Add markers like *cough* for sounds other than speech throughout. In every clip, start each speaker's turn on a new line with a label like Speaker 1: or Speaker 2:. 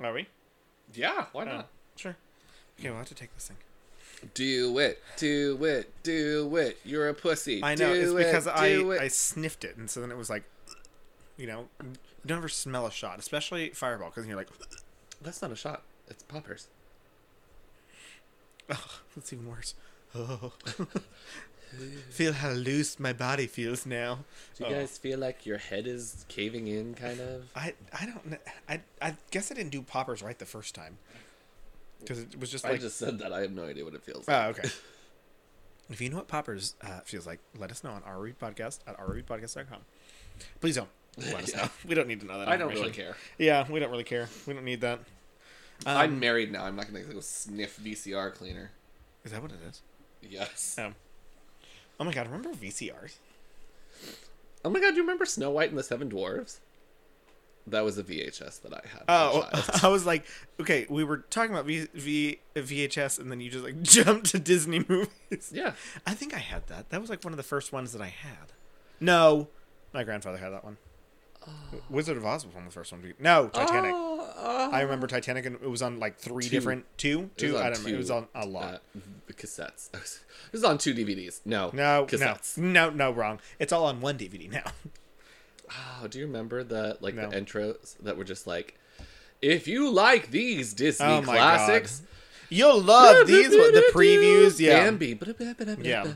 Speaker 1: Are we?
Speaker 2: Yeah, why
Speaker 1: Oh,
Speaker 2: not?
Speaker 1: sure. Okay, we'll have to take this thing.
Speaker 2: Do it, do it, do it. You're a pussy.
Speaker 1: I know.
Speaker 2: Do
Speaker 1: It's
Speaker 2: it,
Speaker 1: because I,
Speaker 2: do it.
Speaker 1: I sniffed it, and so then it was like, you know, you don't ever smell a shot, especially Fireball, because you're like,
Speaker 2: That's not a shot. It's poppers.
Speaker 1: oh, that's even worse. *laughs* Oh. Feel how loose my body feels now.
Speaker 2: Do you
Speaker 1: Oh.
Speaker 2: guys feel like your head is caving in, kind of?
Speaker 1: I I don't know. I I guess I didn't do poppers right the first time. Because it was just
Speaker 2: I
Speaker 1: like
Speaker 2: just said that. I have no idea what it feels like.
Speaker 1: oh okay. *laughs* if you know what poppers uh, feels like, let us know on our read podcast at ourreadpodcast.com.
Speaker 2: *laughs*
Speaker 1: Please don't let us
Speaker 2: Yeah.
Speaker 1: know. We don't need to know that.
Speaker 2: I don't really
Speaker 1: information.
Speaker 2: care.
Speaker 1: Yeah, we don't really care. We don't need that. Um,
Speaker 2: I'm married now. I'm not going to go sniff VCR cleaner.
Speaker 1: Is that what it is?
Speaker 2: Yes.
Speaker 1: Um, oh my god! Remember VCRs?
Speaker 2: Oh my god, do you remember Snow White and the Seven Dwarves? That was a VHS that I had. as a
Speaker 1: Oh,
Speaker 2: child.
Speaker 1: I was like, okay, we were talking about v- v- VHS, and then you just like *laughs* jumped to Disney movies.
Speaker 2: yeah.
Speaker 1: I think I had that. That was like one of the first ones that I had. No, my grandfather had that one. Wizard of Oz was one of the first ones. We, no, *laughs* Titanic.
Speaker 2: Oh, oh.
Speaker 1: I remember Titanic, and it was on like three
Speaker 2: Two.
Speaker 1: different two,
Speaker 2: It was
Speaker 1: two.
Speaker 2: on
Speaker 1: I don't know. It
Speaker 2: two,
Speaker 1: was on a lot.
Speaker 2: uh, cassettes. *laughs* It was on two DVDs. No.
Speaker 1: no, no,
Speaker 2: Cassettes.
Speaker 1: no, no, wrong. It's all on one DVD now. *laughs*
Speaker 2: Oh, do you remember the like
Speaker 1: No.
Speaker 2: the intros that were just like, if you like these Disney
Speaker 1: Oh my God.
Speaker 2: classics,
Speaker 1: You'll
Speaker 2: *laughs*
Speaker 1: love these one- the previews. Yeah,
Speaker 2: Bambi,
Speaker 1: Yeah.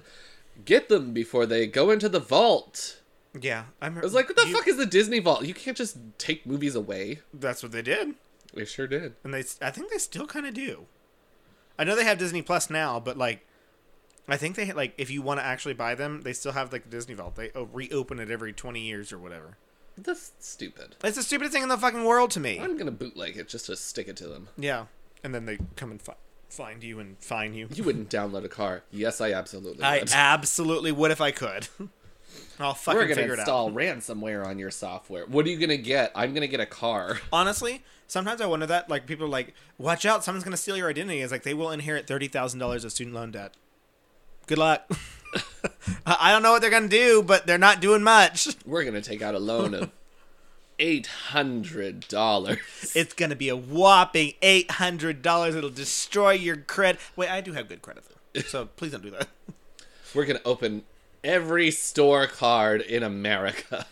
Speaker 2: get them before they go into the vault.
Speaker 1: yeah. I'm,
Speaker 2: I was like, what the fuck is the Disney vault? You can't just take movies away.
Speaker 1: That's what they did.
Speaker 2: We sure did.
Speaker 1: and they I think they still kind of do. I know they have Disney Plus now, but like I think they like if you want to actually buy them, they still have like the Disney Vault. They oh, reopen it every 20 years or whatever.
Speaker 2: That's stupid.
Speaker 1: It's the stupidest thing in the fucking world to me.
Speaker 2: I'm gonna bootleg it just to stick it to them.
Speaker 1: Yeah. And then they come and fi- find you and fine you.
Speaker 2: You wouldn't download a car. Yes, I absolutely
Speaker 1: *laughs* I
Speaker 2: would.
Speaker 1: absolutely would if I could. *laughs* I'll
Speaker 2: We're
Speaker 1: fucking
Speaker 2: gonna
Speaker 1: figure it out.
Speaker 2: install ransomware on your software. What are you gonna get? I'm gonna get a car.
Speaker 1: Honestly, sometimes I wonder that like people are like, "Watch out, someone's going to steal your identity." It's like they will inherit $30,000 of student loan debt. Good luck. *laughs* I I don't know what they're going to do, but they're not doing much.
Speaker 2: We're gonna take out a loan of eight hundred dollars.
Speaker 1: *laughs* It's gonna be a whopping eight hundred dollars. It'll destroy your credit. Wait, I do have good credit *laughs* though, so please don't do that.
Speaker 2: We're gonna open every store card in America.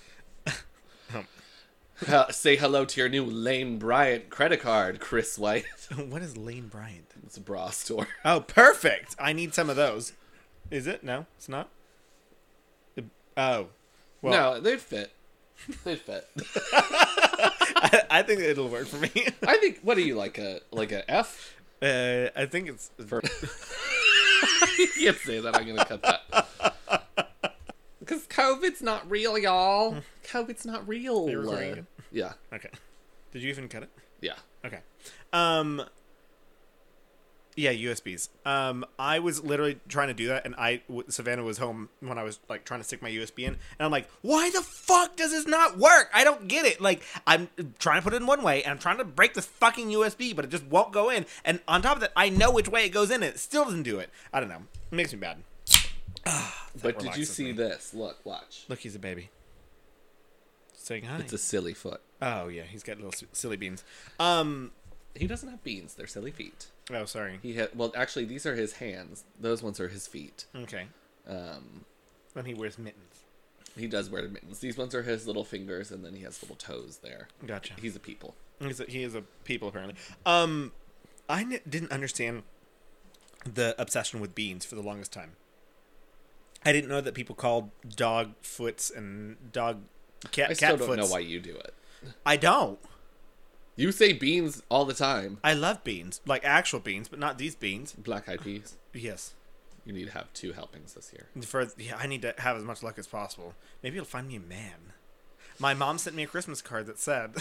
Speaker 2: Uh, say hello to your new Lane Bryant credit card, Chris White.
Speaker 1: *laughs* what is Lane Bryant?
Speaker 2: It's a bra store.
Speaker 1: Oh, perfect. I need some of those. Is it? No, it's not. The- Oh, *laughs* well,
Speaker 2: no, they'd fit. They'd fit.
Speaker 1: I, I think it'll work for me. *laughs*
Speaker 2: I think. What are you like a like a F? *laughs*
Speaker 1: Uh, I think it's
Speaker 2: you can't say that. I'm gonna cut that. Because COVID's not real, y'all. COVID's not real.
Speaker 1: you recording again?
Speaker 2: Yeah,
Speaker 1: okay. Did you even cut it?
Speaker 2: yeah.
Speaker 1: Okay. Um yeah, USBs. Um I was literally trying to do that and I w- Savannah was home when I was like trying to stick my USB in and I'm like, "Why the fuck does this not work? I don't get it." Like I'm trying to put it in one way and I'm trying to break this fucking USB, but it just won't go in. And on top of that, I know which way it goes in and it still doesn't do it. I don't know. It makes me bad.
Speaker 2: But did you
Speaker 1: relaxes
Speaker 2: see
Speaker 1: me.
Speaker 2: this? Look, watch.
Speaker 1: Look, he's a baby. Saying hi.
Speaker 2: It's a silly foot.
Speaker 1: oh yeah, he's got little s- silly beans. Um
Speaker 2: He doesn't have beans. They're silly feet.
Speaker 1: oh, sorry.
Speaker 2: He had. Well, actually, these are his hands. Those ones are his feet.
Speaker 1: Okay.
Speaker 2: Um,
Speaker 1: Then he wears mittens.
Speaker 2: he does wear mittens. These ones are his little fingers, and then he has little toes there.
Speaker 1: Gotcha.
Speaker 2: He's a people.
Speaker 1: He's a, he is a people apparently. Um, I n- didn't understand the obsession with beans for the longest time. I didn't know that people called dog foots and dog cat
Speaker 2: I still
Speaker 1: cat
Speaker 2: don't
Speaker 1: foots.
Speaker 2: know why you do it.
Speaker 1: I don't.
Speaker 2: You say beans all the time.
Speaker 1: I love beans, like actual beans, but not these beans.
Speaker 2: Black eyed peas.
Speaker 1: Yes.
Speaker 2: You need to have two helpings this year.
Speaker 1: For yeah, I need to have as much luck as possible. Maybe it'll find me a man. My mom sent me a Christmas card that said,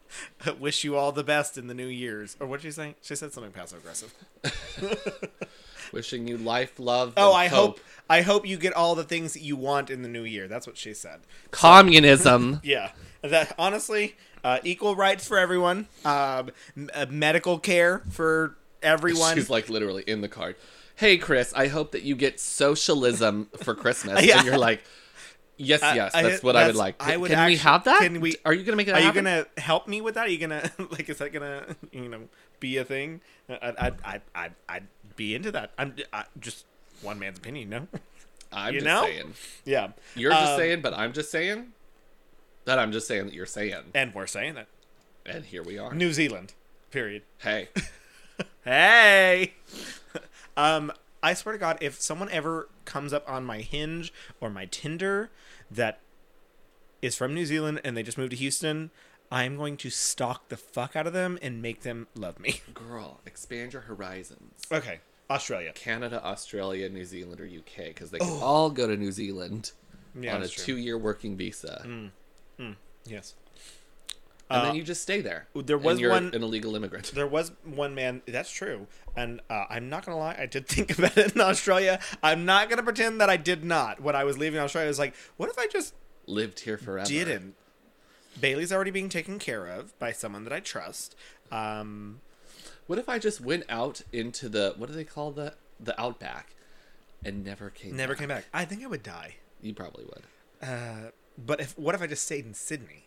Speaker 1: *laughs* "Wish you all the best in the new years." Or what did she say? She said something passive aggressive.
Speaker 2: Wishing you life, love.
Speaker 1: Oh,
Speaker 2: and
Speaker 1: I hope. I hope you get all the things that you want in the new year. That's what she said.
Speaker 2: communism.
Speaker 1: Yeah, that honestly, uh, equal rights for everyone, um, m- uh, medical care for everyone.
Speaker 2: She's like literally in the card. Hey, Chris, I hope that you get socialism for Christmas.
Speaker 1: *laughs* Yeah.
Speaker 2: And you're like, Yes,
Speaker 1: I-
Speaker 2: yes,
Speaker 1: I-
Speaker 2: that's what I would
Speaker 1: that's-
Speaker 2: like.
Speaker 1: I would
Speaker 2: can
Speaker 1: actu-
Speaker 2: we have that?
Speaker 1: can we-
Speaker 2: Are you gonna make that?
Speaker 1: Are you
Speaker 2: happen?
Speaker 1: gonna help me with that? Are you gonna *laughs* like? Is that gonna you know be a thing? I I I I I'd be into that. I'm I, just one man's opinion. No.
Speaker 2: I'm
Speaker 1: you
Speaker 2: just
Speaker 1: know?
Speaker 2: saying.
Speaker 1: *laughs* yeah.
Speaker 2: You're just
Speaker 1: Um,
Speaker 2: saying, but I'm just saying that I'm just saying that you're saying,
Speaker 1: And we're saying that
Speaker 2: and here we are.
Speaker 1: New Zealand. Period.
Speaker 2: Hey,
Speaker 1: Hey. *laughs* um, I swear to God, if someone ever comes up on my Hinge or my Tinder that is from New Zealand and they just moved to Houston, I am going to stalk the fuck out of them and make them love me. *laughs*
Speaker 2: girl, expand your horizons.
Speaker 1: Okay, Australia.
Speaker 2: Canada, Australia, New Zealand, or UK, because they can all go to New Zealand
Speaker 1: Oh. Yeah,
Speaker 2: on a
Speaker 1: that's true. Mm.
Speaker 2: two-year working visa, and
Speaker 1: Yes.
Speaker 2: then you just stay there.
Speaker 1: Uh, there
Speaker 2: and
Speaker 1: was
Speaker 2: you're
Speaker 1: one-
Speaker 2: an illegal immigrant.
Speaker 1: There was one man. That's true, and uh, I'm not gonna lie. I did *laughs* think about it in Australia. I'm not gonna pretend that I did not. When I was leaving Australia, I was like, "What if I just
Speaker 2: Lived here forever.
Speaker 1: didn't. Bailey's already being taken care of by someone that I trust. Um,
Speaker 2: What if I just went out into the what do they call the the outback, and never came?
Speaker 1: never came back. I think I would die.
Speaker 2: You probably would.
Speaker 1: But if what if I just stayed in Sydney?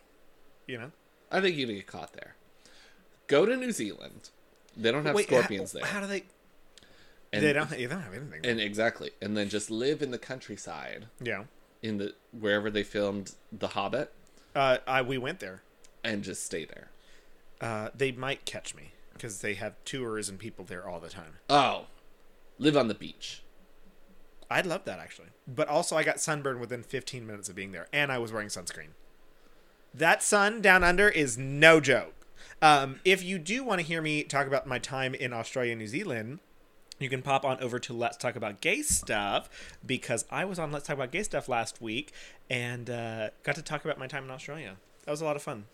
Speaker 1: You know,
Speaker 2: I think you'd get caught there. Go to New Zealand. They don't have scorpions
Speaker 1: how,
Speaker 2: there.
Speaker 1: How do they?
Speaker 2: and,
Speaker 1: they don't. They don't have anything.
Speaker 2: And exactly, and then just live in the countryside
Speaker 1: yeah,
Speaker 2: in the wherever they filmed The Hobbit,
Speaker 1: uh, I we went there.
Speaker 2: and just stay there.
Speaker 1: Uh, they might catch me because they have tours and people there all the time.
Speaker 2: Oh, live on the beach.
Speaker 1: I'd love that actually. But also, I got sunburned within 15 minutes of being there, and I was wearing sunscreen. That sun down under is no joke. Um, if you do want to hear me talk about my time in Australia and New Zealand, you can pop on over to Let's Talk About Gay Stuff because I was on Let's Talk About Gay Stuff last week and uh, got to talk about my time in Australia. That was a lot of fun,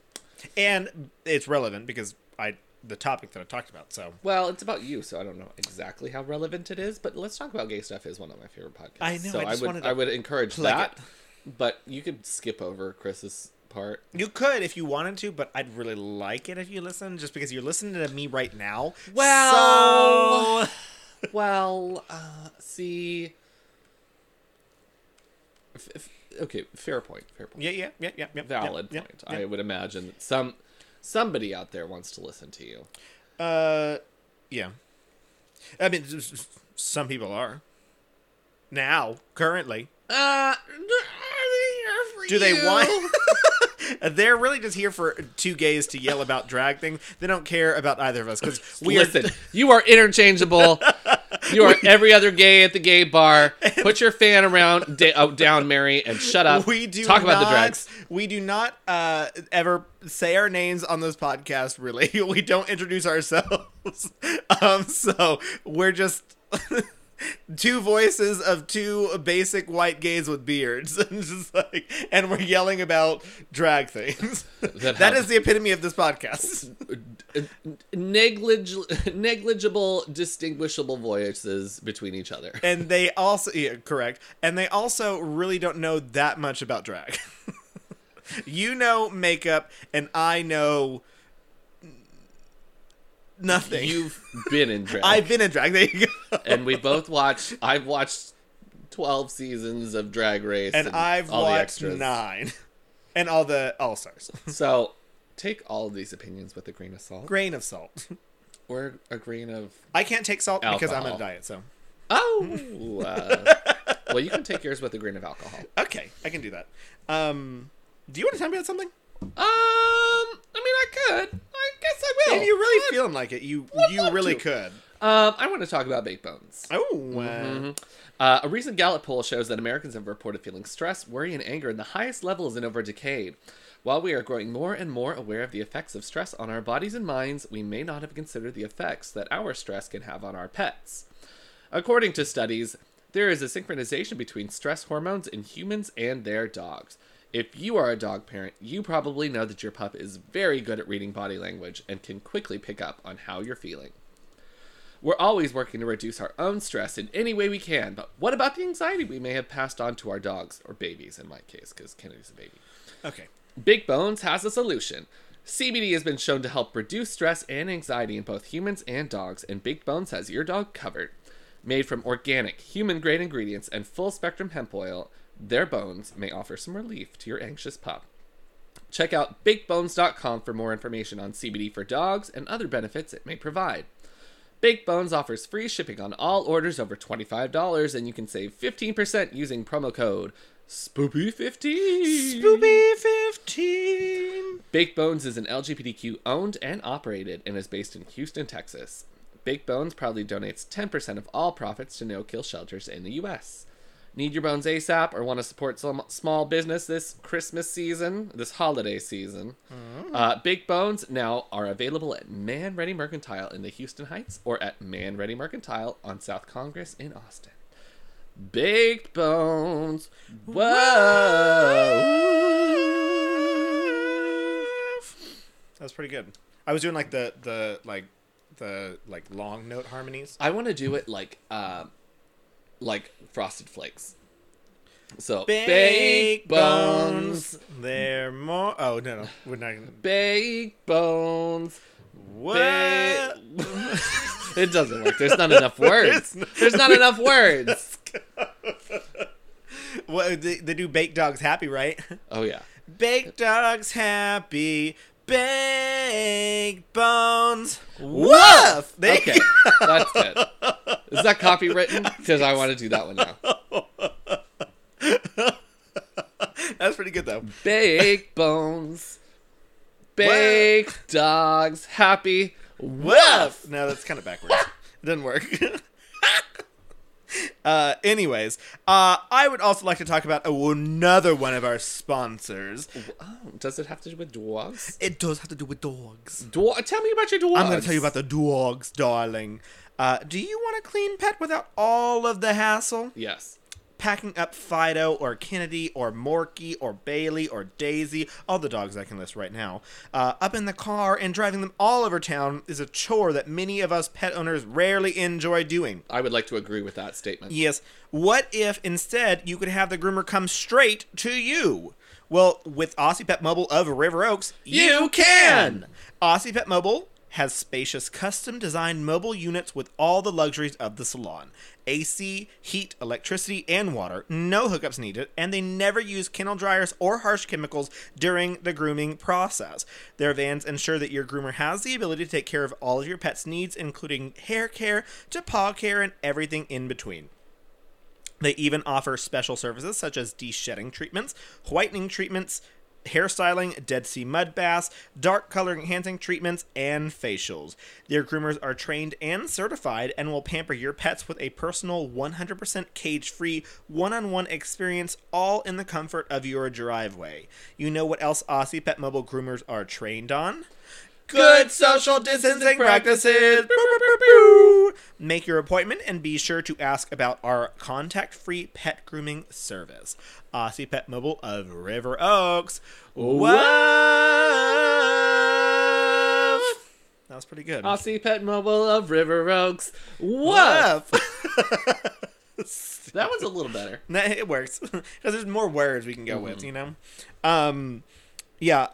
Speaker 1: and it's relevant because I the topic that I talked about. So
Speaker 2: Well, it's about you, so I don't know exactly how relevant it is, but let's talk about gay stuff is one of my favorite podcasts.
Speaker 1: I know,
Speaker 2: So
Speaker 1: I just
Speaker 2: would,
Speaker 1: wanted to
Speaker 2: I would encourage
Speaker 1: plug
Speaker 2: that, but you could skip over Chris's part.
Speaker 1: You could if you wanted to, but I'd really like it if you listen, just because you're listening to me right now.
Speaker 2: Well-
Speaker 1: So-
Speaker 2: Well, uh, see. F- f- okay, fair point. Fair point.
Speaker 1: yeah, yeah, yeah, yeah, yeah,
Speaker 2: Valid
Speaker 1: yeah,
Speaker 2: point.
Speaker 1: yeah,
Speaker 2: I
Speaker 1: yeah.
Speaker 2: would imagine that some somebody out there wants to listen to you.
Speaker 1: uh, yeah. I mean, s- s- some people are now currently.
Speaker 2: Uh,
Speaker 1: Do they want? Uh, They're really just here for two gays to yell about drag things. They don't care about either of us because we
Speaker 2: Listen,
Speaker 1: are.
Speaker 2: you are
Speaker 1: *laughs*
Speaker 2: interchangeable. You are every other gay at the gay bar. Put your fan around da- oh, down, Mary, and shut up.
Speaker 1: We do
Speaker 2: talk about the
Speaker 1: not-
Speaker 2: drags.
Speaker 1: We do not uh, ever say our names on this podcast. Really, *laughs* we don't introduce ourselves. *laughs* um, so we're just *laughs* two voices of two basic white gays with beards, *laughs* and just like, and we're yelling about drag things.
Speaker 2: That
Speaker 1: that
Speaker 2: have-
Speaker 1: is the epitome of this podcast.
Speaker 2: Negligible, negligible, distinguishable voices between each other.
Speaker 1: And they also, yeah, correct. And they also really don't know that much about drag. *laughs* you know makeup, and I know nothing.
Speaker 2: You've been in drag,
Speaker 1: *laughs* I've been in drag. There you go.
Speaker 2: and we both watched. I've watched twelve seasons of Drag Race,
Speaker 1: And I've
Speaker 2: all the
Speaker 1: watched
Speaker 2: extras.
Speaker 1: nine, and all the all stars.
Speaker 2: So take all of these opinions with a grain of salt,
Speaker 1: Grain of salt.
Speaker 2: or a grain of
Speaker 1: I can't take salt because I'm on
Speaker 2: Alcohol.
Speaker 1: a diet. So
Speaker 2: Oh.
Speaker 1: *laughs*
Speaker 2: uh, well, you can take yours with a grain of alcohol.
Speaker 1: okay, I can do that. Um, do you want to tell me about something?
Speaker 2: Um, I mean, I could. I guess I will.
Speaker 1: If you're really feeling like it, you you
Speaker 2: love
Speaker 1: really
Speaker 2: to.
Speaker 1: could.
Speaker 2: Um, I want to talk about baked bones.
Speaker 1: Oh, uh,
Speaker 2: Uh, a recent Gallup poll shows that Americans have reported feeling stress, worry, and anger in the highest levels in over a decade. While we are growing more and more aware of the effects of stress on our bodies and minds, we may not have considered the effects that our stress can have on our pets. According to studies, there is a synchronization between stress hormones in humans and their dogs. If you are a dog parent, you probably know that your pup is very good at reading body language and can quickly pick up on how you're feeling. We're always working to reduce our own stress in any way we can, but what about the anxiety we may have passed on to our dogs or babies in my case, because Kennedy's a baby?
Speaker 1: okay.
Speaker 2: Big Bones has a solution. CBD has been shown to help reduce stress and anxiety in both humans and dogs, and Big Bones has your dog covered. Made from organic, human grade ingredients and full spectrum hemp oil, Their bones may offer some relief to your anxious pup. Check out bakebones.com for more information on CBD for dogs and other benefits it may provide. Baked Bones offers free shipping on all orders over $25 and you can save 15% using promo code SPOOPY15.
Speaker 1: Spoopy 15.
Speaker 2: Baked Bones is an LGBTQ owned and operated and is based in Houston, Texas. Baked Bones proudly donates 10% of all profits to no kill shelters in the U.S. Need your bones ASAP or want to support some small business this Christmas season, this holiday season? Uh, Baked Bones now are available at Man Ready Mercantile in the Houston Heights or at Man Ready Mercantile on South Congress in Austin. Baked Bones. Whoa.
Speaker 1: That was pretty good. I was doing like the the like the like long note harmonies.
Speaker 2: I want to do it like um like frosted flakes. So bake, bones,
Speaker 1: They're more. Oh no, no, we're not gonna.
Speaker 2: bake bones.
Speaker 1: What?
Speaker 2: Ba- it doesn't work. There's not *laughs* enough words. There's not enough words.
Speaker 1: Well, they, they do bake dogs happy, right?
Speaker 2: Oh yeah.
Speaker 1: *laughs* Bake dogs happy. Bake bones. Woof.
Speaker 2: Woof!
Speaker 1: They- *laughs*
Speaker 2: okay, that's good. Is that copywritten? Because I want to do that one *laughs* now.
Speaker 1: That's pretty good though.
Speaker 2: Bake bones, bake dogs, happy.
Speaker 1: Woof. *laughs* No, that's kind of backwards. it doesn't work. *laughs* uh, anyways, uh, I would also like to talk about another one of our sponsors.
Speaker 2: Oh, does it have to do with dogs?
Speaker 1: It does have to do with dogs.
Speaker 2: Dwa- tell me about your dogs.
Speaker 1: I'm going to tell you about the dogs, darling. Uh, do you want a clean pet without all of the hassle?
Speaker 2: Yes.
Speaker 1: Packing up Fido or Kennedy or Morky or Bailey or Daisy, all the dogs I can list right now, uh, up in the car and driving them all over town is a chore that many of us pet owners rarely enjoy doing.
Speaker 2: I would like to agree with that statement.
Speaker 1: Yes. What if instead you could have the groomer come straight to you? Well, with Pet Mobile of River Oaks,
Speaker 2: You can!
Speaker 1: Pet Mobile has spacious custom designed mobile units with all the luxuries of the salon AC, heat, electricity, and water. No hookups needed, and they never use kennel dryers or harsh chemicals during the grooming process. Their vans ensure that your groomer has the ability to take care of all of your pet's needs, including hair care to paw care and everything in between. They even offer special services such as de-shedding treatments, whitening treatments, hairstyling, Dead Sea mud baths, dark color enhancing treatments, and facials. Their groomers are trained and certified and will pamper your pets with a personal 100% cage-free one-on-one experience all in the comfort of your driveway. You know what else Aussie Pet Mobile groomers are trained on?
Speaker 2: Good social distancing practices.
Speaker 1: Make your appointment and be sure to ask about our contact free pet grooming service. Aussie Pet Mobile of River Oaks. Woof! That was pretty good.
Speaker 2: Aussie Pet Mobile of River Oaks. Whoa,
Speaker 1: Woof!
Speaker 2: that one's a little better.
Speaker 1: *laughs* Nah, it works. *laughs* Because there's more words we can go with, you know? Um, yeah.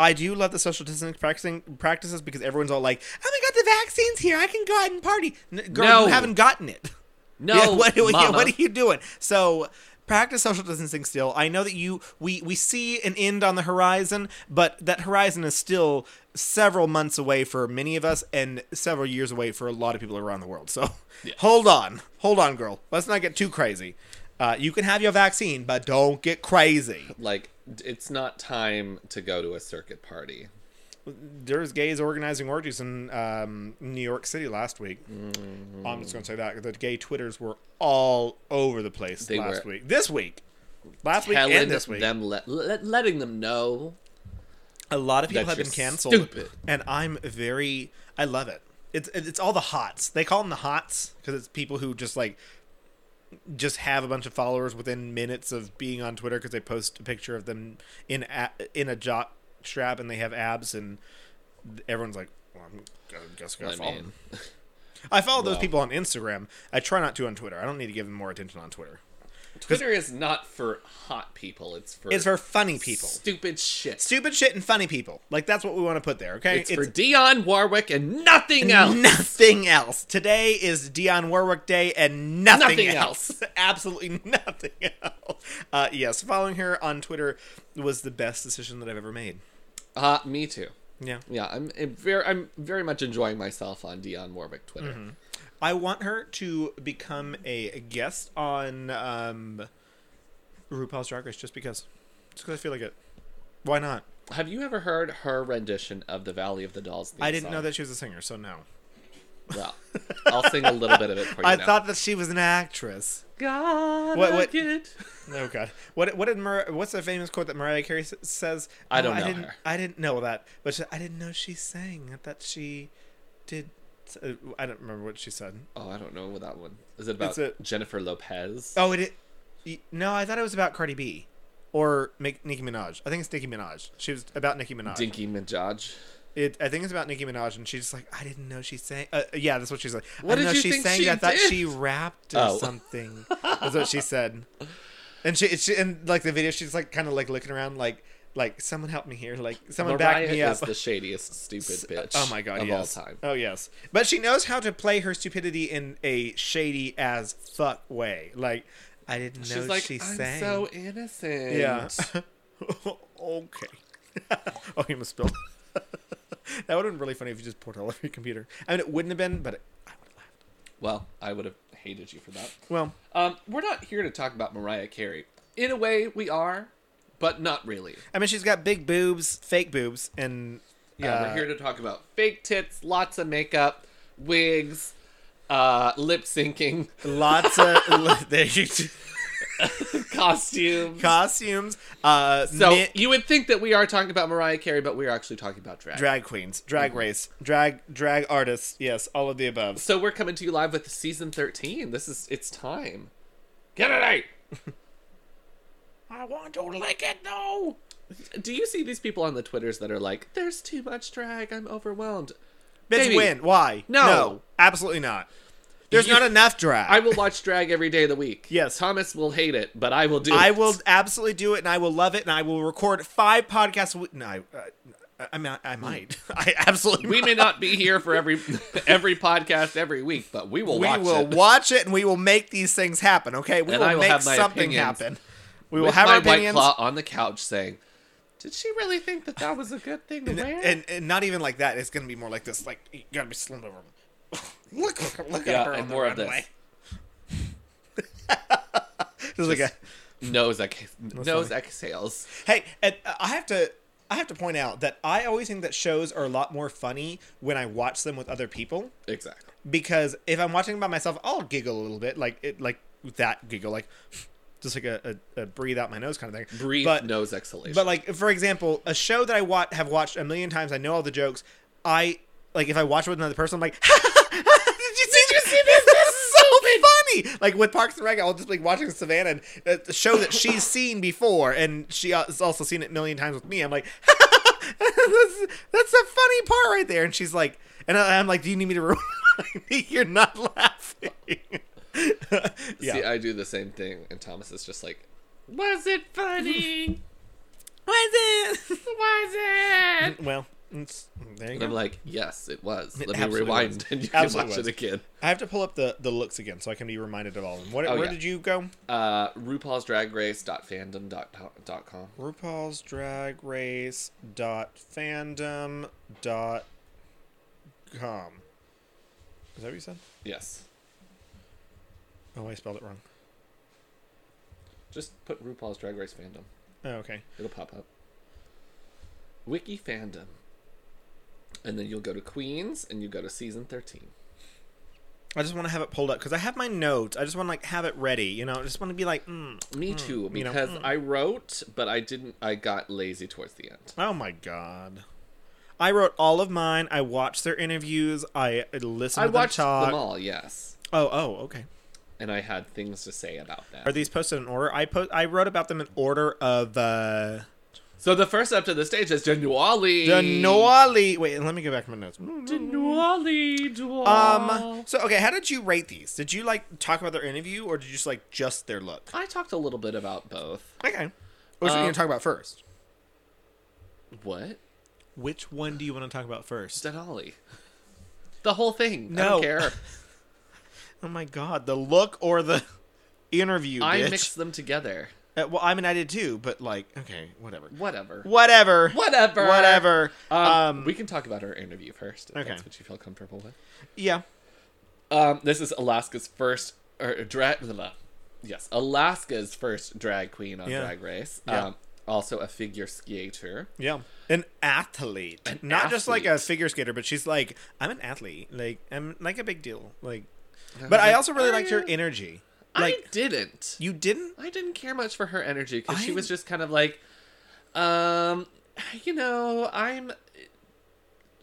Speaker 1: I do love the social distancing practicing practices because everyone's all like, oh my god, the vaccine's here. I can go out and party. N- girl,
Speaker 2: No.
Speaker 1: you haven't gotten it.
Speaker 2: No,
Speaker 1: *laughs* yeah, what, yeah,
Speaker 2: mama.
Speaker 1: what are you doing? So practice social distancing still. I know that you we we see an end on the horizon, but that horizon is still several months away for many of us and several years away for a lot of people around the world. So hold on, hold on, girl. Let's not get too crazy. Uh, you can have your vaccine, but don't get crazy.
Speaker 2: like d- it's not time to go to a circuit party.
Speaker 1: There's gays organizing orgies in um, New York City last week.
Speaker 2: Mm-hmm.
Speaker 1: I'm just gonna say that the gay twitters were all over the place
Speaker 2: They
Speaker 1: last
Speaker 2: were.
Speaker 1: week. This week, last week
Speaker 2: Telling
Speaker 1: and this week,
Speaker 2: them, let, let- letting them know.
Speaker 1: a lot of people
Speaker 2: that
Speaker 1: have been
Speaker 2: you're
Speaker 1: canceled.
Speaker 2: stupid.
Speaker 1: and I'm very. I love it. It's it's all the hots. They call them the hots because it's people who just like just have a bunch of followers within minutes of being on Twitter because they post a picture of them in a, in a jock strap and they have abs and everyone's like, well, I'm gonna guess I gotta
Speaker 2: I
Speaker 1: follow
Speaker 2: mean,
Speaker 1: *laughs* I follow those
Speaker 2: Wow.
Speaker 1: people on Instagram. I try not to on Twitter. I don't need to give them more attention on Twitter.
Speaker 2: Twitter is not for hot people. It's for
Speaker 1: It's for funny people.
Speaker 2: stupid shit.
Speaker 1: Stupid shit and funny people. Like that's what we want to put there, okay?
Speaker 2: it's, for Dion Warwick and nothing else.
Speaker 1: *laughs* nothing else. Today is Dion Warwick Day and nothing,
Speaker 2: Nothing
Speaker 1: *laughs* else. Absolutely nothing else. Uh, yes, following her on Twitter was the best decision that I've ever made.
Speaker 2: Uh, me too.
Speaker 1: Yeah.
Speaker 2: Yeah, I'm I'm very I'm very much enjoying myself on Dion Warwick Twitter.
Speaker 1: Mm-hmm. I want her to become a guest on um, RuPaul's Drag Race just because. Just because I feel like it. Why not?
Speaker 2: Have you ever heard her rendition of the Valley of the Dolls? Theme
Speaker 1: I didn't know
Speaker 2: song?
Speaker 1: that she was a singer, so no. *laughs*
Speaker 2: Well, I'll sing a little bit of it for you.
Speaker 1: I
Speaker 2: now.
Speaker 1: thought that she was an actress.
Speaker 2: God,
Speaker 1: What-
Speaker 2: I
Speaker 1: what-
Speaker 2: get-
Speaker 1: Oh God! What what did Mar- what's the famous quote that Mariah Carey s- says? Oh,
Speaker 2: I don't
Speaker 1: I
Speaker 2: know
Speaker 1: didn't,
Speaker 2: her."
Speaker 1: I didn't know that, but she- I didn't know she sang. I thought she did. uh, I don't remember what she said.
Speaker 2: Oh, I don't know what that one is. It about
Speaker 1: It's a-
Speaker 2: Jennifer Lopez?
Speaker 1: Oh, it. it no, I thought it was about Cardi B, or Mic- Nicki Minaj. I think it's Nicki Minaj. She was about Nicki Minaj.
Speaker 2: Dinky Minaj.
Speaker 1: It, I think it's about Nicki Minaj, and she's like, I didn't know she sang. Uh, yeah, that's what she's like.
Speaker 2: What
Speaker 1: I didn't
Speaker 2: did
Speaker 1: know
Speaker 2: you
Speaker 1: she
Speaker 2: think
Speaker 1: sang.
Speaker 2: she
Speaker 1: I thought
Speaker 2: did?"
Speaker 1: she *laughs* rapped or
Speaker 2: Oh.
Speaker 1: something. That's what she said. And she, she, and like the video, she's like kind of like looking around, like, like someone help me here, like someone
Speaker 2: Mariah
Speaker 1: back me up.
Speaker 2: is the shadiest stupid bitch.
Speaker 1: oh my god,
Speaker 2: of
Speaker 1: yes.
Speaker 2: all time.
Speaker 1: Oh yes, but she knows how to play her stupidity in a shady as fuck way. Like, I didn't know
Speaker 2: She's like,
Speaker 1: she
Speaker 2: I'm
Speaker 1: sang.
Speaker 2: so innocent.
Speaker 1: Yeah. okay. *laughs* oh, you must spilled. *laughs* that would have been really funny if you just poured all over your computer. I mean, it wouldn't have been, but it, I would have laughed.
Speaker 2: *laughs* Well, I would have hated you for that.
Speaker 1: Well,
Speaker 2: Um, we're not here to talk about Mariah Carey. In a way, we are, but not really.
Speaker 1: I mean, she's got big boobs, fake boobs, and
Speaker 2: Yeah,
Speaker 1: uh,
Speaker 2: we're here to talk about fake tits, lots of makeup, wigs, uh, lip syncing, *laughs*
Speaker 1: lots of li- there you go.
Speaker 2: costumes.
Speaker 1: costumes. Uh,
Speaker 2: so
Speaker 1: mi-
Speaker 2: you would think that we are talking about Mariah Carey, but we are actually talking about drag.
Speaker 1: drag queens, drag
Speaker 2: Mm.
Speaker 1: race, drag drag artists. Yes, all of the above.
Speaker 2: So we're coming to you live with season thirteen. This is it's time. Get it *laughs* out.
Speaker 1: I want to lick it though.
Speaker 2: Do you see these people on the twitters that are like, "There's too much drag. I'm overwhelmed."
Speaker 1: Bitch,
Speaker 2: Baby,
Speaker 1: win. Why?
Speaker 2: No.
Speaker 1: absolutely not. There's
Speaker 2: You-
Speaker 1: not enough drag.
Speaker 2: I will watch drag every day of the week.
Speaker 1: Yes.
Speaker 2: Thomas will hate it, but I will do.
Speaker 1: I
Speaker 2: it.
Speaker 1: will absolutely do it, and I will love it, and I will record five podcasts. A week. No, I, uh, I, mean, I, I might. *laughs* I absolutely.
Speaker 2: Hmm. We may not be here for every every podcast every week, but we will
Speaker 1: we
Speaker 2: watch
Speaker 1: will
Speaker 2: it.
Speaker 1: watch it, and we will make these things happen. Okay, we
Speaker 2: And
Speaker 1: will
Speaker 2: I will
Speaker 1: make
Speaker 2: have my
Speaker 1: something
Speaker 2: opinions.
Speaker 1: happen. We will
Speaker 2: With
Speaker 1: have
Speaker 2: my
Speaker 1: our opinions,
Speaker 2: white claw on the couch saying, "Did she really think that that was a good thing to wear?"
Speaker 1: and, and not even like that. It's gonna be more like this. Like you gotta be slimmed over. *laughs* look, look at
Speaker 2: yeah,
Speaker 1: her
Speaker 2: and
Speaker 1: on the
Speaker 2: more of
Speaker 1: runway. *laughs*
Speaker 2: this.
Speaker 1: It's like a-
Speaker 2: Nose, ex- nose
Speaker 1: funny.
Speaker 2: exhales.
Speaker 1: Hey, and uh, I have to I have to point out that I always think that shows are a lot more funny when I watch them with other people.
Speaker 2: Exactly.
Speaker 1: because if I'm watching by myself, I'll giggle a little bit, like it, like that giggle, like just like a, a, a breathe out my nose kind of thing.
Speaker 2: Breathe
Speaker 1: but
Speaker 2: nose exhalation.
Speaker 1: but like for example, a show that I watch have watched a million times, I know all the jokes. I like if I watch it with another person, I'm like. *laughs* Did you see, Did you see this? This is so funny! Like with Parks and Rec, I'll just be watching Savannah, and uh, the show that *laughs* she's seen before, and she has also seen it a million times with me. I'm like, *laughs* that's, that's a funny part right there. And she's like, and I, I'm like, do you need me to *laughs* ruin? You're not laughing. *laughs* yeah.
Speaker 2: See, I do the same thing, and Thomas is just like, "Was it funny?
Speaker 1: *laughs* Was it?
Speaker 2: *laughs* was it?"
Speaker 1: well, it's, there you
Speaker 2: And I'm
Speaker 1: go.
Speaker 2: like, "Yes, it was. Let me
Speaker 1: absolutely
Speaker 2: rewind,
Speaker 1: was.
Speaker 2: and you can
Speaker 1: Absolutely
Speaker 2: watch
Speaker 1: was.
Speaker 2: it again."
Speaker 1: I have to pull up the the looks again so I can be reminded of all of them. What,
Speaker 2: Oh,
Speaker 1: where
Speaker 2: yeah.
Speaker 1: did you go?
Speaker 2: Uh, RuPaul's Drag Race fandom dot com.
Speaker 1: RuPaul's Drag Race dot fandom dot com. Is that what you said?
Speaker 2: Yes,
Speaker 1: Oh, I spelled it wrong.
Speaker 2: just put RuPaul's Drag Race fandom.
Speaker 1: Oh, okay.
Speaker 2: It'll pop up. Wiki fandom. And then you'll go to Queens and you go to season 13.
Speaker 1: I just want to have it pulled up because I have my notes. I just want to like have it ready. You know, I just want to be like, mm.
Speaker 2: Me too,
Speaker 1: you know,
Speaker 2: because I wrote, but I didn't, I got lazy towards the end.
Speaker 1: oh my god. I wrote all of mine. I watched their interviews. I listened.
Speaker 2: I
Speaker 1: to
Speaker 2: watched
Speaker 1: them, talk.
Speaker 2: them all, yes.
Speaker 1: Oh, oh, okay.
Speaker 2: And I had things to say about
Speaker 1: Are
Speaker 2: that.
Speaker 1: these posted in order? I po- I wrote about them in order of uh
Speaker 2: So the first up to the stage is Denuali.
Speaker 1: the Noali. Wait, let me go back to my notes.
Speaker 2: Denuali. Denuali.
Speaker 1: Um. So okay, how did you rate these? Did you like talk about their interview, or did you just like just their look?
Speaker 2: I talked a little bit about both.
Speaker 1: Okay. Which one are you
Speaker 2: Um,
Speaker 1: gonna talk about first?
Speaker 2: What?
Speaker 1: Which one do you want to talk about first?
Speaker 2: Denali. The whole thing. I
Speaker 1: No.
Speaker 2: don't
Speaker 1: *laughs*
Speaker 2: care.
Speaker 1: Oh my god, the *laughs* look or the interview?
Speaker 2: I
Speaker 1: bitch.
Speaker 2: mixed them together.
Speaker 1: Uh, well, I mean, I did too, but like, okay, whatever.
Speaker 2: Whatever.
Speaker 1: Whatever.
Speaker 2: Whatever.
Speaker 1: Whatever.
Speaker 2: Um,
Speaker 1: Um,
Speaker 2: we can talk about our interview first. If
Speaker 1: Okay.
Speaker 2: That's what you feel comfortable with.
Speaker 1: yeah.
Speaker 2: Um, this is Alaska's first or uh, drag. Yes, Alaska's first drag queen on
Speaker 1: Yeah.
Speaker 2: Drag Race.
Speaker 1: Yeah.
Speaker 2: Um, also a figure skater.
Speaker 1: Yeah. An athlete. Not just like
Speaker 2: athlete.
Speaker 1: a figure skater, but she's like, I'm an athlete. Like, I'm like a big deal. Like, but I also really
Speaker 2: "Are
Speaker 1: liked her
Speaker 2: you?"
Speaker 1: energy.
Speaker 2: I
Speaker 1: Like,
Speaker 2: didn't.
Speaker 1: you didn't?
Speaker 2: I didn't care much for her energy because she
Speaker 1: I-
Speaker 2: was just kind of like, um, you know, I'm.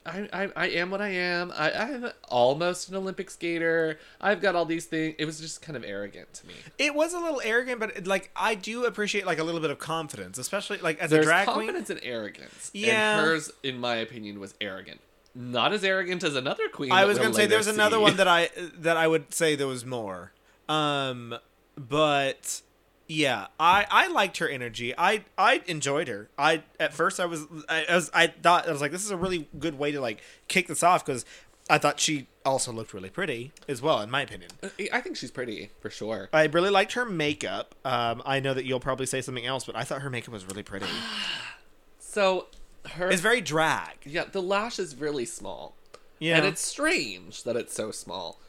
Speaker 2: I, I, I am what I am. I, I'm almost an Olympic skater. I've got all these things. It was just kind of arrogant to me.
Speaker 1: It was a little arrogant, but like, I do appreciate like a little bit of confidence, especially like as
Speaker 2: There's
Speaker 1: a drag queen.
Speaker 2: confidence and arrogance.
Speaker 1: Yeah.
Speaker 2: And hers, in my opinion, was arrogant. Not as arrogant as another queen.
Speaker 1: I
Speaker 2: that
Speaker 1: was
Speaker 2: we'll
Speaker 1: gonna say
Speaker 2: later
Speaker 1: there's another
Speaker 2: see.
Speaker 1: one
Speaker 2: *laughs*
Speaker 1: that I that I would say there was more. Um, but yeah, I I liked her energy. I I enjoyed her. I at first I was I, I was I thought I was like this is a really good way to like kick this off because I thought she also looked really pretty as well in my opinion.
Speaker 2: *laughs* I think she's pretty for sure.
Speaker 1: I really liked her makeup. Um, I know that you'll probably say something else, but I thought her makeup was really
Speaker 2: *gasps*
Speaker 1: pretty.
Speaker 2: So her,
Speaker 1: It's very drag.
Speaker 2: yeah, the lash is really small.
Speaker 1: Yeah,
Speaker 2: And it's strange that it's so small.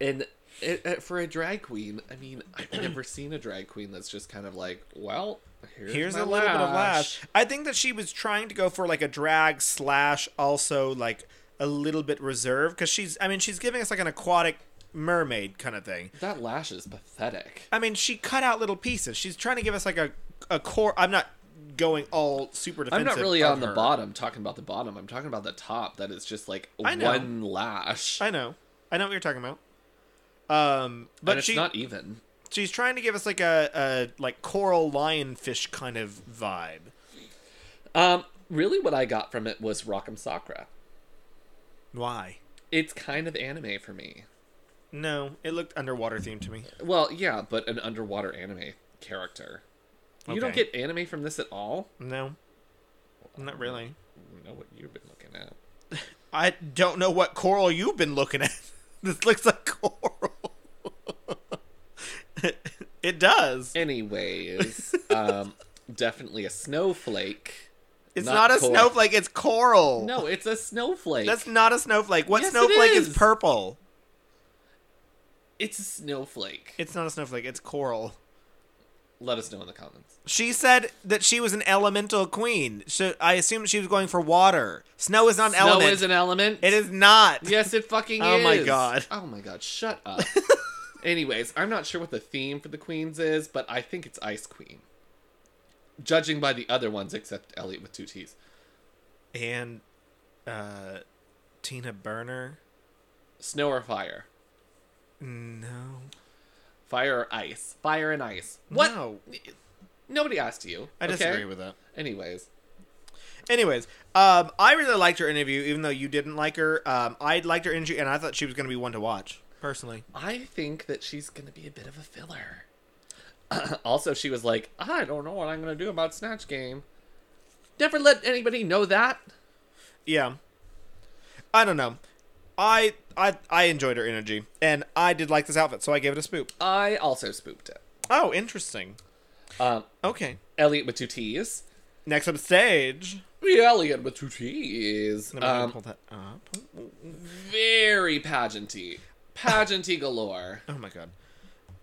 Speaker 2: And it, it- for a drag queen, I mean,
Speaker 1: *clears throat*
Speaker 2: I've never seen a drag queen that's just kind of like, well, here's,
Speaker 1: Here's
Speaker 2: my
Speaker 1: a little bit of
Speaker 2: lash.
Speaker 1: lash. I think that she was trying to go for like a drag slash, also like a little bit reserved because she's. I mean, she's giving us like an aquatic mermaid kind of thing.
Speaker 2: That lash is pathetic.
Speaker 1: I mean, she cut out little pieces. She's trying to give us like a a core. I'm not going all super
Speaker 2: I'm
Speaker 1: defensive.
Speaker 2: not really
Speaker 1: of
Speaker 2: on the
Speaker 1: her.
Speaker 2: bottom talking about the bottom. I'm talking about the top that is just like
Speaker 1: I know.
Speaker 2: one lash.
Speaker 1: I know. I know what you're talking about. Um,
Speaker 2: but
Speaker 1: but
Speaker 2: it's
Speaker 1: she
Speaker 2: not even.
Speaker 1: she's trying to give us like a, a like coral lionfish kind of vibe.
Speaker 2: Um, really, what I got from it was Rock'em Sakura.
Speaker 1: Why?
Speaker 2: It's kind of anime for me.
Speaker 1: No, it looked underwater themed to me.
Speaker 2: Well, yeah, but an underwater anime character. You don't
Speaker 1: Okay.
Speaker 2: get anime from this at all.
Speaker 1: No, not really.
Speaker 2: don't know what you've been looking at.
Speaker 1: I don't know what coral you've been looking at. *laughs* this looks like coral. *laughs* it does. *laughs*
Speaker 2: Anyways, um, definitely a snowflake.
Speaker 1: It's not, a
Speaker 2: cor-
Speaker 1: snowflake. It's coral.
Speaker 2: No, it's a snowflake.
Speaker 1: that's not a snowflake. What
Speaker 2: Yes, it
Speaker 1: snowflake is.
Speaker 2: is.
Speaker 1: purple?
Speaker 2: It's a snowflake.
Speaker 1: It's not a snowflake. It's coral.
Speaker 2: Let us know in the comments.
Speaker 1: She said that she was an elemental queen. So I assume she was going for water. Snow is not an
Speaker 2: Snow
Speaker 1: element.
Speaker 2: is an element.
Speaker 1: it is not.
Speaker 2: Yes, it fucking
Speaker 1: Oh
Speaker 2: is.
Speaker 1: my God.
Speaker 2: Oh my god! Shut
Speaker 1: *laughs*
Speaker 2: up. Anyways, I'm not sure what the theme for the queens is, but I think it's Ice Queen. Judging by the other ones, except Elliot with two T's.
Speaker 1: And uh, Tina Burner.
Speaker 2: Snow or fire?
Speaker 1: No.
Speaker 2: Fire or ice? Fire and ice. What?
Speaker 1: No.
Speaker 2: Nobody asked you.
Speaker 1: I
Speaker 2: okay?
Speaker 1: disagree with that.
Speaker 2: Anyways,
Speaker 1: Anyways, um, I really liked her interview, even though you didn't like her. Um, I liked her interview, and I thought she was going to be one to watch personally.
Speaker 2: I think that she's going to be a bit of a filler. *clears throat* also, she was like, I don't know what I'm going to do about Snatch Game. Never let anybody know that.
Speaker 1: Yeah, I don't know. I I I enjoyed her energy, and I did like this outfit, so I gave it a spoop.
Speaker 2: I also spooked it.
Speaker 1: Oh, interesting.
Speaker 2: Um,
Speaker 1: Okay.
Speaker 2: Elliot with two T's.
Speaker 1: Next up, stage.
Speaker 2: The Elliot with two T's.
Speaker 1: Let me
Speaker 2: Um,
Speaker 1: pull that up.
Speaker 2: very pageanty. Pageanty galore.
Speaker 1: Oh my god.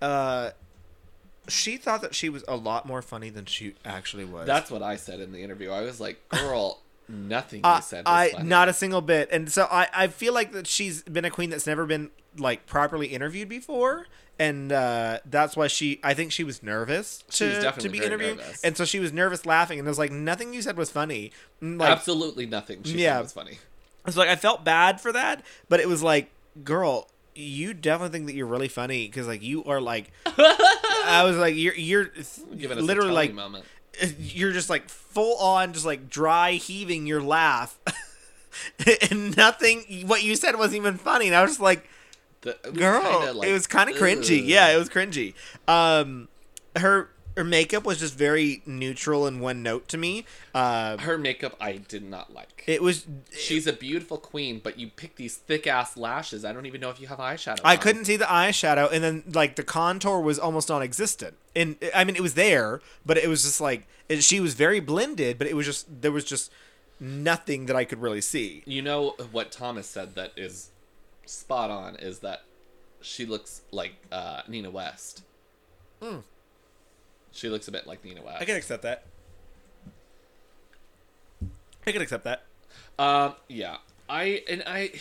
Speaker 1: Uh, she thought that she was a lot more funny than she actually was.
Speaker 2: That's what I said in the interview. I was like, girl, nothing
Speaker 1: I-
Speaker 2: you said was
Speaker 1: I
Speaker 2: funny.
Speaker 1: not a single bit, and so I I feel like that she's been a queen that's never been like properly interviewed before, and uh, that's why she I think she was nervous
Speaker 2: was
Speaker 1: to to
Speaker 2: definitely
Speaker 1: be
Speaker 2: very
Speaker 1: interviewed,
Speaker 2: nervous.
Speaker 1: and so she was nervous laughing, and it was like nothing you said was funny. And, Like
Speaker 2: Absolutely nothing she
Speaker 1: Yeah.
Speaker 2: said was funny.
Speaker 1: it's like I felt bad for that, but it was like, girl, you definitely think that you're really funny because like you
Speaker 2: *laughs*
Speaker 1: are like, I was like you're you're
Speaker 2: Giving us
Speaker 1: literally
Speaker 2: a
Speaker 1: like
Speaker 2: like, moment.
Speaker 1: you're just like full on just like dry heaving your laugh *laughs* and nothing what you said wasn't even funny and i was just like
Speaker 2: The, it was
Speaker 1: girl
Speaker 2: kinda like,
Speaker 1: it was kind of cringy
Speaker 2: ugh.
Speaker 1: yeah it was cringy um her her makeup was just very neutral and one note to me. Uh,
Speaker 2: Her makeup I did not like.
Speaker 1: it was.
Speaker 2: She's a beautiful queen, but you pick these thick ass lashes. I don't even know if you have eyeshadow.
Speaker 1: I
Speaker 2: on.
Speaker 1: couldn't see the eyeshadow, and then like the contour was almost non-existent. And I mean, it was there, but it was just like it, she was very blended, but it was just there was just nothing that I could really see.
Speaker 2: You know what Thomas said that is spot on is that she looks like uh, Nina West. She looks a bit like Nina West.
Speaker 1: Hmm. I can accept that. I can accept that.
Speaker 2: Um, yeah. I and I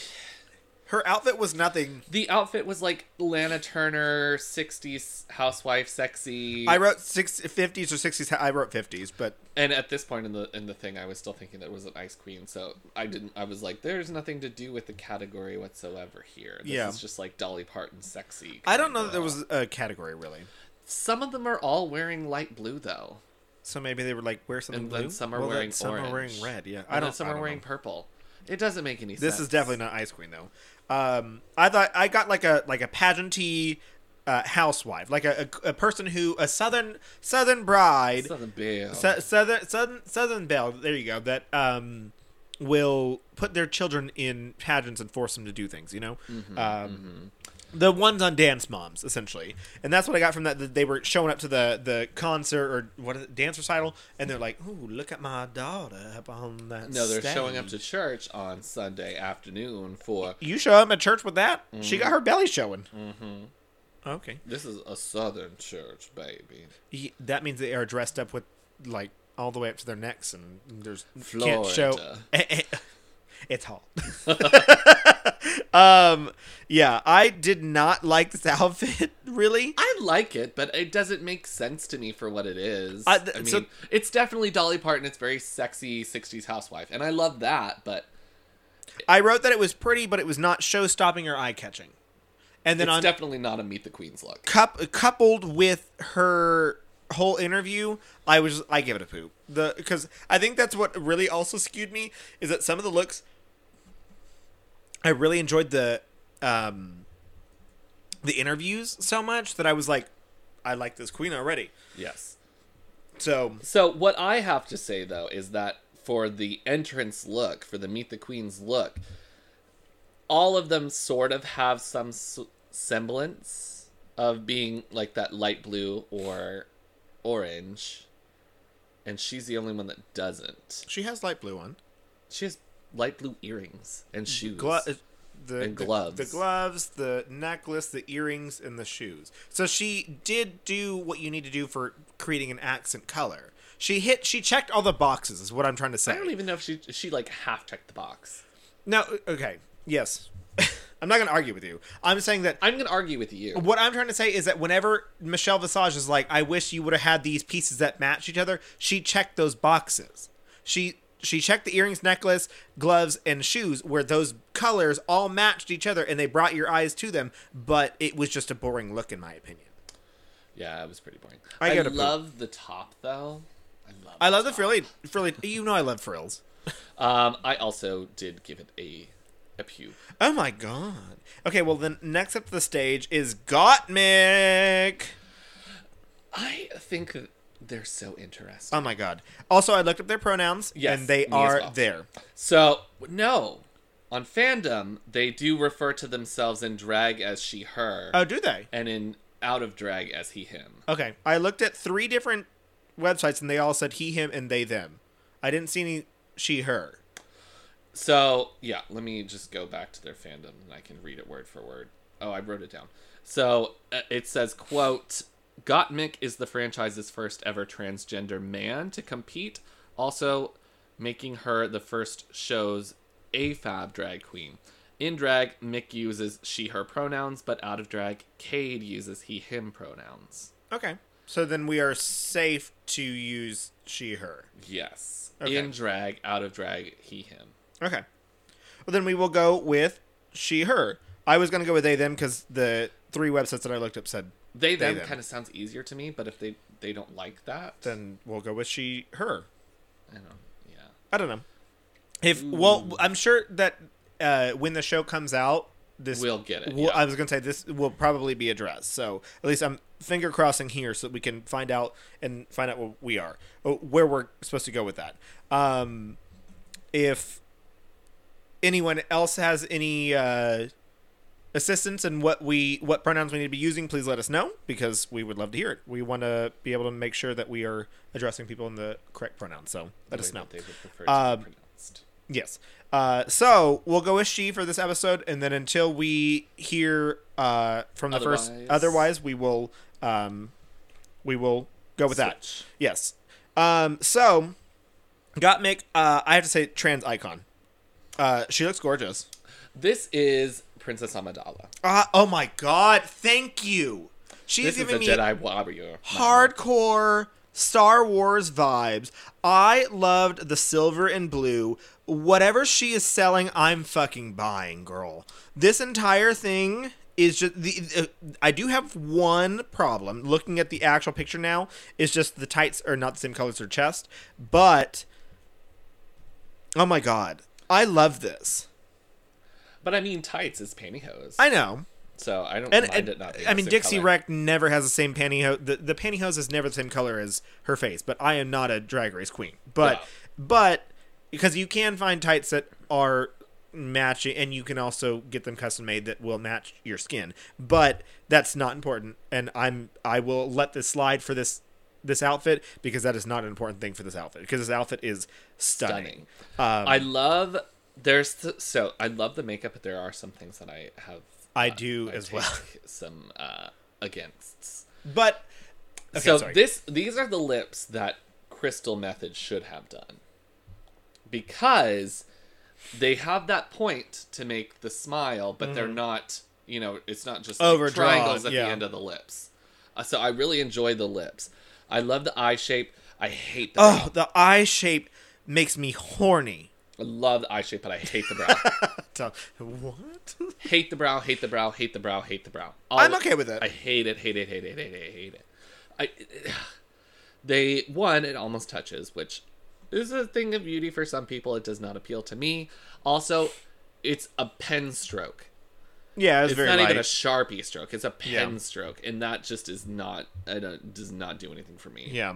Speaker 1: Her outfit was nothing.
Speaker 2: the outfit was like Lana Turner, 60s housewife sexy.
Speaker 1: I wrote six, 50s or 60s. I wrote 50s, but
Speaker 2: and at this point in the in the thing I was still thinking that it was an ice queen, so I didn't I was like there's nothing to do with the category whatsoever here. This
Speaker 1: Yeah.
Speaker 2: is just like Dolly Parton sexy.
Speaker 1: I don't know
Speaker 2: kinda.
Speaker 1: that there was a category really.
Speaker 2: Some of them are all wearing light blue though.
Speaker 1: So maybe they were like, wear something
Speaker 2: And then
Speaker 1: blue.
Speaker 2: some are
Speaker 1: Well, then
Speaker 2: wearing
Speaker 1: some
Speaker 2: orange.
Speaker 1: are wearing red. Yeah, I
Speaker 2: And then
Speaker 1: don't.
Speaker 2: some
Speaker 1: I
Speaker 2: are
Speaker 1: don't
Speaker 2: wearing
Speaker 1: know.
Speaker 2: purple. It doesn't make any sense.
Speaker 1: This is definitely not Ice Queen though. Um, I thought I got like a like a pageanty uh, housewife, like a, a, a person who a southern southern bride,
Speaker 2: Southern Belle.
Speaker 1: Sou- southern southern southern belle. There you go. That um will put their children in pageants and force them to do things. You know.
Speaker 2: Mm-hmm,
Speaker 1: um, the ones on Dance Moms, essentially, and that's what I got from that. That they were showing up to the the concert or what is it, dance recital, and they're like, "Ooh, look at my daughter up on that."
Speaker 2: no, they're
Speaker 1: stage."
Speaker 2: showing up to church on Sunday afternoon for
Speaker 1: You show up at church with that? She got her belly showing. Mm-hmm. Okay,
Speaker 2: this is a southern church, baby.
Speaker 1: Ye- that means they are dressed up with like all the way up to their necks, and there's can't show. *laughs*
Speaker 2: Florida. *laughs*
Speaker 1: it's hot. um, yeah, I did not like this *laughs* outfit really.
Speaker 2: I like it, but it doesn't make sense to me for what it is.
Speaker 1: I-
Speaker 2: I,
Speaker 1: th-
Speaker 2: mean,
Speaker 1: so-
Speaker 2: it's definitely Dolly Parton. It's very sexy '60s housewife, and I love that. But
Speaker 1: I wrote that it was pretty, but it was not show stopping or eye catching. And then
Speaker 2: it's
Speaker 1: on
Speaker 2: definitely not a Meet the Queens look.
Speaker 1: cup, coupled with her whole interview, I was I give it a poop. The because I think that's what really also skewed me is that some of the looks. I really enjoyed the um, the interviews so much that I was like, I like this queen already.
Speaker 2: Yes.
Speaker 1: So
Speaker 2: So what I have to say though is that for the entrance look, for the Meet the Queens look, all of them sort of have some s- semblance of being like that light blue or orange, and she's the only one that doesn't.
Speaker 1: she has light blue on
Speaker 2: She has light blue earrings and shoes.
Speaker 1: Glo- uh, the,
Speaker 2: And
Speaker 1: the-
Speaker 2: gloves.
Speaker 1: the gloves, the necklace, the earrings, and the shoes. So she did do what you need to do for creating an accent color. She hit. She checked all the boxes. Is what I'm trying to say.
Speaker 2: I don't even know if she she like half checked the box.
Speaker 1: No, okay. Yes. *laughs* I'm not going to argue with you. I'm saying that
Speaker 2: I'm gonna argue with you.
Speaker 1: what I'm trying to say is that whenever Michelle Visage is like, I wish you would have had these pieces that match each other, she checked those boxes. She she checked the earrings, necklace, gloves, and shoes where those colors all matched each other and they brought your eyes to them, but it was just a boring look in my opinion.
Speaker 2: Yeah, it was pretty boring.
Speaker 1: I
Speaker 2: I,
Speaker 1: gotta poop.
Speaker 2: love the top though. I love.
Speaker 1: I love the frilly frilly you know I love frills.
Speaker 2: Um, I also did give it a a pew.
Speaker 1: Oh my god. Okay, well then next up to the stage is Gottmik.
Speaker 2: I think that they're so interesting.
Speaker 1: Oh my god. Also, I looked up their pronouns,
Speaker 2: Yes,
Speaker 1: and they
Speaker 2: me as
Speaker 1: are
Speaker 2: well.
Speaker 1: there.
Speaker 2: so no, on fandom they do refer to themselves in drag as she her,
Speaker 1: Oh, do they?
Speaker 2: and in out of drag as he him.
Speaker 1: Okay. I looked at three different websites, and they all said he, him, and they, them. I didn't see any she, her.
Speaker 2: So yeah, let me just go back to their fandom and I can read it word for word. Oh, I wrote it down. So uh, it says, "quote Gottmik is the franchise's first ever transgender man to compete, also making her the first show's AFAB drag queen. In drag, Mick uses she/her pronouns, but out of drag, Cade uses he/him pronouns.
Speaker 1: Okay. So then we are safe to use she, her.
Speaker 2: Yes,
Speaker 1: Okay.
Speaker 2: in drag, out of drag, he/him.
Speaker 1: Okay. Well, then we will go with she, her. I was going to go with they, them because the three websites that I looked up said
Speaker 2: They them,
Speaker 1: them.
Speaker 2: kind of sounds easier to me, but if they they don't like that,
Speaker 1: then we'll go with she, her.
Speaker 2: I don't. Yeah. Mm.
Speaker 1: I don't know. If well, I'm sure that uh, when the show comes out, this
Speaker 2: We'll get it,
Speaker 1: will-
Speaker 2: yeah.
Speaker 1: I was gonna say this will probably be addressed. So at least I'm finger crossing here, so that we can find out and find out what we are, oh, where we're supposed to go with that. Um, if anyone else has any uh, assistance in what we what pronouns we need to be using, please let us know because we would love to hear it. We want to be able to make sure that we are addressing people in the correct pronouns. So let us
Speaker 2: way
Speaker 1: know.
Speaker 2: that They would prefer to be
Speaker 1: Um,
Speaker 2: pronounced.
Speaker 1: Yes. Uh, so we'll go with she for this episode, and then until we hear uh, from the
Speaker 2: Otherwise.
Speaker 1: first, otherwise we will um, we will go with that.
Speaker 2: Switch.
Speaker 1: Yes. Um, so, Gottmik, uh, I have to say, trans icon. Uh, she looks gorgeous.
Speaker 2: This is Princess Amidala.
Speaker 1: Uh, oh my god! Thank you. She's
Speaker 2: This is
Speaker 1: giving
Speaker 2: a
Speaker 1: me
Speaker 2: Jedi warrior.
Speaker 1: hardcore Star Wars vibes. I loved the silver and blue. Whatever she is selling, I'm fucking buying, girl. This entire thing is just the uh, I do have one problem looking at the actual picture now is just the tights are not the same color as her chest, but oh my god. I love this.
Speaker 2: But I mean, tights is pantyhose.
Speaker 1: I know.
Speaker 2: so I don't
Speaker 1: And,
Speaker 2: mind
Speaker 1: and-
Speaker 2: it not being
Speaker 1: I
Speaker 2: the
Speaker 1: mean,
Speaker 2: same
Speaker 1: Dixie
Speaker 2: color.
Speaker 1: Wreck never has the same pantyhose. The, the pantyhose is never the same color as her face. But I am not a drag race queen. But
Speaker 2: No.
Speaker 1: but because you can find tights that are matching, and you can also get them custom made that will match your skin. But that's not important. And I'm I will let this slide for this this outfit because that is not an important thing for this outfit because this outfit is stunning.
Speaker 2: stunning.
Speaker 1: Um,
Speaker 2: I love there's th- so I love the makeup, but there are some things that I have
Speaker 1: I
Speaker 2: Uh,
Speaker 1: do as
Speaker 2: take
Speaker 1: well. *laughs*
Speaker 2: some uh, againsts.
Speaker 1: But okay,
Speaker 2: so
Speaker 1: sorry.
Speaker 2: this these are the lips that Crystal Method should have done because they have that point to make the smile, but they're not. You know, it's not just like
Speaker 1: Mm. Overdrawn,
Speaker 2: triangles at
Speaker 1: yeah.
Speaker 2: the end of the lips. Uh, so I really enjoy the lips. I love the eye shape. I hate the brow.
Speaker 1: oh the eye shape makes me horny.
Speaker 2: I love the eye shape, but I hate the
Speaker 1: *laughs*
Speaker 2: brow. *laughs*
Speaker 1: Tom- What?
Speaker 2: hate the brow, hate the brow, hate the brow, hate the brow. All
Speaker 1: I'm
Speaker 2: of-
Speaker 1: okay with it.
Speaker 2: I hate it, hate it, hate it, hate it, hate it. I, *sighs* they one, it almost touches, which is a thing of beauty for some people. It does not appeal to me. Also, it's a pen stroke.
Speaker 1: yeah, it was
Speaker 2: It's
Speaker 1: very
Speaker 2: not
Speaker 1: light.
Speaker 2: even a sharpie stroke. It's a pen
Speaker 1: Yeah.
Speaker 2: stroke, and that just is not. I don't, does not do anything for me.
Speaker 1: yeah.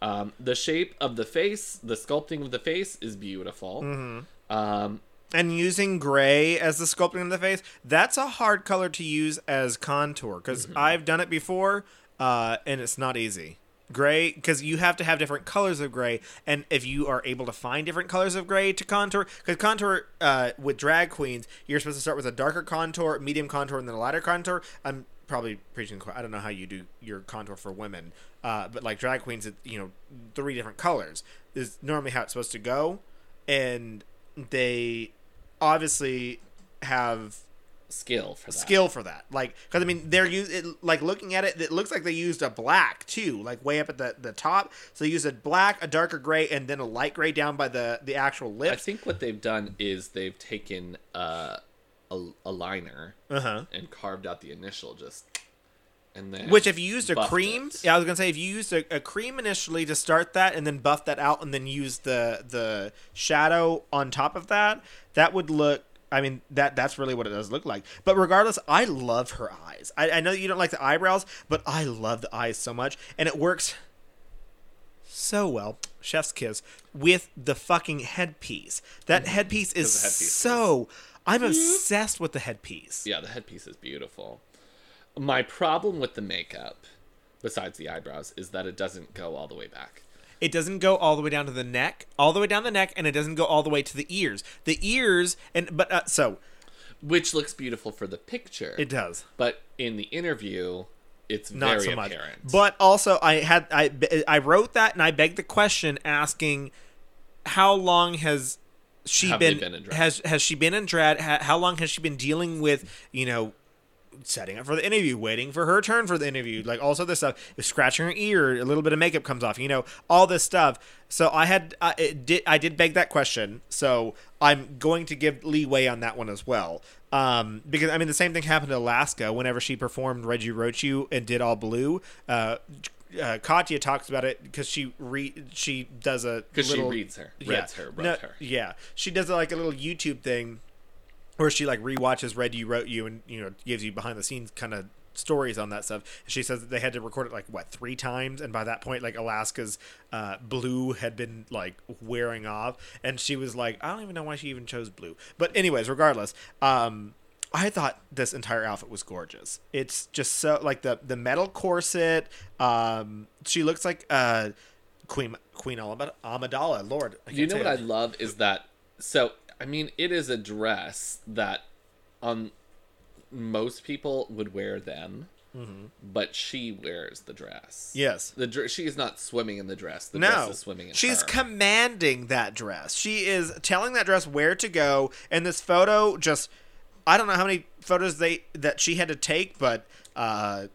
Speaker 2: Um, the shape of the face, the sculpting of the face, is beautiful.
Speaker 1: Mm-hmm.
Speaker 2: Um,
Speaker 1: And using gray as the sculpting of the face, that's a hard color to use as contour because I've done it before uh, and it's not easy. Gray, because you have to have different colors of gray, and if you are able to find different colors of gray to contour, because contour uh, with drag queens, you're supposed to start with a darker contour, medium contour, and then a lighter contour. I'm probably preaching. qu- I don't know how you do your contour for women, uh, but like drag queens, it, you know, three different colors is normally how it's supposed to go, and they obviously have
Speaker 2: skill for that.
Speaker 1: skill for that. Like, because I mean, they're use it, like looking at it, it looks like they used a black too, like way up at the the top. So they used a black, a darker gray, and then a light gray down by the the actual
Speaker 2: I
Speaker 1: lips.
Speaker 2: think what they've done is they've taken uh, a a liner
Speaker 1: Uh huh.
Speaker 2: and carved out the initial just, and then
Speaker 1: Which, if you used a
Speaker 2: buffed
Speaker 1: cream,
Speaker 2: it.
Speaker 1: yeah, I was gonna say if you used a, a cream initially to start that, and then buff that out, and then use the the shadow on top of that, that would look. I mean, that that's really what it does look like. But regardless, I love her eyes. I, I know you don't like the eyebrows, but I love the eyes so much, and it works so well. Chef's kiss with the fucking headpiece. That headpiece is
Speaker 2: Mm-hmm. the headpiece
Speaker 1: so. I'm obsessed with the headpiece.
Speaker 2: yeah, the headpiece is beautiful. My problem with the makeup, besides the eyebrows, is that it doesn't go all the way back.
Speaker 1: It doesn't go all the way down to the neck, all the way down the neck, and it doesn't go all the way to the ears. The ears, and but uh, so
Speaker 2: Which looks beautiful for the picture,
Speaker 1: it does
Speaker 2: but in the interview, it's
Speaker 1: not
Speaker 2: very
Speaker 1: so much.
Speaker 2: apparent.
Speaker 1: But also, I had I I wrote that, and I begged the question asking, how long has she
Speaker 2: Have they
Speaker 1: been,
Speaker 2: been in drag?
Speaker 1: has has she been in drag? Ha, how long has she been dealing with you know setting up for the interview, waiting for her turn for the interview, like all this other stuff, scratching her ear, a little bit of makeup comes off, you know, all this stuff. So I had, I it did, I did beg that question. So I'm going to give leeway on that one as well, um, because I mean the same thing happened to Alaska whenever she performed Reggie Rochu and did all blue. Uh, uh, Katya talks about it because she re she does a
Speaker 2: because she
Speaker 1: little-
Speaker 2: reads her,
Speaker 1: yeah.
Speaker 2: reads her, wrote
Speaker 1: No,
Speaker 2: her.
Speaker 1: Yeah, she does like a little YouTube thing where she like rewatches Red You Wrote You and you know gives you behind the scenes kind of stories on that stuff. She says that they had to record it like what three times, and by that point, like Alaska's uh, blue had been like wearing off, and she was like, I don't even know why she even chose blue. But anyways, regardless, um, I thought this entire outfit was gorgeous. It's just so like the the metal corset. Um, she looks like uh, Queen Queen Amid- Amidala. Lord, I
Speaker 2: You
Speaker 1: can't
Speaker 2: know
Speaker 1: say
Speaker 2: what
Speaker 1: it.
Speaker 2: I love is that. So I mean, it is a dress that on most people would wear them,
Speaker 1: Mm-hmm.
Speaker 2: but she wears the dress.
Speaker 1: Yes.
Speaker 2: the dr- she is not swimming in the dress. The dress
Speaker 1: No,
Speaker 2: is swimming in
Speaker 1: she's
Speaker 2: her.
Speaker 1: commanding that dress. She is telling that dress where to go. And this photo, just I don't know how many photos they that she had to take, but uh,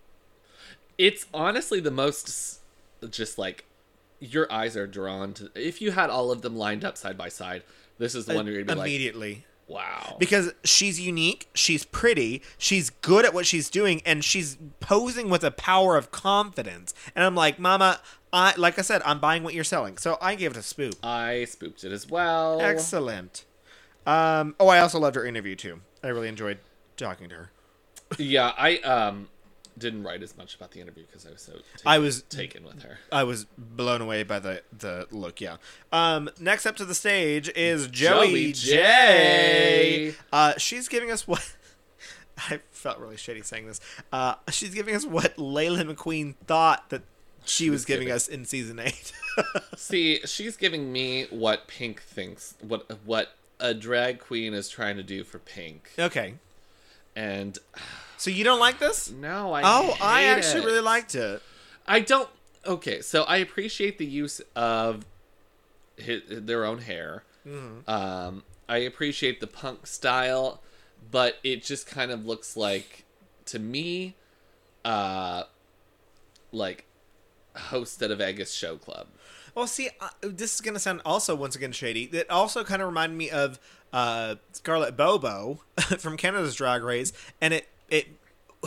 Speaker 2: it's honestly the most s- just like your eyes are drawn to. If you had all of them lined up side by side, this is the one you're gonna be like,
Speaker 1: immediately
Speaker 2: wow.
Speaker 1: because she's unique, she's pretty, she's good at what she's doing, and she's posing with a power of confidence. And I'm like, Mama, I like I said, I'm buying what you're selling, so I gave it a spoop.
Speaker 2: I spooped it as well.
Speaker 1: Excellent. Um, oh, I also loved her interview too. I really enjoyed talking to her.
Speaker 2: Yeah, I um didn't write as much about the interview because I was so taken,
Speaker 1: I was
Speaker 2: taken with her.
Speaker 1: I was blown away by the the look. Yeah. Um. Next up to the stage is
Speaker 2: Joey
Speaker 1: Joey, J.
Speaker 2: J.
Speaker 1: Uh, she's giving us what. *laughs* I felt really shitty saying this. Uh, she's giving us what Layla McQueen thought that she, was, giving,
Speaker 2: giving-
Speaker 1: us in season eight. *laughs*
Speaker 2: See, she's giving me what Pink thinks what what a drag queen is trying to do for Pink,
Speaker 1: okay.
Speaker 2: and
Speaker 1: So you don't like this?
Speaker 2: no, I
Speaker 1: Oh, I
Speaker 2: hate
Speaker 1: actually
Speaker 2: it.
Speaker 1: really liked it.
Speaker 2: I don't. Okay, so I appreciate the use of hi their own hair.
Speaker 1: Mm-hmm.
Speaker 2: Um, I appreciate the punk style, but it just kind of looks like, to me, uh, like host at a Vegas show club.
Speaker 1: Well, see, uh, this is gonna sound also once again shady. That also kind of reminded me of uh, Scarlet Bobo *laughs* from Canada's Drag Race, and it it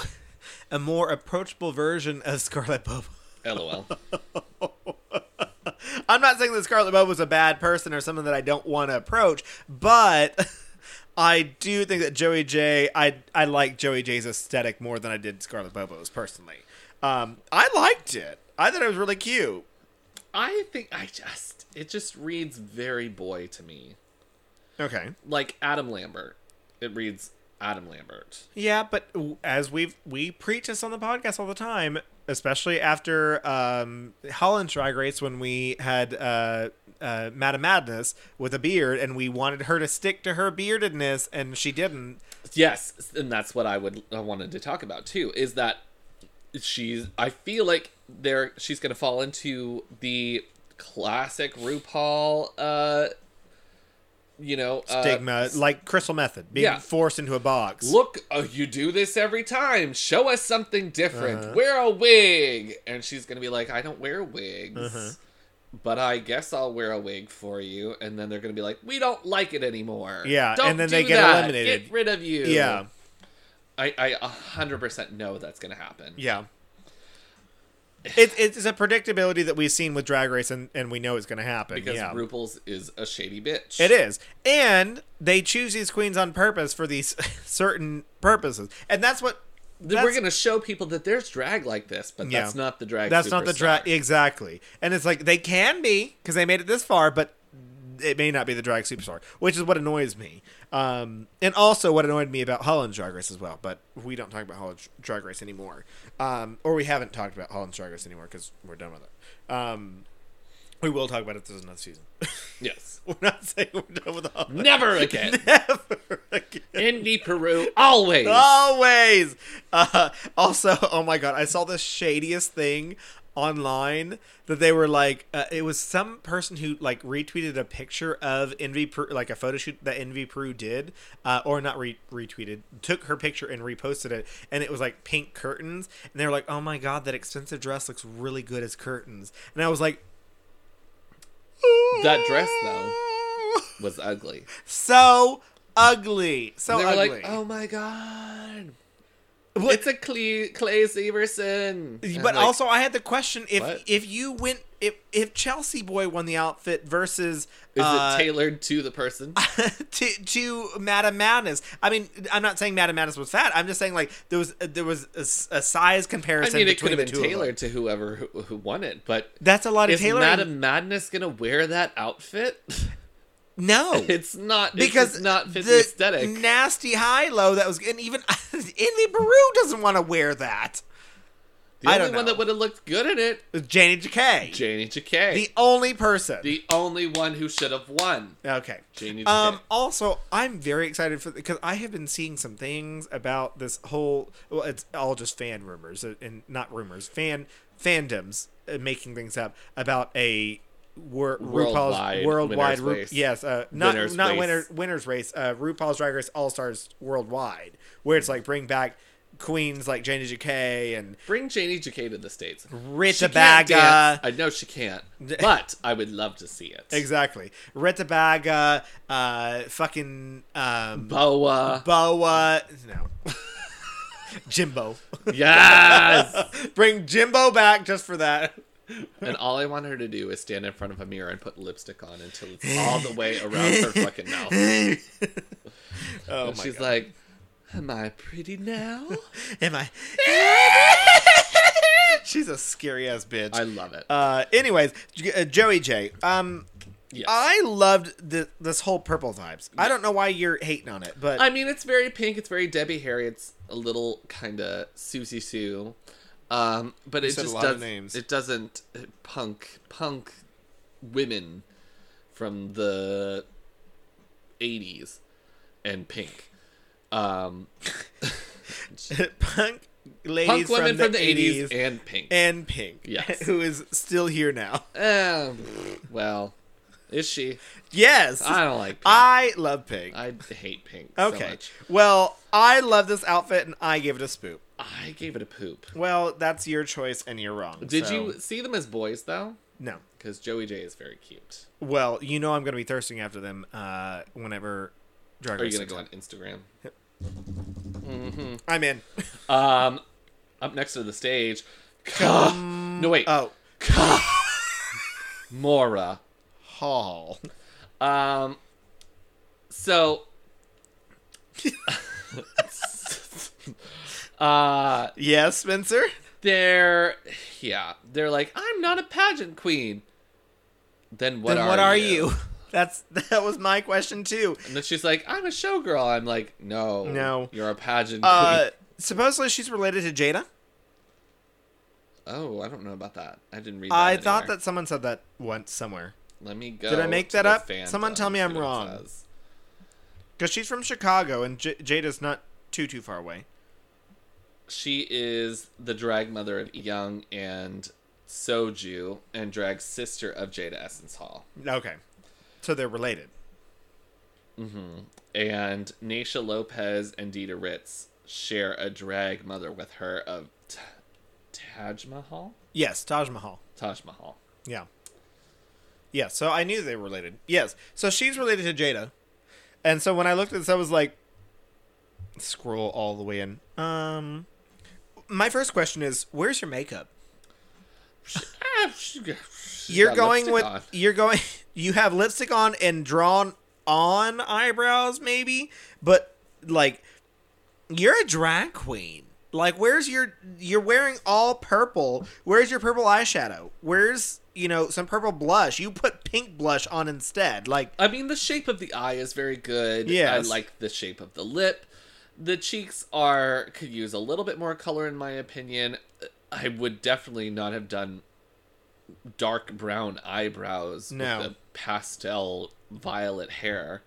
Speaker 1: *laughs* a more approachable version of Scarlet Bobo. *laughs*
Speaker 2: LOL.
Speaker 1: I'm not saying that Scarlet Bobo is a bad person or someone that I don't want to approach, but *laughs* I do think that Joey J. I I like Joey J's aesthetic more than I did Scarlet Bobo's personally. Um, I liked it. I thought it was really cute.
Speaker 2: I think I just it just reads very boy to me,
Speaker 1: Okay.
Speaker 2: like Adam Lambert. It reads Adam Lambert.
Speaker 1: Yeah, but w- as we've we preach this on the podcast all the time, especially after um, Holland's Drag Race when we had uh, uh, Madam Madness with a beard, and we wanted her to stick to her beardedness, and she didn't.
Speaker 2: Yes, and that's what I would I wanted to talk about too. Is that she's I feel like there she's gonna fall into the classic RuPaul, uh, you know, uh,
Speaker 1: Stigma, like crystal method, being
Speaker 2: yeah.
Speaker 1: forced into a box.
Speaker 2: Look, oh, you do this every time. Show us something different.
Speaker 1: Uh-huh.
Speaker 2: Wear a wig, and she's gonna be like, I don't wear wigs.
Speaker 1: Uh-huh.
Speaker 2: But I guess I'll wear a wig for you, and then they're gonna be like, "We don't like it anymore."
Speaker 1: Yeah, and
Speaker 2: don't
Speaker 1: then
Speaker 2: do
Speaker 1: they get
Speaker 2: that.
Speaker 1: eliminated.
Speaker 2: Get rid of you.
Speaker 1: yeah,
Speaker 2: I I a hundred percent know that's gonna happen.
Speaker 1: yeah. It, it's a predictability that we've seen with Drag Race, and, and we know it's going to happen.
Speaker 2: Because
Speaker 1: yeah.
Speaker 2: RuPaul's is a shady bitch.
Speaker 1: It is. And they choose these queens on purpose for these *laughs* certain purposes. And that's what that's,
Speaker 2: We're gonna show people that there's drag like this, but
Speaker 1: Yeah.
Speaker 2: that's not the drag.
Speaker 1: that's not the drag
Speaker 2: superstar.
Speaker 1: exactly. And it's like they can be cuz they made it this far, but it may not be the drag superstar, which is what annoys me. Um, and also what annoyed me about Holland's Drag Race as well, but we don't talk about Holland's Drag Race anymore. Um, or we haven't talked about Holland's Drag Race anymore cuz we're done with it. Um, we will talk about it this is another season. *laughs*
Speaker 2: Yes.
Speaker 1: we're not saying we're done with Holland. *laughs*
Speaker 2: Never again.
Speaker 1: Never again.
Speaker 2: Indie Peru, always.
Speaker 1: Ah. always. Uh, also, *laughs* oh my god, I saw the shadiest thing online that they were like, uh, it was some person who like retweeted a picture of Envy, Peru, like a photo shoot that Envy Peru did, uh, or not re- retweeted, took her picture and reposted it, and it was like pink curtains, and they were like, oh my god, that expensive dress looks really good as curtains, and I was like.
Speaker 2: That dress, though. Was ugly.
Speaker 1: *laughs* so ugly, so
Speaker 2: they were
Speaker 1: ugly.
Speaker 2: like, "Oh my god,
Speaker 1: What-
Speaker 2: it's a Cle- Clay Severson."
Speaker 1: but also I had the question if
Speaker 2: What?
Speaker 1: if you went if if Chelsea boy won the outfit versus
Speaker 2: Is
Speaker 1: uh,
Speaker 2: it tailored to the person?
Speaker 1: *laughs* to to Madame Madness. I mean, I'm not saying Madame Madness was fat. I'm just saying like there was there was a s- a, size
Speaker 2: I
Speaker 1: comparison
Speaker 2: mean, it could
Speaker 1: between
Speaker 2: have been
Speaker 1: the two of them.
Speaker 2: tailored to whoever who, who won it, but
Speaker 1: That's a lot of
Speaker 2: is
Speaker 1: tailoring.
Speaker 2: Madam Madness gonna wear that outfit? *laughs*
Speaker 1: no,
Speaker 2: it's not because
Speaker 1: because
Speaker 2: it's not fit the,
Speaker 1: the
Speaker 2: aesthetic.
Speaker 1: nasty high low that was, and even *laughs* Envy Baru doesn't want to wear that.
Speaker 2: the
Speaker 1: I
Speaker 2: only
Speaker 1: don't
Speaker 2: one
Speaker 1: know.
Speaker 2: that would have looked good in it,
Speaker 1: Janie Jacquet,
Speaker 2: Janie Jacquet,
Speaker 1: the
Speaker 2: the,
Speaker 1: only person.
Speaker 2: only one who should have won.
Speaker 1: okay.
Speaker 2: Janie
Speaker 1: Um,
Speaker 2: Jacquet.
Speaker 1: also, I'm very excited for because I have been seeing some things about this whole. Well, it's all just fan rumors uh, and not rumors, fan fandoms uh, making things up about a wor-
Speaker 2: Worldwide
Speaker 1: RuPaul's worldwide.
Speaker 2: winner's
Speaker 1: Ru-
Speaker 2: race.
Speaker 1: yes, uh, not
Speaker 2: Winner's
Speaker 1: not
Speaker 2: race.
Speaker 1: winner winners race. Uh, RuPaul's Drag Race All Stars worldwide,
Speaker 2: Hmm.
Speaker 1: where it's like bring back queens like Janie Jacquet and
Speaker 2: Bring Janie Jacquet to the states.
Speaker 1: Rita
Speaker 2: can't dance.
Speaker 1: Baga.
Speaker 2: I know she
Speaker 1: *laughs*
Speaker 2: can't, but I would love to see it.
Speaker 1: Exactly, Rita Baga. Uh, fucking um, *laughs*
Speaker 2: Boa.
Speaker 1: Boa. No. Jimbo.
Speaker 2: Yes.
Speaker 1: Bring Jimbo back just
Speaker 2: *laughs*
Speaker 1: for that.
Speaker 2: and all I want her to do is stand in front of a mirror and put lipstick on until it's all the way around her fucking
Speaker 1: *laughs*
Speaker 2: mouth.
Speaker 1: Oh
Speaker 2: and
Speaker 1: my
Speaker 2: she's
Speaker 1: Oh god.
Speaker 2: like, "Am I pretty now?" *laughs*
Speaker 1: Am I? She's a scary ass bitch.
Speaker 2: I love it.
Speaker 1: uh, anyways, J- uh, Joey J. Um,
Speaker 2: yes.
Speaker 1: I loved th- this whole purple vibes. I don't know why you're hating on it, but
Speaker 2: I mean, it's very pink. It's very Debbie Harry. It's a little kind of Susie Sue, um, but it
Speaker 1: said a
Speaker 2: just
Speaker 1: lot of
Speaker 2: does.
Speaker 1: names.
Speaker 2: It doesn't uh, punk punk women from the '80s and pink. Um,
Speaker 1: *laughs* punk ladies
Speaker 2: punk women
Speaker 1: from, the 80s,
Speaker 2: and pink.
Speaker 1: and Pink,
Speaker 2: Yes.
Speaker 1: *laughs* who is still here now.
Speaker 2: Um, well, is she?
Speaker 1: Yes,
Speaker 2: I don't like. Pink. I,
Speaker 1: I love Pink.
Speaker 2: hate pink.
Speaker 1: Okay.
Speaker 2: So much.
Speaker 1: Well, I love this outfit and I give it a spoop.
Speaker 2: I gave it a poop.
Speaker 1: Well, that's your choice and you're wrong.
Speaker 2: Did
Speaker 1: so-
Speaker 2: you see them as boys though?
Speaker 1: No.
Speaker 2: Because Joey J is very cute.
Speaker 1: Well, you know I'm going to be thirsting after them uh, whenever Drag
Speaker 2: Are
Speaker 1: Race.
Speaker 2: you gonna
Speaker 1: is
Speaker 2: go on
Speaker 1: on.
Speaker 2: Instagram?
Speaker 1: I'm in. *laughs*
Speaker 2: Um, up next to the stage, Ka- *laughs* no wait,
Speaker 1: Oh,
Speaker 2: Mora.
Speaker 1: Hall.
Speaker 2: Um, so, uh,
Speaker 1: Yes, Spencer.
Speaker 2: they're yeah, they're like, I'm not a pageant queen. Then what?
Speaker 1: then
Speaker 2: are
Speaker 1: what are
Speaker 2: you?
Speaker 1: you? That's that was my
Speaker 2: *laughs*
Speaker 1: question too.
Speaker 2: And then she's like, I'm a showgirl. I'm like, no,
Speaker 1: No.
Speaker 2: you're a pageant.
Speaker 1: Uh,
Speaker 2: queen.
Speaker 1: supposedly she's related to Jada.
Speaker 2: Oh, I don't know about that. I didn't read. That
Speaker 1: I thought
Speaker 2: anywhere.
Speaker 1: that someone said that once somewhere
Speaker 2: Let me go.
Speaker 1: Did I make
Speaker 2: to
Speaker 1: that
Speaker 2: the
Speaker 1: up?
Speaker 2: fandom
Speaker 1: Someone tell me
Speaker 2: and
Speaker 1: I'm
Speaker 2: see what it
Speaker 1: wrong.
Speaker 2: says.
Speaker 1: because she's from Chicago and J- Jada's not too too far away.
Speaker 2: She is the drag mother of Young and Soju, and drag sister of Jada Essence Hall.
Speaker 1: Okay, so they're related.
Speaker 2: And Naisha Lopez and Dita Ritz share a drag mother with her of T- Taj Mahal.
Speaker 1: Yes, Taj Mahal.
Speaker 2: Taj Mahal.
Speaker 1: Yeah. Yeah, so I knew they were related. Yes. So she's related to Jada. And so when I looked at this, I was like, scroll all the way in. Um, my first question is, where's your makeup?
Speaker 2: Ah, she- she's
Speaker 1: You're
Speaker 2: got
Speaker 1: going
Speaker 2: lipstick
Speaker 1: with,
Speaker 2: on.
Speaker 1: *laughs* you're going, you have lipstick on and drawn on eyebrows, maybe, but like, you're a drag queen. Like, where's your, you're wearing all purple. Where's your purple eyeshadow? Where's, you know, some purple blush? You put pink blush on instead. Like,
Speaker 2: I mean, the shape of the eye is very good. Yeah, I
Speaker 1: Yes.
Speaker 2: like the shape of the lip. The cheeks are could use a little bit more color, in my opinion. I would definitely not have done dark brown eyebrows
Speaker 1: No.
Speaker 2: with the pastel violet hair.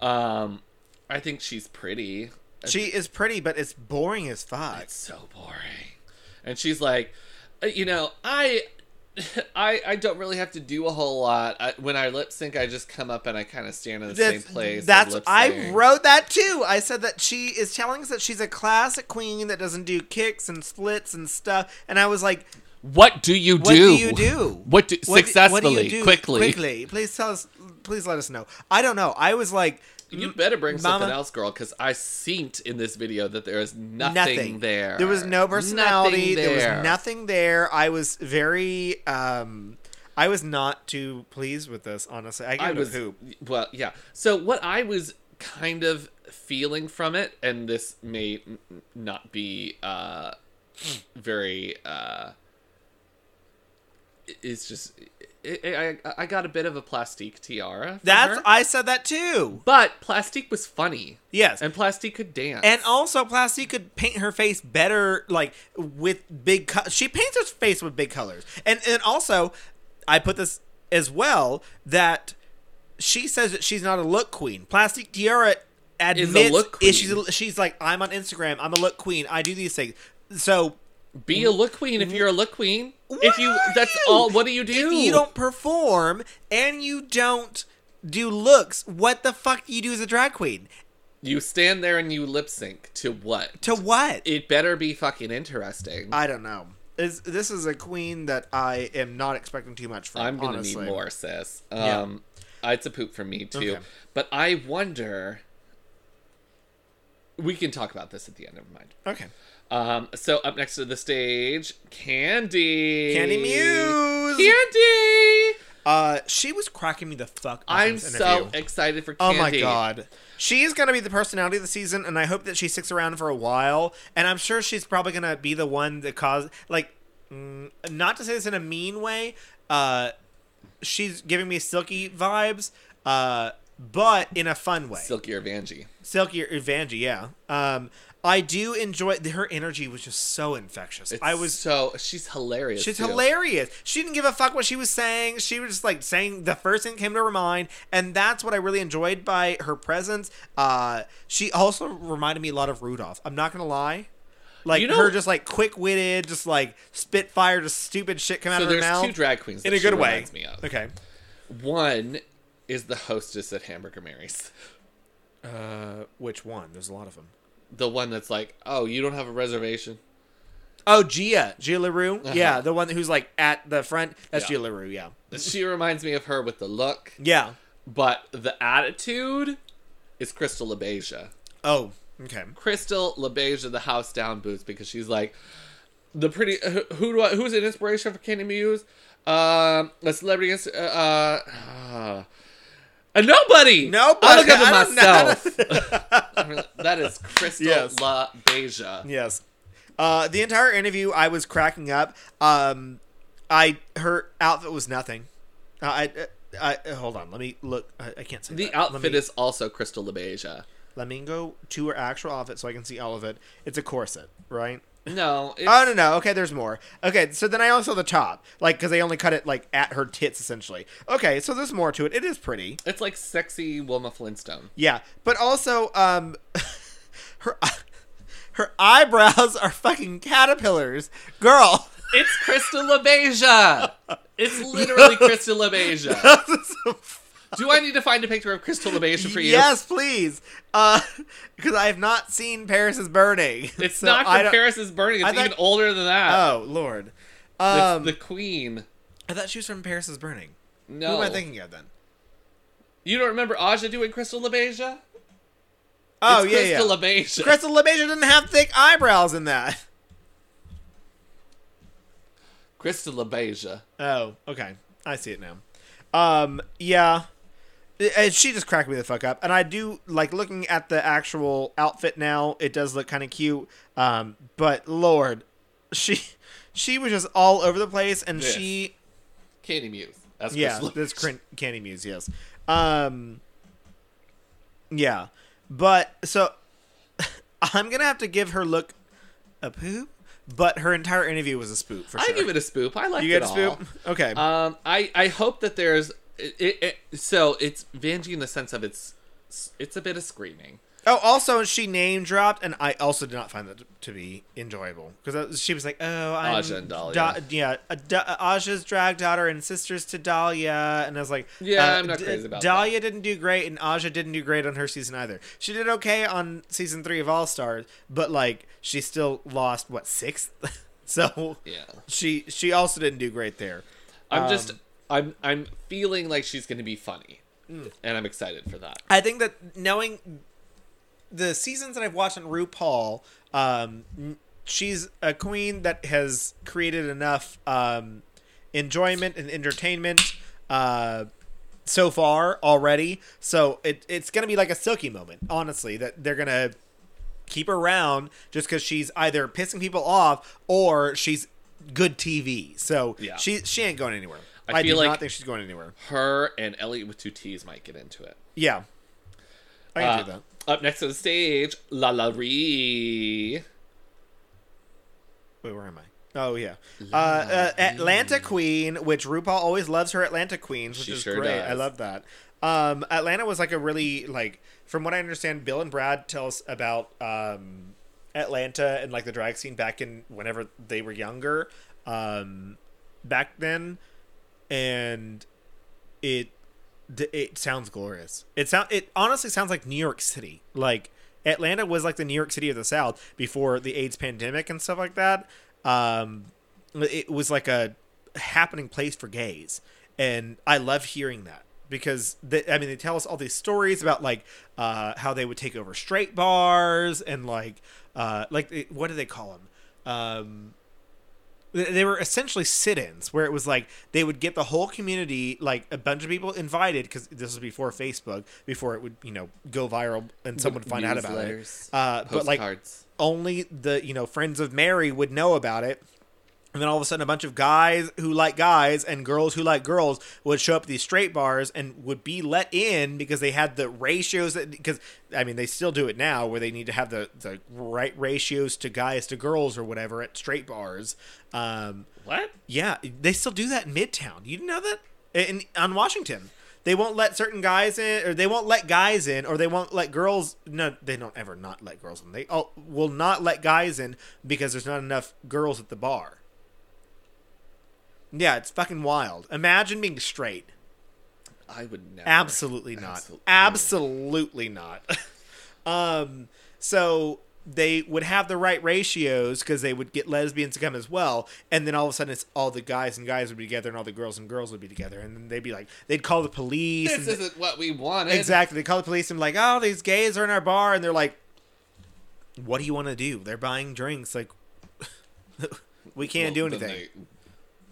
Speaker 2: Um, I think she's pretty.
Speaker 1: She is pretty, but it's boring as fuck.
Speaker 2: It's so boring. And she's like, "Uh, you know, I. *laughs* I, I don't really have to do a whole lot. I, when I lip sync, I just come up and I kind of stand in the
Speaker 1: That's,
Speaker 2: same place. and
Speaker 1: that's
Speaker 2: lip
Speaker 1: I
Speaker 2: sync."
Speaker 1: wrote that too. I said that she is telling us that she's a classic queen that doesn't do kicks and splits and stuff. And I was like,
Speaker 2: What do you
Speaker 1: "What
Speaker 2: do?
Speaker 1: do you do?
Speaker 2: What do
Speaker 1: What do- what do
Speaker 2: successfully,
Speaker 1: you do
Speaker 2: quickly?
Speaker 1: Quickly, please tell us. Please let us know. I don't know. I was like,
Speaker 2: You
Speaker 1: "M-
Speaker 2: better bring something
Speaker 1: Mama-
Speaker 2: else, girl, because I synced in this video that there is nothing,
Speaker 1: nothing
Speaker 2: there.
Speaker 1: There was no
Speaker 2: Nothing
Speaker 1: personality. There
Speaker 2: there.
Speaker 1: was nothing there. I was very um I was not too pleased with this, honestly. I gave
Speaker 2: I
Speaker 1: it
Speaker 2: was
Speaker 1: a poop.
Speaker 2: well, yeah. So what I was kind of feeling from it, and this may n- n- not be uh, very. Uh, i- it's just i I, I I got a bit of a plastique tiara. from
Speaker 1: That's
Speaker 2: her.
Speaker 1: I said that too.
Speaker 2: but plastique was funny,
Speaker 1: Yes.
Speaker 2: and plastique could dance.
Speaker 1: And also, Plasti could paint her face better, like with big. Co- she paints her face with big colors, and and also, I put this as well that she says that she's not a look queen. Plastic Tiara admits
Speaker 2: look
Speaker 1: is she's
Speaker 2: queen.
Speaker 1: a, she's like I'm on Instagram. I'm a look queen. I do these things. So
Speaker 2: be a look queen if you're a look queen. if
Speaker 1: What
Speaker 2: you,
Speaker 1: are
Speaker 2: that's
Speaker 1: you?
Speaker 2: all. What do you do?
Speaker 1: if you don't perform and you don't do looks, what the fuck do you do as a drag queen?
Speaker 2: You stand there and you lip sync to what?
Speaker 1: To what?
Speaker 2: It better be fucking interesting.
Speaker 1: I don't know. Is this is a queen that I am not expecting too much from?
Speaker 2: I'm gonna
Speaker 1: honestly.
Speaker 2: need more, sis.
Speaker 1: Yeah.
Speaker 2: Um, uh, it's a poop for me too.
Speaker 1: Okay.
Speaker 2: But I wonder. We can talk about this at the end. Never mind.
Speaker 1: Okay.
Speaker 2: Um, so up next to the stage, Candy.
Speaker 1: Candy Muse.
Speaker 2: Candy.
Speaker 1: Uh, she was cracking me the fuck. Up in
Speaker 2: I'm
Speaker 1: this
Speaker 2: so
Speaker 1: interview.
Speaker 2: excited for
Speaker 1: Oh
Speaker 2: Candy.
Speaker 1: my god, she is gonna be the personality of the season, and I hope that she sticks around for a while. And I'm sure she's probably gonna be the one that caused, like, mm, not to say this in a mean way. Uh, she's giving me silky vibes. Uh, but in a fun way.
Speaker 2: Silky or Vanjie.
Speaker 1: Silky or Vanjie, yeah. Um, I do enjoy her energy was just so infectious.
Speaker 2: It's
Speaker 1: I was
Speaker 2: so she's hilarious.
Speaker 1: she's
Speaker 2: too.
Speaker 1: hilarious. She didn't give a fuck what she was saying. She was just like saying the first thing that came to her mind, and that's what I really enjoyed by her presence. Uh, she also reminded me a lot of Rudolph. I'm not gonna lie. Like
Speaker 2: You know-
Speaker 1: her, just like quick witted, just like spitfire, just stupid shit come out
Speaker 2: So
Speaker 1: of her
Speaker 2: there's
Speaker 1: mouth
Speaker 2: two drag queens that
Speaker 1: in a
Speaker 2: she
Speaker 1: good way.
Speaker 2: reminds me of.
Speaker 1: Okay,
Speaker 2: One is the hostess at Hamburger Mary's.
Speaker 1: uh, which one? There's a lot of them.
Speaker 2: The one that's like, oh, you don't have a reservation.
Speaker 1: Oh, Gia, Gia Larue. Yeah, the one who's like at the front. That's
Speaker 2: Uh-huh. Yeah.
Speaker 1: Gia Larue. Yeah,
Speaker 2: She reminds me of her with the look,
Speaker 1: yeah.
Speaker 2: but the attitude is Crystal LaBeija.
Speaker 1: Oh, okay.
Speaker 2: Crystal LaBeija, the house down boots, because she's like the pretty. Who, who do I? Who's an inspiration for Candy Muse? Um, a celebrity. ins- Uh, uh, a nobody.
Speaker 1: Nobody.
Speaker 2: I look up
Speaker 1: I
Speaker 2: at
Speaker 1: don't know.
Speaker 2: myself. I mean,
Speaker 1: *laughs*
Speaker 2: that is Crystal
Speaker 1: Yes.
Speaker 2: LaBeija.
Speaker 1: Yes. Uh, the entire interview, I was cracking up. Um, I her outfit was nothing. Uh, I, I, I hold on. Let me look. I, I can't say
Speaker 2: The
Speaker 1: that.
Speaker 2: outfit
Speaker 1: let me,
Speaker 2: is also Crystal LaBeija.
Speaker 1: Let me go to her actual outfit so I can see all of it. It's a corset, right?
Speaker 2: No, it's,
Speaker 1: Oh no no. Okay, there's more. Okay, so then I also saw the top, like because they only cut it like at her tits essentially. Okay, so there's more to it. It is pretty.
Speaker 2: it's like sexy Wilma Flintstone.
Speaker 1: Yeah, but also, um, her her eyebrows are fucking caterpillars, girl.
Speaker 2: It's Crystal LaBeija. It's literally Crystal LaBeija. Do I need to find a picture of Crystal LaBeija for you?
Speaker 1: Yes, please. Because I have not seen Paris is Burning.
Speaker 2: It's
Speaker 1: So
Speaker 2: not
Speaker 1: I
Speaker 2: from
Speaker 1: don't-
Speaker 2: Paris is Burning. It's
Speaker 1: I thought-
Speaker 2: even older than that.
Speaker 1: Oh Lord.
Speaker 2: It's
Speaker 1: Um,
Speaker 2: the Queen.
Speaker 1: I thought she was from Paris is Burning.
Speaker 2: No.
Speaker 1: Who am I thinking of then?
Speaker 2: You don't remember Aja doing Crystal LaBeija?
Speaker 1: Oh
Speaker 2: it's
Speaker 1: yeah,
Speaker 2: Crystal
Speaker 1: yeah.
Speaker 2: LaBeija.
Speaker 1: Crystal LaBeija didn't have thick eyebrows in that.
Speaker 2: Crystal LaBeija.
Speaker 1: Oh, okay. I see it now. Um, yeah. And she just cracked me the fuck up. And I do like looking at the actual outfit now, it does look kinda cute. Um, but Lord, she she was just all over the place and
Speaker 2: Yes.
Speaker 1: she
Speaker 2: Candy Muse. That's
Speaker 1: Yeah,
Speaker 2: Crystal
Speaker 1: this
Speaker 2: LaBeija.
Speaker 1: crin- Candy Muse, yes. Um, yeah, but so *laughs* I'm gonna have to give her look a poop, but her entire interview was a spoop for
Speaker 2: I
Speaker 1: sure.
Speaker 2: give it a spoop. I like
Speaker 1: you
Speaker 2: it
Speaker 1: get a
Speaker 2: all.
Speaker 1: spoop? Okay.
Speaker 2: Um, I I hope that there's it, it, it- so it's Vanjie in the sense of it's it's a bit of screaming.
Speaker 1: oh, also she name dropped, and I also did not find that to be enjoyable because she was like, "Oh, I'm
Speaker 2: Aja and Dahlia.
Speaker 1: Da- yeah, uh, da- Aja's drag daughter and sisters to Dahlia," and I was like,
Speaker 2: Yeah,
Speaker 1: uh,
Speaker 2: I'm not
Speaker 1: D-
Speaker 2: crazy about
Speaker 1: Dahlia didn't do great, and Aja didn't do great on her season either. She did okay on season three of All Stars, but like she still lost what sixth. *laughs* so
Speaker 2: Yeah.
Speaker 1: she she also didn't do great there.
Speaker 2: I'm just Um, I'm I'm feeling like she's going to be funny, and I'm excited for that.
Speaker 1: I think that knowing the seasons that I've watched on RuPaul, um, n- she's a queen that has created enough um, enjoyment and entertainment uh, so far already. So it, it's going to be like a silky moment, honestly, that they're going to keep her around just because she's either pissing people off or she's good TV. So
Speaker 2: Yeah.
Speaker 1: she she ain't going anywhere.
Speaker 2: I
Speaker 1: I,
Speaker 2: feel
Speaker 1: do
Speaker 2: like-
Speaker 1: not think she's going anywhere.
Speaker 2: Her and Elliot with two T's might get into it.
Speaker 1: Yeah, I can do
Speaker 2: Uh,
Speaker 1: that.
Speaker 2: Up next to the stage, La La Ree.
Speaker 1: Wait, where am I? Oh yeah, uh, uh, Atlanta Queen, which RuPaul always loves her Atlanta Queens, which
Speaker 2: She
Speaker 1: is
Speaker 2: sure
Speaker 1: great.
Speaker 2: does.
Speaker 1: I love that. Um, Atlanta was like a really like, from what I understand, Bill and Brad tell us about um, Atlanta and like the drag scene back in whenever they were younger, um, back then, and it th- it sounds glorious. It sound it honestly sounds like New York City. Like Atlanta was like the New York City of the South before the AIDS pandemic and stuff like that. Um, it was like a happening place for gays, and I love hearing that because they, I mean they tell us all these stories about like uh, how they would take over straight bars and like uh, like eh, what do they call them? Um, th- they were essentially sit-ins where it was like they would get the whole community like a bunch of people invited because this was before facebook before it would you know go viral and someone would find out about it
Speaker 2: Newsletters,
Speaker 1: uh, but like
Speaker 2: postcards.
Speaker 1: only the you know friends of mary would know about it and then all of a sudden a bunch of guys who like guys and girls who like girls would show up at these straight bars and would be let in because they had the ratios that because i mean they still do it now where they need to have the, the right ratios to guys to girls or whatever at straight bars um,
Speaker 2: What?
Speaker 1: yeah, they still do that in Midtown. You didn't know that? In, on Washington, they won't let certain guys in, or they won't let guys in, or they won't let girls. No, they don't ever not let girls in. They oh, will not let guys in because there's not enough girls at the bar. Yeah, it's fucking wild. Imagine being straight.
Speaker 2: I would never.
Speaker 1: Absolutely not.
Speaker 2: Absolutely.
Speaker 1: Absolutely, not. *laughs* um, so they would have the right ratios because they would get lesbians to come as well, and then all of a sudden it's all the guys and guys would be together, and all the girls and girls would be together, and then they'd be like, they'd call the police.
Speaker 2: This
Speaker 1: and th-
Speaker 2: isn't what we wanted.
Speaker 1: exactly, they call the police and like, oh, these gays are in our bar, and they're like, what do you want to do? They're buying drinks, like. *laughs* We can't do
Speaker 2: Well, then
Speaker 1: anything.
Speaker 2: they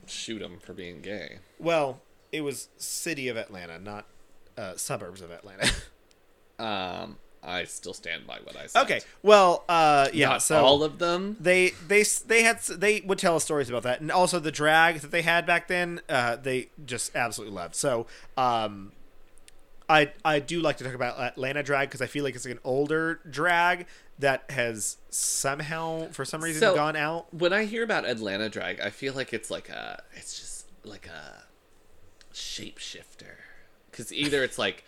Speaker 2: Shoot him for being gay.
Speaker 1: Well, it was city of Atlanta, not uh, suburbs of Atlanta. *laughs*
Speaker 2: Um, I still stand by what I said.
Speaker 1: Okay. Well, uh, yeah.
Speaker 2: Not
Speaker 1: so
Speaker 2: all of them.
Speaker 1: they they they had they would tell us stories about that, and also the drag that they had back then. Uh, they just absolutely loved. So, um, I I do like to talk about Atlanta drag because I feel like it's like an older drag that has somehow for some reason
Speaker 2: So-
Speaker 1: gone out.
Speaker 2: When I hear about Atlanta drag, I feel like it's like a, it's just like a shapeshifter. Because either it's like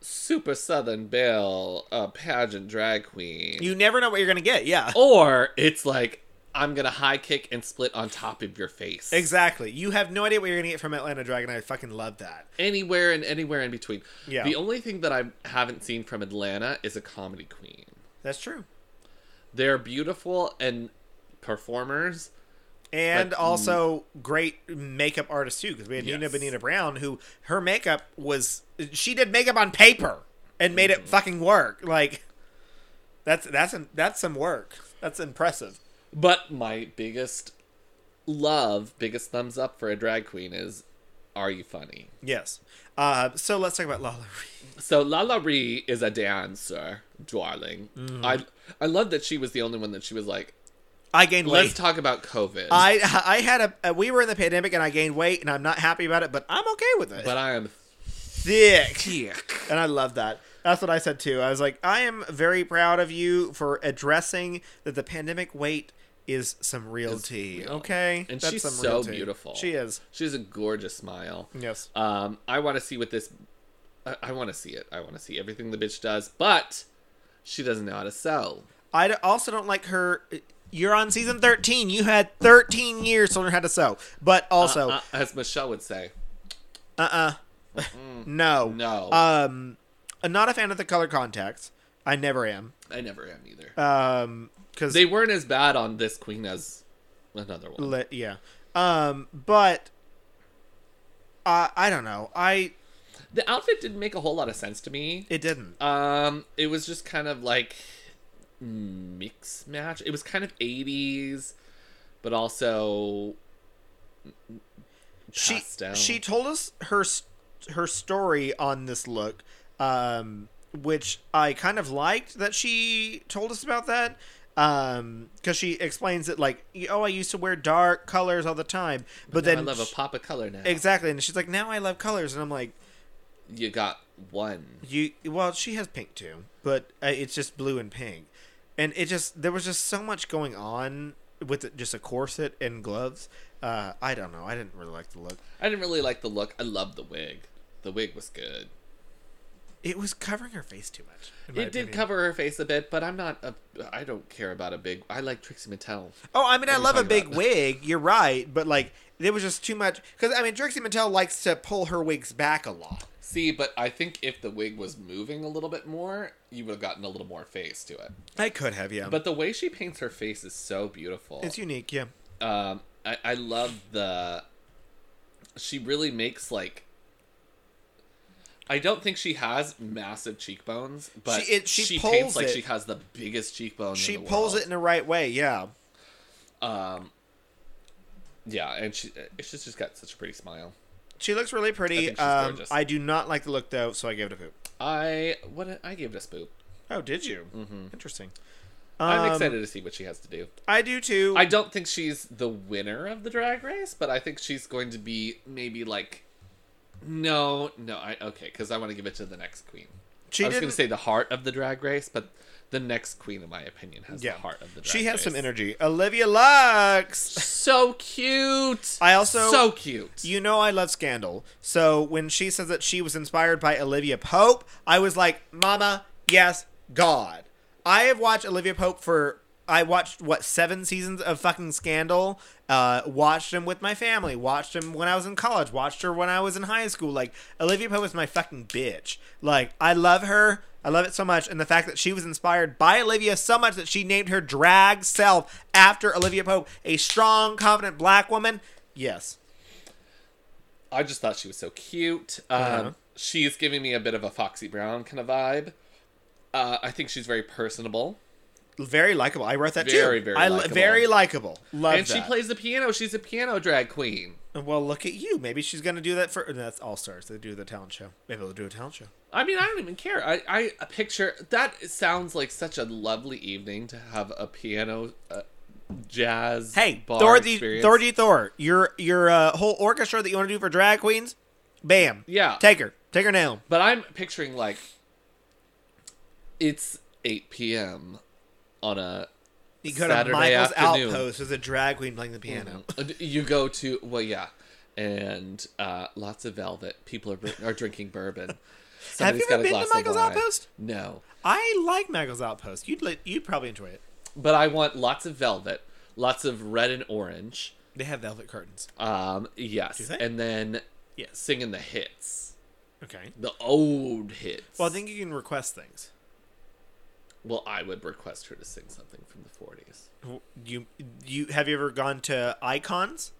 Speaker 2: super Southern Belle, a pageant drag queen,
Speaker 1: You never know what you're gonna get. Yeah.
Speaker 2: Oh. or it's like I'm gonna high kick and split on top of your face.
Speaker 1: Exactly. You have no idea what you're gonna get from Atlanta Drag, and I fucking love that.
Speaker 2: anywhere and anywhere in between.
Speaker 1: Yeah.
Speaker 2: The only thing that I haven't seen from Atlanta is a comedy queen.
Speaker 1: That's true.
Speaker 2: They're beautiful and performers.
Speaker 1: and
Speaker 2: But- mm.
Speaker 1: also great makeup artist too because we had Nina
Speaker 2: Yes.
Speaker 1: Benita Brown who her makeup was she did makeup on paper and made
Speaker 2: Mm-hmm.
Speaker 1: it fucking work like that's that's that's some work that's impressive
Speaker 2: But my biggest love, biggest thumbs up for a drag queen is Are You Funny?
Speaker 1: yes uh, so let's talk about Lala Ree.
Speaker 2: So Lala Ree is a dancer, darling.
Speaker 1: Mm.
Speaker 2: I I love that she was the only one that she was like,
Speaker 1: I gained
Speaker 2: let's
Speaker 1: weight
Speaker 2: talk about COVID.
Speaker 1: I I had a, uh, we were in the pandemic and I gained weight and I'm not happy about it but I'm okay with it
Speaker 2: but I am
Speaker 1: thick and I love that. That's what I said too. I was like, I am very proud of you for addressing that the pandemic weight is some real tea.
Speaker 2: real.
Speaker 1: Okay,
Speaker 2: And
Speaker 1: That's
Speaker 2: she's
Speaker 1: some
Speaker 2: so
Speaker 1: tea.
Speaker 2: beautiful.
Speaker 1: She is.
Speaker 2: She has a gorgeous smile.
Speaker 1: Yes.
Speaker 2: Um, I want to see what this. I, I want to see it. I want to see everything the bitch does, but she doesn't know how to sew.
Speaker 1: I d- also don't like her. You're on season thirteen. You had thirteen years to learn how to sew, but also, uh
Speaker 2: Uh, as Michelle would say,
Speaker 1: uh no,
Speaker 2: no,
Speaker 1: Um, I'm not a fan of the color contacts. I never am.
Speaker 2: I never am either.
Speaker 1: Um, because
Speaker 2: they weren't as bad on this queen as another one.
Speaker 1: Let, yeah. Um, but I I don't know. I
Speaker 2: the outfit didn't make a whole lot of sense to me.
Speaker 1: it didn't.
Speaker 2: Um, it was just kind of like mix match. It was kind of eighties, but also
Speaker 1: she
Speaker 2: passed down.
Speaker 1: she told us her s- her story on this look um which i kind of liked that she told us about that um because she explains that like oh i used to wear dark colors all the time but,
Speaker 2: Now
Speaker 1: then
Speaker 2: I love a
Speaker 1: she-
Speaker 2: pop of color now.
Speaker 1: exactly and she's like now i love colors and i'm like
Speaker 2: you got one.
Speaker 1: you well she has pink too but uh, it's just blue and pink and it just there was just so much going on with it, just a corset and gloves uh i don't know i didn't really like the look
Speaker 2: I didn't really like the look. I loved the wig. The wig was good.
Speaker 1: It was covering her face too much. in my
Speaker 2: It did
Speaker 1: opinion.
Speaker 2: cover her face a bit, but I'm not a. I don't care about a big. I like Trixie Mattel.
Speaker 1: Oh, I mean, I
Speaker 2: we
Speaker 1: love a
Speaker 2: talking
Speaker 1: big
Speaker 2: about?
Speaker 1: wig. You're right, but like, there was just too much. Because I mean, Trixie Mattel likes to pull her wigs back a lot.
Speaker 2: See, but I think if the wig was moving a little bit more, you would have gotten a little more face to it.
Speaker 1: I could have, yeah,
Speaker 2: But the way she paints her face is so beautiful.
Speaker 1: it's unique, yeah.
Speaker 2: um, I, I love the. She really makes like. I don't think she has massive cheekbones, but
Speaker 1: She- it- she
Speaker 2: paints
Speaker 1: pulls
Speaker 2: like
Speaker 1: it.
Speaker 2: she has the biggest cheekbones.
Speaker 1: She
Speaker 2: in the
Speaker 1: pulls
Speaker 2: world.
Speaker 1: it in the right way, yeah.
Speaker 2: Um, yeah, and she she's just got such a pretty smile.
Speaker 1: She looks really pretty. I,
Speaker 2: think she's
Speaker 1: um,
Speaker 2: gorgeous.
Speaker 1: I do not like the look though, so I gave it a poop.
Speaker 2: I what I gave it a spoop.
Speaker 1: Oh, did you? Mm-hmm. Interesting.
Speaker 2: I'm
Speaker 1: Um,
Speaker 2: excited to see what she has to do.
Speaker 1: I do too.
Speaker 2: I don't think she's the winner of the drag race, but I think she's going to be maybe like no, no, I okay, because I want to give it to the next queen.
Speaker 1: She
Speaker 2: I was going
Speaker 1: didn't-
Speaker 2: to say the heart of the drag race, but the next queen, in my opinion, has the heart of the. drag
Speaker 1: she has some
Speaker 2: race.
Speaker 1: energy. Olivia Lux.
Speaker 2: So cute.
Speaker 1: I also-
Speaker 2: so cute.
Speaker 1: You know I love Scandal. So when she says that she was inspired by Olivia Pope, I was like, Mama, yes, God. I have watched Olivia Pope for I watched what seven seasons of fucking Scandal. Uh, watched them with my family. Watched them when I was in college. Watched her when I was in high school. Like Olivia Pope is my fucking bitch. Like I love her. I love it so much, and the fact that she was inspired by Olivia so much that she named her drag self after Olivia Pope, a strong, confident black woman. Yes,
Speaker 2: I just thought she was so cute. Um,
Speaker 1: Uh-huh.
Speaker 2: She's giving me a bit of a Foxy Brown kind of vibe. Uh, I think she's very personable,
Speaker 1: very likable. I wrote that
Speaker 2: Very,
Speaker 1: too.
Speaker 2: very
Speaker 1: I li-
Speaker 2: likable.
Speaker 1: very likable. Love
Speaker 2: and she
Speaker 1: that.
Speaker 2: plays the piano. She's a piano drag queen.
Speaker 1: well, look at you. Maybe she's gonna do that for. no, That's All Stars. They do the talent show. Maybe they'll do a talent show.
Speaker 2: I mean, I don't even care. I, I a picture that sounds like such a lovely evening to have a piano, uh, jazz.
Speaker 1: Hey,
Speaker 2: bar
Speaker 1: Dorothy,
Speaker 2: experience.
Speaker 1: Dorothy Thor, your your uh, whole orchestra that you want to do for drag queens, bam.
Speaker 2: Yeah.
Speaker 1: Take her. Take her now.
Speaker 2: But I'm picturing like it's 8 p.m. on a
Speaker 1: You go
Speaker 2: Saturday
Speaker 1: to Michael's
Speaker 2: afternoon. Mm-hmm. Uh,
Speaker 1: Outpost as a drag queen playing the piano.
Speaker 2: You go to well, yeah, and uh, lots of velvet. People are are drinking
Speaker 1: *laughs*
Speaker 2: bourbon. Somebody's
Speaker 1: you ever been to Michael's Outpost?
Speaker 2: No,
Speaker 1: I like Michael's Outpost. You'd li- you'd probably enjoy it.
Speaker 2: but I want lots of velvet, lots of red and orange.
Speaker 1: They have velvet curtains.
Speaker 2: Um, yes,
Speaker 1: they?
Speaker 2: and then
Speaker 1: Yes.
Speaker 2: singing the hits,
Speaker 1: Okay.
Speaker 2: the old hits.
Speaker 1: Well, I think you can request things.
Speaker 2: Well, I would request her to sing something from the forties.
Speaker 1: You you have you ever gone to Icons?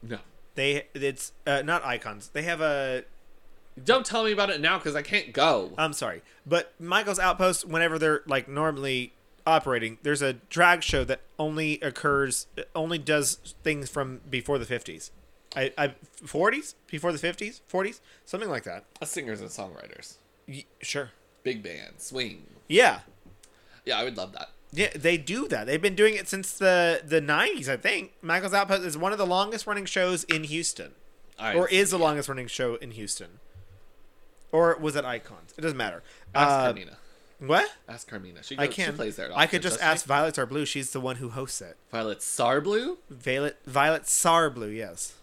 Speaker 2: No,
Speaker 1: They it's uh, not icons. They have a
Speaker 2: don't tell me about it now because I can't go.
Speaker 1: I'm sorry, but Michael's Outpost. Whenever they're like normally operating, there's a drag show that only occurs, only does things from before the 50s. I, I 40s before the 50s, 40s, something like that.
Speaker 2: Singers and songwriters,
Speaker 1: Y- sure.
Speaker 2: big band, swing.
Speaker 1: Yeah,
Speaker 2: Yeah, I would love that.
Speaker 1: yeah. They do that. They've been doing it since the the 90s, I think. Michael's Outpost is one of the longest running shows in Houston.
Speaker 2: I
Speaker 1: or is the longest running show in Houston, or was it Icons? It doesn't matter.
Speaker 2: ask
Speaker 1: Uh,
Speaker 2: Carmina.
Speaker 1: what?
Speaker 2: Ask Carmina. She
Speaker 1: I
Speaker 2: goes,
Speaker 1: can.
Speaker 2: She plays there. at
Speaker 1: I could
Speaker 2: Austin,
Speaker 1: just
Speaker 2: doesn't
Speaker 1: ask Violet Sarblue. She's the one who hosts it.
Speaker 2: she? Violet Sarblue.
Speaker 1: Violet Violet Sarblue. Yes.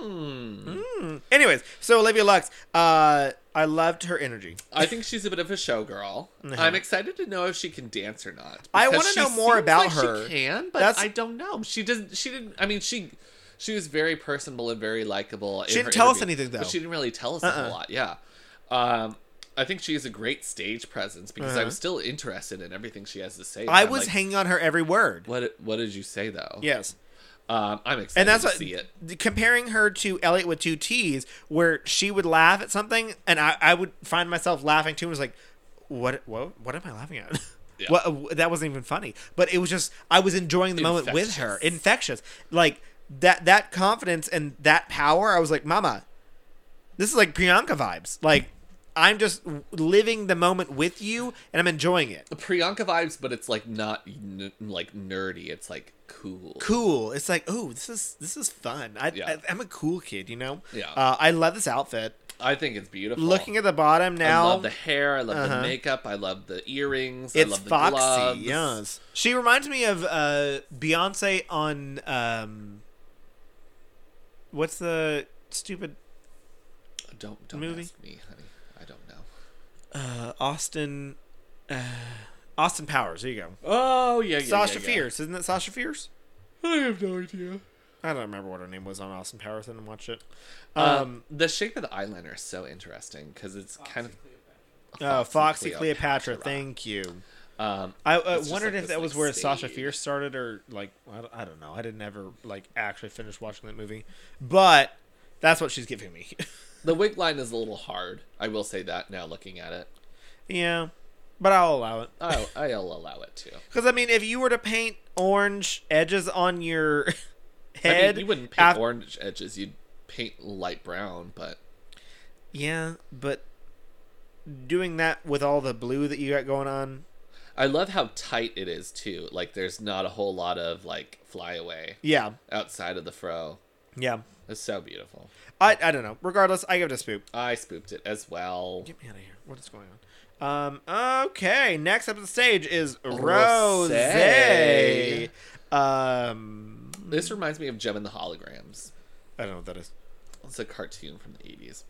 Speaker 2: Hmm.
Speaker 1: Anyways, so Olivia Lux. Uh, I loved her energy.
Speaker 2: I think she's a bit of a showgirl. I'm excited to know if she can dance or not.
Speaker 1: Uh-huh. I
Speaker 2: because
Speaker 1: wanna
Speaker 2: she
Speaker 1: know more
Speaker 2: seems
Speaker 1: about
Speaker 2: like she
Speaker 1: her.
Speaker 2: can, but
Speaker 1: That's-
Speaker 2: I don't know. She doesn't. She didn't. I mean, she she was very personable and very likable. She
Speaker 1: didn't tell us anything, though. Uh-uh.
Speaker 2: But she didn't really tell us a whole lot. Yeah. Um, I think she has a great stage presence because I'm still interested in everything she has to say.
Speaker 1: Uh-huh. I
Speaker 2: I'm
Speaker 1: was
Speaker 2: like,
Speaker 1: hanging on her every word.
Speaker 2: What What did you say though?
Speaker 1: Yes.
Speaker 2: Um, I'm excited
Speaker 1: And that's
Speaker 2: to
Speaker 1: what
Speaker 2: see it.
Speaker 1: th- comparing her to Elliot with two T's, where she would laugh at something, and I, I would find myself laughing too. And was like, what? What? What am I laughing at? *laughs*
Speaker 2: Yeah.
Speaker 1: What, that wasn't even funny, but it was just I was enjoying the moment with her.
Speaker 2: Infectious.
Speaker 1: Infectious, like that that confidence and that power, I was like, Mama, this is like Priyanka vibes. Like I'm just living the moment with you, and I'm enjoying it.
Speaker 2: Priyanka vibes, but it's like not n- like nerdy. It's like cool.
Speaker 1: cool. It's like, oh, this is this is fun. I,
Speaker 2: Yeah.
Speaker 1: I I'm a cool kid, you know.
Speaker 2: Yeah.
Speaker 1: Uh, I love this outfit.
Speaker 2: I think it's beautiful.
Speaker 1: Looking at the bottom now,
Speaker 2: I love the hair. I love
Speaker 1: Uh-huh.
Speaker 2: the makeup. I love the earrings. I
Speaker 1: it's
Speaker 2: love the
Speaker 1: foxy.
Speaker 2: gloves.
Speaker 1: Yes, she reminds me of uh, Beyonce on um, what's the stupid
Speaker 2: Don't don't
Speaker 1: Movie.
Speaker 2: ask me, honey. I don't know.
Speaker 1: uh, Austin uh, Austin Powers? There you go.
Speaker 2: Oh yeah, yeah
Speaker 1: Sasha
Speaker 2: yeah, yeah.
Speaker 1: Fierce, isn't it Sasha Fierce?
Speaker 2: I have no idea.
Speaker 1: I don't remember what her name was on Austin Powers. I didn't watch it.
Speaker 2: Um, the shape of the eyeliner is so interesting because it's kind of
Speaker 1: Uh,
Speaker 2: Foxy
Speaker 1: Foxy Cleopatra.
Speaker 2: Cleopatra.
Speaker 1: Thank you.
Speaker 2: um,
Speaker 1: I
Speaker 2: It's
Speaker 1: uh,
Speaker 2: just like
Speaker 1: wondered if
Speaker 2: this,
Speaker 1: that was
Speaker 2: like,
Speaker 1: where Sasha
Speaker 2: stage.
Speaker 1: Fierce started, or like I don't, I don't know. I didn't ever like actually finish watching that movie, but that's what she's giving me. *laughs*
Speaker 2: the wig line is a little hard. I will say that now looking at it.
Speaker 1: yeah, but I'll allow it
Speaker 2: I I'll allow it too.
Speaker 1: because I mean, if you were to paint orange edges on your *laughs*
Speaker 2: I
Speaker 1: head,
Speaker 2: mean, you wouldn't paint
Speaker 1: af-
Speaker 2: orange edges. You'd paint light brown, but
Speaker 1: Yeah, but doing that with all the blue that you got going on.
Speaker 2: I love how tight it is too. Like there's not a whole lot of like flyaway
Speaker 1: Yeah,
Speaker 2: outside of the fro.
Speaker 1: yeah.
Speaker 2: It's so beautiful.
Speaker 1: I I don't know. Regardless, I give it a spoop.
Speaker 2: I spooped it as well.
Speaker 1: Get me out of here. What is going on? Um, okay, next up on the stage is Rose.
Speaker 2: Rosé.
Speaker 1: Um,
Speaker 2: This reminds me of Gem and the Holograms.
Speaker 1: I don't know what that is.
Speaker 2: It's a cartoon from the 80s.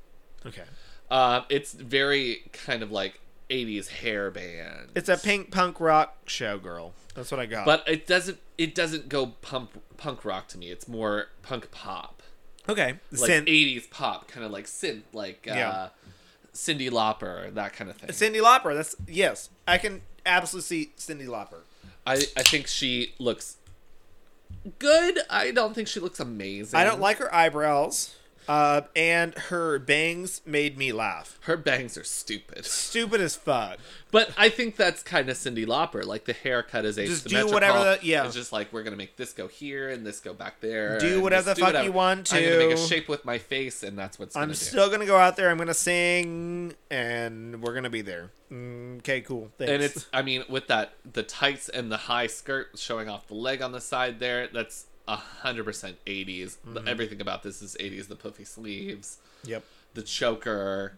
Speaker 1: Okay.
Speaker 2: Um, it's very kind of like 80s hair band.
Speaker 1: It's a pink punk rock show girl. That's what I got.
Speaker 2: but it doesn't it doesn't go pump punk rock to me. It's more punk pop.
Speaker 1: okay.
Speaker 2: Like
Speaker 1: Cin-
Speaker 2: 80s pop, kind of like synth like uh
Speaker 1: Yeah.
Speaker 2: Cindy Lauper, that kind of thing.
Speaker 1: Cindy Lauper. That's yes. I can absolutely see Cindy Lauper.
Speaker 2: I I think she looks good. I don't think she looks amazing.
Speaker 1: I don't like her eyebrows. Uh, and her bangs made me laugh.
Speaker 2: her bangs are stupid. *laughs*
Speaker 1: Stupid as fuck.
Speaker 2: But I think that's kind of Cindy Lauper. Like the haircut is a
Speaker 1: Just do whatever the- yeah.
Speaker 2: It's just like we're gonna make this go here and this go back there.
Speaker 1: Do
Speaker 2: and
Speaker 1: whatever
Speaker 2: just
Speaker 1: the fuck you want
Speaker 2: I'm gonna make
Speaker 1: to.
Speaker 2: a shape with my face, and that's what's.
Speaker 1: I'm
Speaker 2: gonna
Speaker 1: still gonna go out there. I'm gonna sing, and we're gonna be there. Mm, Okay, cool. Thanks.
Speaker 2: Do. And it's. I mean, with that, the tights and the high skirt showing off the leg on the side there. That's hundred percent 80s
Speaker 1: Mm-hmm.
Speaker 2: The- Everything about this is eighties. The puffy sleeves,
Speaker 1: yep.
Speaker 2: the choker.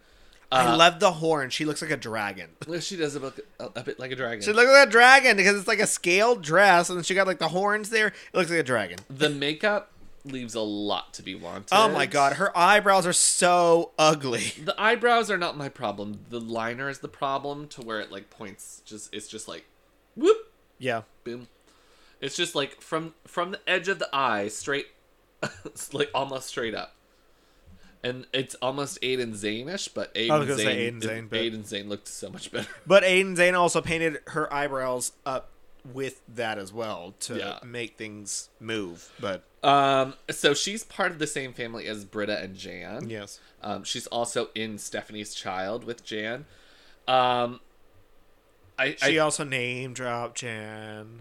Speaker 1: I
Speaker 2: Uh,
Speaker 1: love the horn. She looks like a dragon.
Speaker 2: She does look a, a bit like a dragon.
Speaker 1: She looks like a dragon because it's like a scaled dress, and then she got like the horns there. It looks like a dragon.
Speaker 2: the makeup leaves a lot to be wanted.
Speaker 1: Oh my god, her eyebrows are so ugly.
Speaker 2: The eyebrows are not my problem. The liner is the problem to where it like points just it's just like whoop
Speaker 1: *laughs* Yeah,
Speaker 2: boom. It's just like from from the edge of the eye straight *laughs* it's like almost straight up. And it's almost Aiden Zane-ish, but Aiden
Speaker 1: I was gonna
Speaker 2: Zane,
Speaker 1: say Aiden Zane, but-
Speaker 2: Aiden Zane looked so much better. *laughs*
Speaker 1: but Aiden Zane also painted her eyebrows up with that as well to
Speaker 2: Yeah.
Speaker 1: make things move. But
Speaker 2: Um, so she's part of the same family as Britta and Jan.
Speaker 1: yes,
Speaker 2: Um, she's also in Stephanie's Child with Jan. Um, I,
Speaker 1: she
Speaker 2: I
Speaker 1: also name dropped Jan.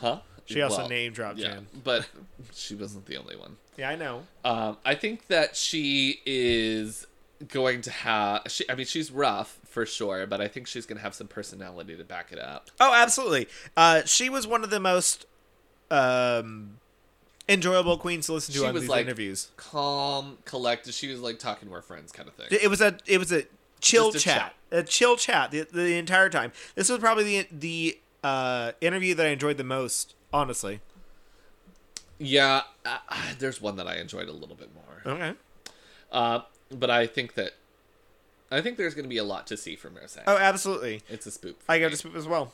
Speaker 2: huh?
Speaker 1: She also
Speaker 2: Well,
Speaker 1: name dropped
Speaker 2: yeah,
Speaker 1: Jan.
Speaker 2: but she wasn't the only one.
Speaker 1: Yeah, I know.
Speaker 2: Um, I think that she is going to have. She, I mean, she's rough for sure, but I think she's going to have some personality to back it up.
Speaker 1: Oh, absolutely. Uh, she was one of the most um, enjoyable queens to listen to
Speaker 2: She
Speaker 1: on
Speaker 2: was
Speaker 1: these
Speaker 2: like-
Speaker 1: interviews.
Speaker 2: Calm, collected. She was like talking to her friends, kind of thing.
Speaker 1: It was a it was a chill
Speaker 2: Just a
Speaker 1: chat, a chill chat the, the entire time. This was probably the the uh, interview that I enjoyed the most, honestly.
Speaker 2: yeah, uh, there's one that I enjoyed a little bit more,
Speaker 1: Okay.
Speaker 2: uh, but I think that I think there's going to be a lot to see from Roseanne.
Speaker 1: Oh, absolutely.
Speaker 2: It's a spoop.
Speaker 1: I got to spoop as well.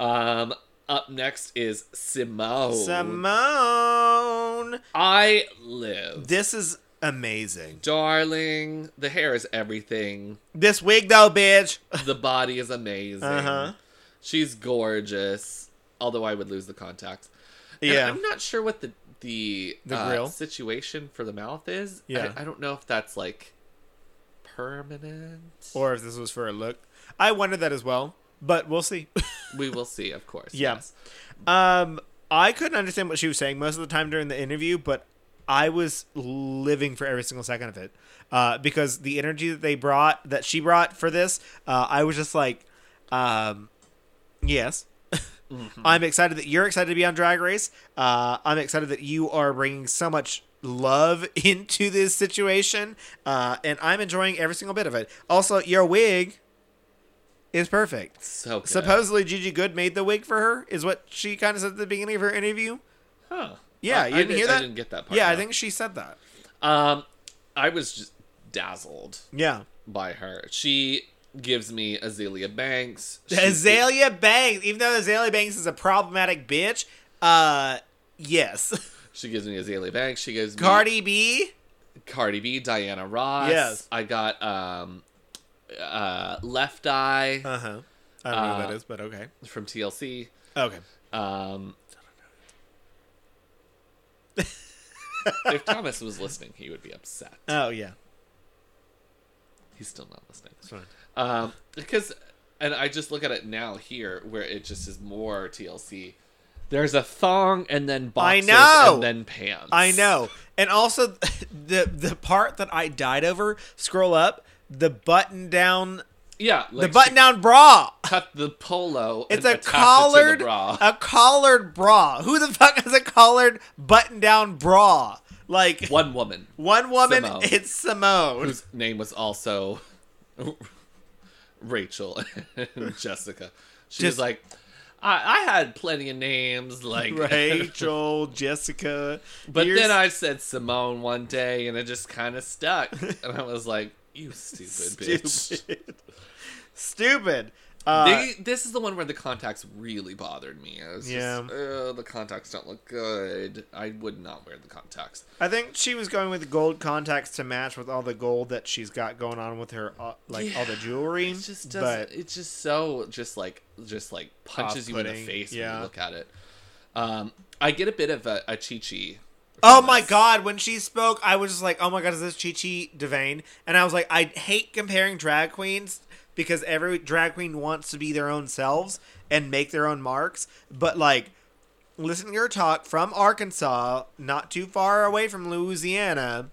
Speaker 2: Um, up next is Simone.
Speaker 1: Simone,
Speaker 2: I live.
Speaker 1: this is amazing.
Speaker 2: Darling, the hair is everything.
Speaker 1: This wig though, bitch. *laughs*
Speaker 2: The body is amazing.
Speaker 1: Uh-huh.
Speaker 2: She's gorgeous. Although I would lose the contacts. And
Speaker 1: Yeah.
Speaker 2: I'm not sure what the the,
Speaker 1: The
Speaker 2: uh,
Speaker 1: grill?
Speaker 2: situation for the mouth is.
Speaker 1: Yeah.
Speaker 2: I, I don't know if that's like permanent.
Speaker 1: Or if this was for a look, I wondered that as well. But we'll see.
Speaker 2: we will see, of course.
Speaker 1: Yeah.
Speaker 2: Yes.
Speaker 1: Um, I couldn't understand what she was saying most of the time during the interview, but I was living for every single second of it uh, because the energy that they brought, that she brought for this, uh, I was just like, um, yes. I'm excited that you're excited to be on Drag Race. Uh, I'm excited that you are bringing so much love *laughs* into this situation, uh, and I'm enjoying every single bit of it. Also, your wig is perfect.
Speaker 2: So good.
Speaker 1: Supposedly, Gigi Good made the wig for her, is what she kind of said at the beginning of her interview.
Speaker 2: Huh.
Speaker 1: Yeah,
Speaker 2: I-
Speaker 1: you
Speaker 2: I
Speaker 1: didn't
Speaker 2: did-
Speaker 1: hear that?
Speaker 2: I didn't get that part.
Speaker 1: yeah, I
Speaker 2: no.
Speaker 1: think she said that.
Speaker 2: Um, I was just dazzled
Speaker 1: Yeah.
Speaker 2: by her. She gives me Azalea Banks. She-
Speaker 1: Azalea Banks, even though Azalea Banks is a problematic bitch, uh, *laughs* yes.
Speaker 2: She gives me Azalea Banks. She gives me
Speaker 1: Cardi B,
Speaker 2: Cardi B, Diana Ross.
Speaker 1: Yes.
Speaker 2: I got um, uh, Left Eye
Speaker 1: uh huh. I don't know who
Speaker 2: Uh,
Speaker 1: that is, but okay.
Speaker 2: from TLC.
Speaker 1: Okay.
Speaker 2: Um, if Thomas was listening, he would be upset.
Speaker 1: Oh yeah.
Speaker 2: He's still not listening.
Speaker 1: Sorry.
Speaker 2: Um, because, and I just look at it now here, where it just is more TLC. There's a thong and then boxers
Speaker 1: know!
Speaker 2: and then pants.
Speaker 1: I know. And also *laughs* the the part that I died over, scroll up, the button down
Speaker 2: Yeah, like
Speaker 1: the button down bra.
Speaker 2: she cut the polo.
Speaker 1: It's
Speaker 2: and
Speaker 1: a
Speaker 2: attached it to the
Speaker 1: collared
Speaker 2: bra.
Speaker 1: *laughs* a collared bra. Who the fuck has a collared button down bra? Like
Speaker 2: One woman
Speaker 1: one woman,
Speaker 2: Simone.
Speaker 1: it's Simone.
Speaker 2: whose name was also *laughs* Rachel and *laughs* Jessica. She was
Speaker 1: Just-
Speaker 2: like, I, I had plenty of
Speaker 1: *laughs*
Speaker 2: names, like
Speaker 1: *laughs* Rachel, Jessica.
Speaker 2: *laughs* But
Speaker 1: Here's-
Speaker 2: then I said Simone one day, and it just kind of stuck. And I was like, "You stupid, *laughs* bitch!"
Speaker 1: *laughs* stupid. stupid. Uh,
Speaker 2: They, this is the one where the contacts really bothered me. I was
Speaker 1: Yeah.
Speaker 2: just, "Ugh, the contacts don't look good. I would not wear the contacts.
Speaker 1: I think she was going with gold contacts to match with all the gold that she's got going on with her, uh, like all the jewelry.
Speaker 2: It just doesn't.
Speaker 1: But
Speaker 2: it's just so just like just like punches you in the
Speaker 1: Off-putting,
Speaker 2: face when
Speaker 1: yeah.
Speaker 2: you look at it. Um, I get a bit of a, a chichi.
Speaker 1: oh my god, when she spoke, I was just like, oh my god, is this Chi Chi Devane? And I was like, I hate comparing drag queens because every drag queen wants to be their own selves and make their own marks. But like, listening to her talk from Arkansas, not too far away from Louisiana,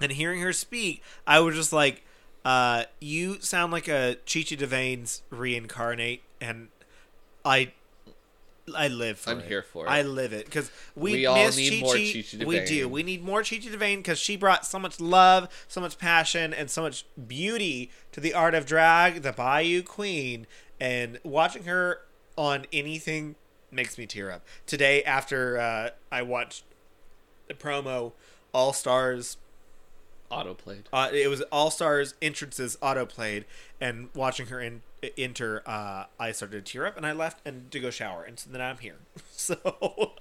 Speaker 1: and hearing her speak, I was just like, uh, you sound like a Chichi Devane's reincarnate, and I, I live for
Speaker 2: I'm
Speaker 1: it.
Speaker 2: here for it.
Speaker 1: I live it because we,
Speaker 2: We
Speaker 1: miss
Speaker 2: all
Speaker 1: Chi
Speaker 2: need more Chichi
Speaker 1: Chi. We
Speaker 2: Devane.
Speaker 1: do. We need more Chichi Devane because she brought so much love, so much passion, and so much beauty to the art of drag, the Bayou Queen, and watching her on anything makes me tear up. Today, after uh, I watched the promo All Stars
Speaker 2: Autoplayed.
Speaker 1: uh, it was All Stars entrances auto played, and watching her in, enter, uh, I started to tear up, and I left and to go shower, and so then I'm here. *laughs* So *laughs*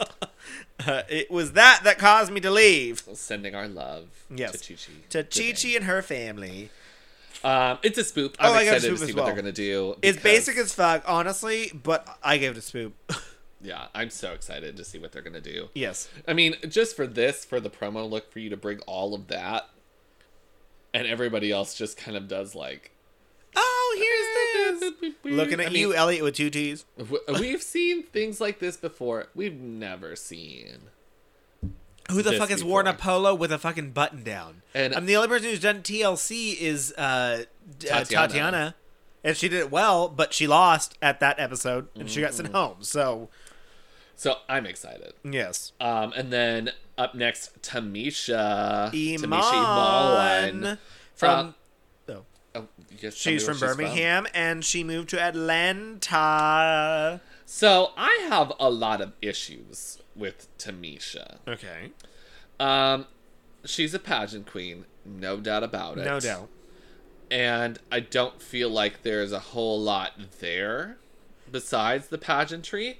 Speaker 1: uh, it was that that caused me to leave
Speaker 2: Sending our love
Speaker 1: Yes.
Speaker 2: to Chichi.
Speaker 1: to Chi Chi and her family.
Speaker 2: Um, it's a spoop.
Speaker 1: Oh,
Speaker 2: I'm
Speaker 1: I got a
Speaker 2: excited to
Speaker 1: spoop
Speaker 2: see
Speaker 1: as
Speaker 2: what
Speaker 1: well.
Speaker 2: they're gonna do.
Speaker 1: It's
Speaker 2: because-
Speaker 1: basic as fuck, honestly, but I gave it a spoop. *laughs*
Speaker 2: Yeah, I'm so excited to see what they're gonna do.
Speaker 1: yes,
Speaker 2: I mean, just for this, for the promo look, for you to bring all of that, and everybody else just kind of does like
Speaker 1: oh here's this. Looking at
Speaker 2: I mean,
Speaker 1: you, Elliot, with two T's.
Speaker 2: w- We've seen things like this before. We've never seen.
Speaker 1: Who the
Speaker 2: this
Speaker 1: fuck has worn a
Speaker 2: before.
Speaker 1: polo with a fucking button down?
Speaker 2: And-
Speaker 1: I'm the only person who's done TLC is uh, d- uh,
Speaker 2: Tatiana.
Speaker 1: Tatiana. and she did it well, but she lost at that episode, and she got sent home. So
Speaker 2: So I'm excited.
Speaker 1: yes,
Speaker 2: Um, and then up next, Tamisha,
Speaker 1: Iman
Speaker 2: Tamisha Iman
Speaker 1: from Uh, oh,
Speaker 2: Oh, you guys tell me
Speaker 1: she's
Speaker 2: where
Speaker 1: from Birmingham, and she moved to Atlanta.
Speaker 2: So I have a lot of issues with Tamisha.
Speaker 1: Okay,
Speaker 2: Um, she's a pageant queen, no doubt about it.
Speaker 1: no doubt.
Speaker 2: and I don't feel like there's a whole lot there besides the pageantry.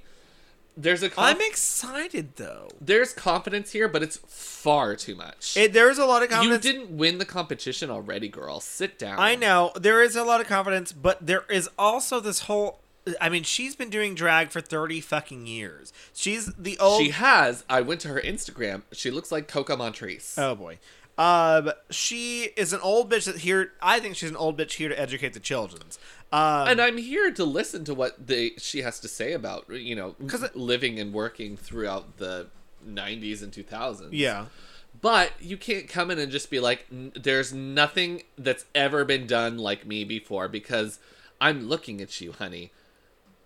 Speaker 2: There's a conf-
Speaker 1: I'm excited though.
Speaker 2: there's confidence here, but it's far too much.
Speaker 1: It, there is a lot of
Speaker 2: you
Speaker 1: confidence.
Speaker 2: didn't win the competition already, girl. Sit down.
Speaker 1: I know there is a lot of confidence, but there is also this whole. I mean, she's been doing drag for thirty fucking years. She's the old.
Speaker 2: She has. I went to her Instagram. She looks like Coca Montrese.
Speaker 1: oh boy, um, she is an old bitch that here. I think she's an old bitch here to educate the childrens. Um,
Speaker 2: and I'm here to listen to what they she has to say about you know living and working throughout the 90s and 2000s.
Speaker 1: yeah,
Speaker 2: But you can't come in and just be like, "N- there's nothing that's ever been done like me before because I'm looking at you, honey.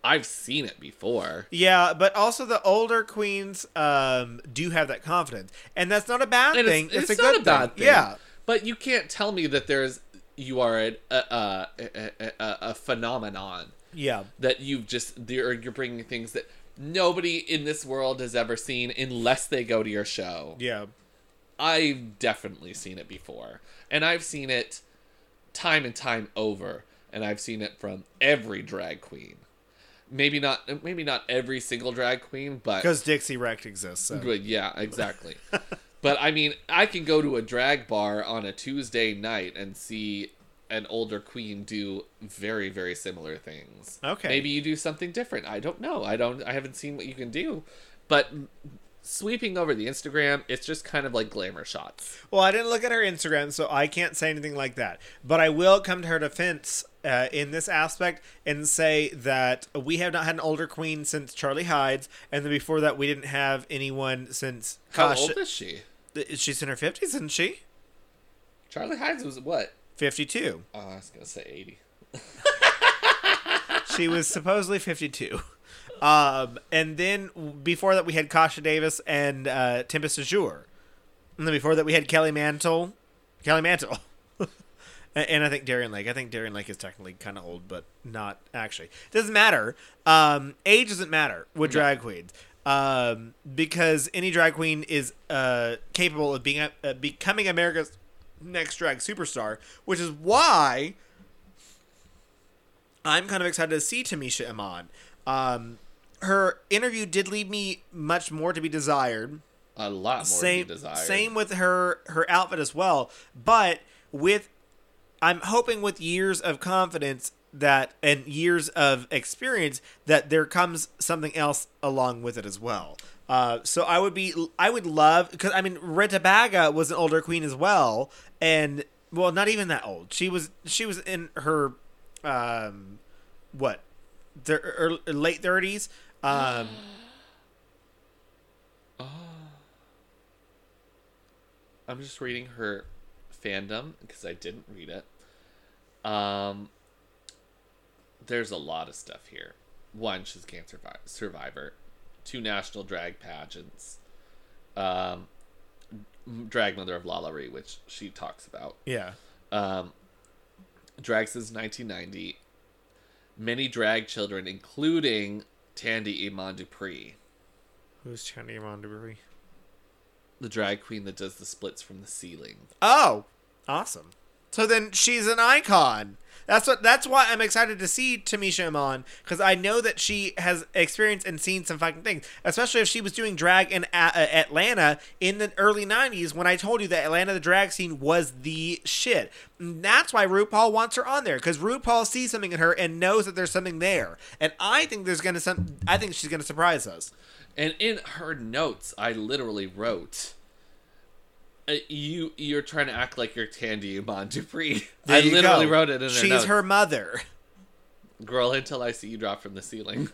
Speaker 2: I've seen it before.
Speaker 1: Yeah, but also the older queens um, do have that confidence, and that's not a bad
Speaker 2: And
Speaker 1: thing.
Speaker 2: it's, it's,
Speaker 1: a
Speaker 2: not
Speaker 1: good
Speaker 2: a bad thing.
Speaker 1: Yeah,
Speaker 2: But you can't tell me that there's, you are an, a, a, a, a, a- a phenomenon.
Speaker 1: yeah,
Speaker 2: that you've just you're, you're bringing things that nobody in this world has ever seen unless they go to your show
Speaker 1: yeah,
Speaker 2: i've definitely seen it before and i've seen it time and time over and i've seen it from every drag queen maybe not maybe not every single drag queen but
Speaker 1: because Dixie Wrecked exists. So.
Speaker 2: Good, yeah, exactly. but I mean, I can go to a drag bar on a Tuesday night and see an older queen do very, very similar things.
Speaker 1: Okay.
Speaker 2: Maybe you do something different. I don't know. I don't. I haven't seen what you can do. But sweeping over the Instagram, it's just kind of like glamour shots.
Speaker 1: Well, I didn't look at her Instagram, so I can't say anything like that. But I will come to her defense uh, in this aspect and say that we have not had an older queen since Charlie Hides, and then before that, we didn't have anyone since.
Speaker 2: How
Speaker 1: gosh,
Speaker 2: old is she?
Speaker 1: she's in her fifties, isn't she?
Speaker 2: Charlie Hides was what?
Speaker 1: Fifty-two.
Speaker 2: Oh, I was gonna say eighty.
Speaker 1: she was supposedly 52. Um, and then before that, we had Kasha Davis and uh, Tempest Azure. And then before that, we had Kelly Mantle. Kelly Mantle. *laughs* and, and I think Darian Lake. I think Darian Lake is technically kind of old, but not actually. Doesn't matter. Um, age doesn't matter with drag queens. Um, because any drag queen is uh, capable of being a, uh, becoming America's next drag superstar, which is why I'm kind of excited to see Tamisha Iman. Um, her interview did leave me much more to be desired.
Speaker 2: A lot more
Speaker 1: Same,
Speaker 2: to be desired.
Speaker 1: same with her her outfit as well. But with, I'm hoping with years of confidence that and years of experience that there comes something else along with it as well. Uh, so I would be I would love because I mean Rita Baga was an older queen as well, and well not even that old. She was she was in her um what the early, late 30s um
Speaker 2: I'm just reading her fandom because I didn't read it. Um, there's a lot of stuff here. One, she's a cancer vi- survivor. Two national drag pageants. Um, drag mother of Lalaurie, which she talks about.
Speaker 1: yeah
Speaker 2: Um, drag since 1990. Many drag children, including Tandy Iman Dupree,
Speaker 1: who's Chandy Mondebury?
Speaker 2: the drag queen that does the splits from the ceiling.
Speaker 1: Oh, awesome. So then she's an icon. That's what. That's why I'm excited to see Tamisha Iman because I know that she has experience and seen some fucking things. Especially if she was doing drag in a- uh, Atlanta in the early '90s when I told you that Atlanta the drag scene was the shit. And that's why RuPaul wants her on there because RuPaul sees something in her and knows that there's something there. And I think there's gonna some. I think she's gonna surprise us.
Speaker 2: And in her notes, I literally wrote, uh, "You you're trying to act like you're Tandy Iman Dupree." I
Speaker 1: There you
Speaker 2: literally
Speaker 1: go.
Speaker 2: wrote it in her
Speaker 1: She's
Speaker 2: notes.
Speaker 1: her mother.
Speaker 2: girl until I see you drop from the ceiling.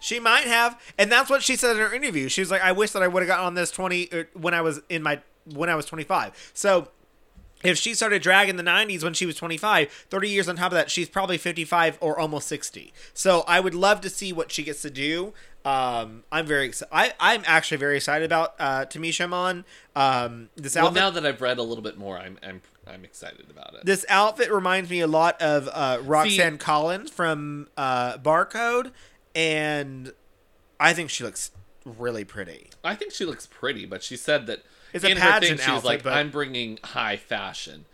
Speaker 1: She might have, and that's what she said in her interview. She was like, "I wish that I would have gotten on this twenty er, when I was in my when I was twenty five. So if she started drag in the 90s when she was 25 30 years on top of that she's probably 55 or almost 60 so i would love to see what she gets to do um, i'm very exci- I, i'm actually very excited about uh, tamisha mon um, this
Speaker 2: well,
Speaker 1: outfit
Speaker 2: now that I've read a little bit more, I'm I'm I'm excited about it.
Speaker 1: this outfit reminds me a lot of uh, roxanne collins from uh, barcode and i think she looks really pretty
Speaker 2: I think she looks pretty, but she said that
Speaker 1: It's a
Speaker 2: in her thing
Speaker 1: pageant
Speaker 2: she was
Speaker 1: outfit,
Speaker 2: like,
Speaker 1: but-
Speaker 2: "I'm bringing high fashion."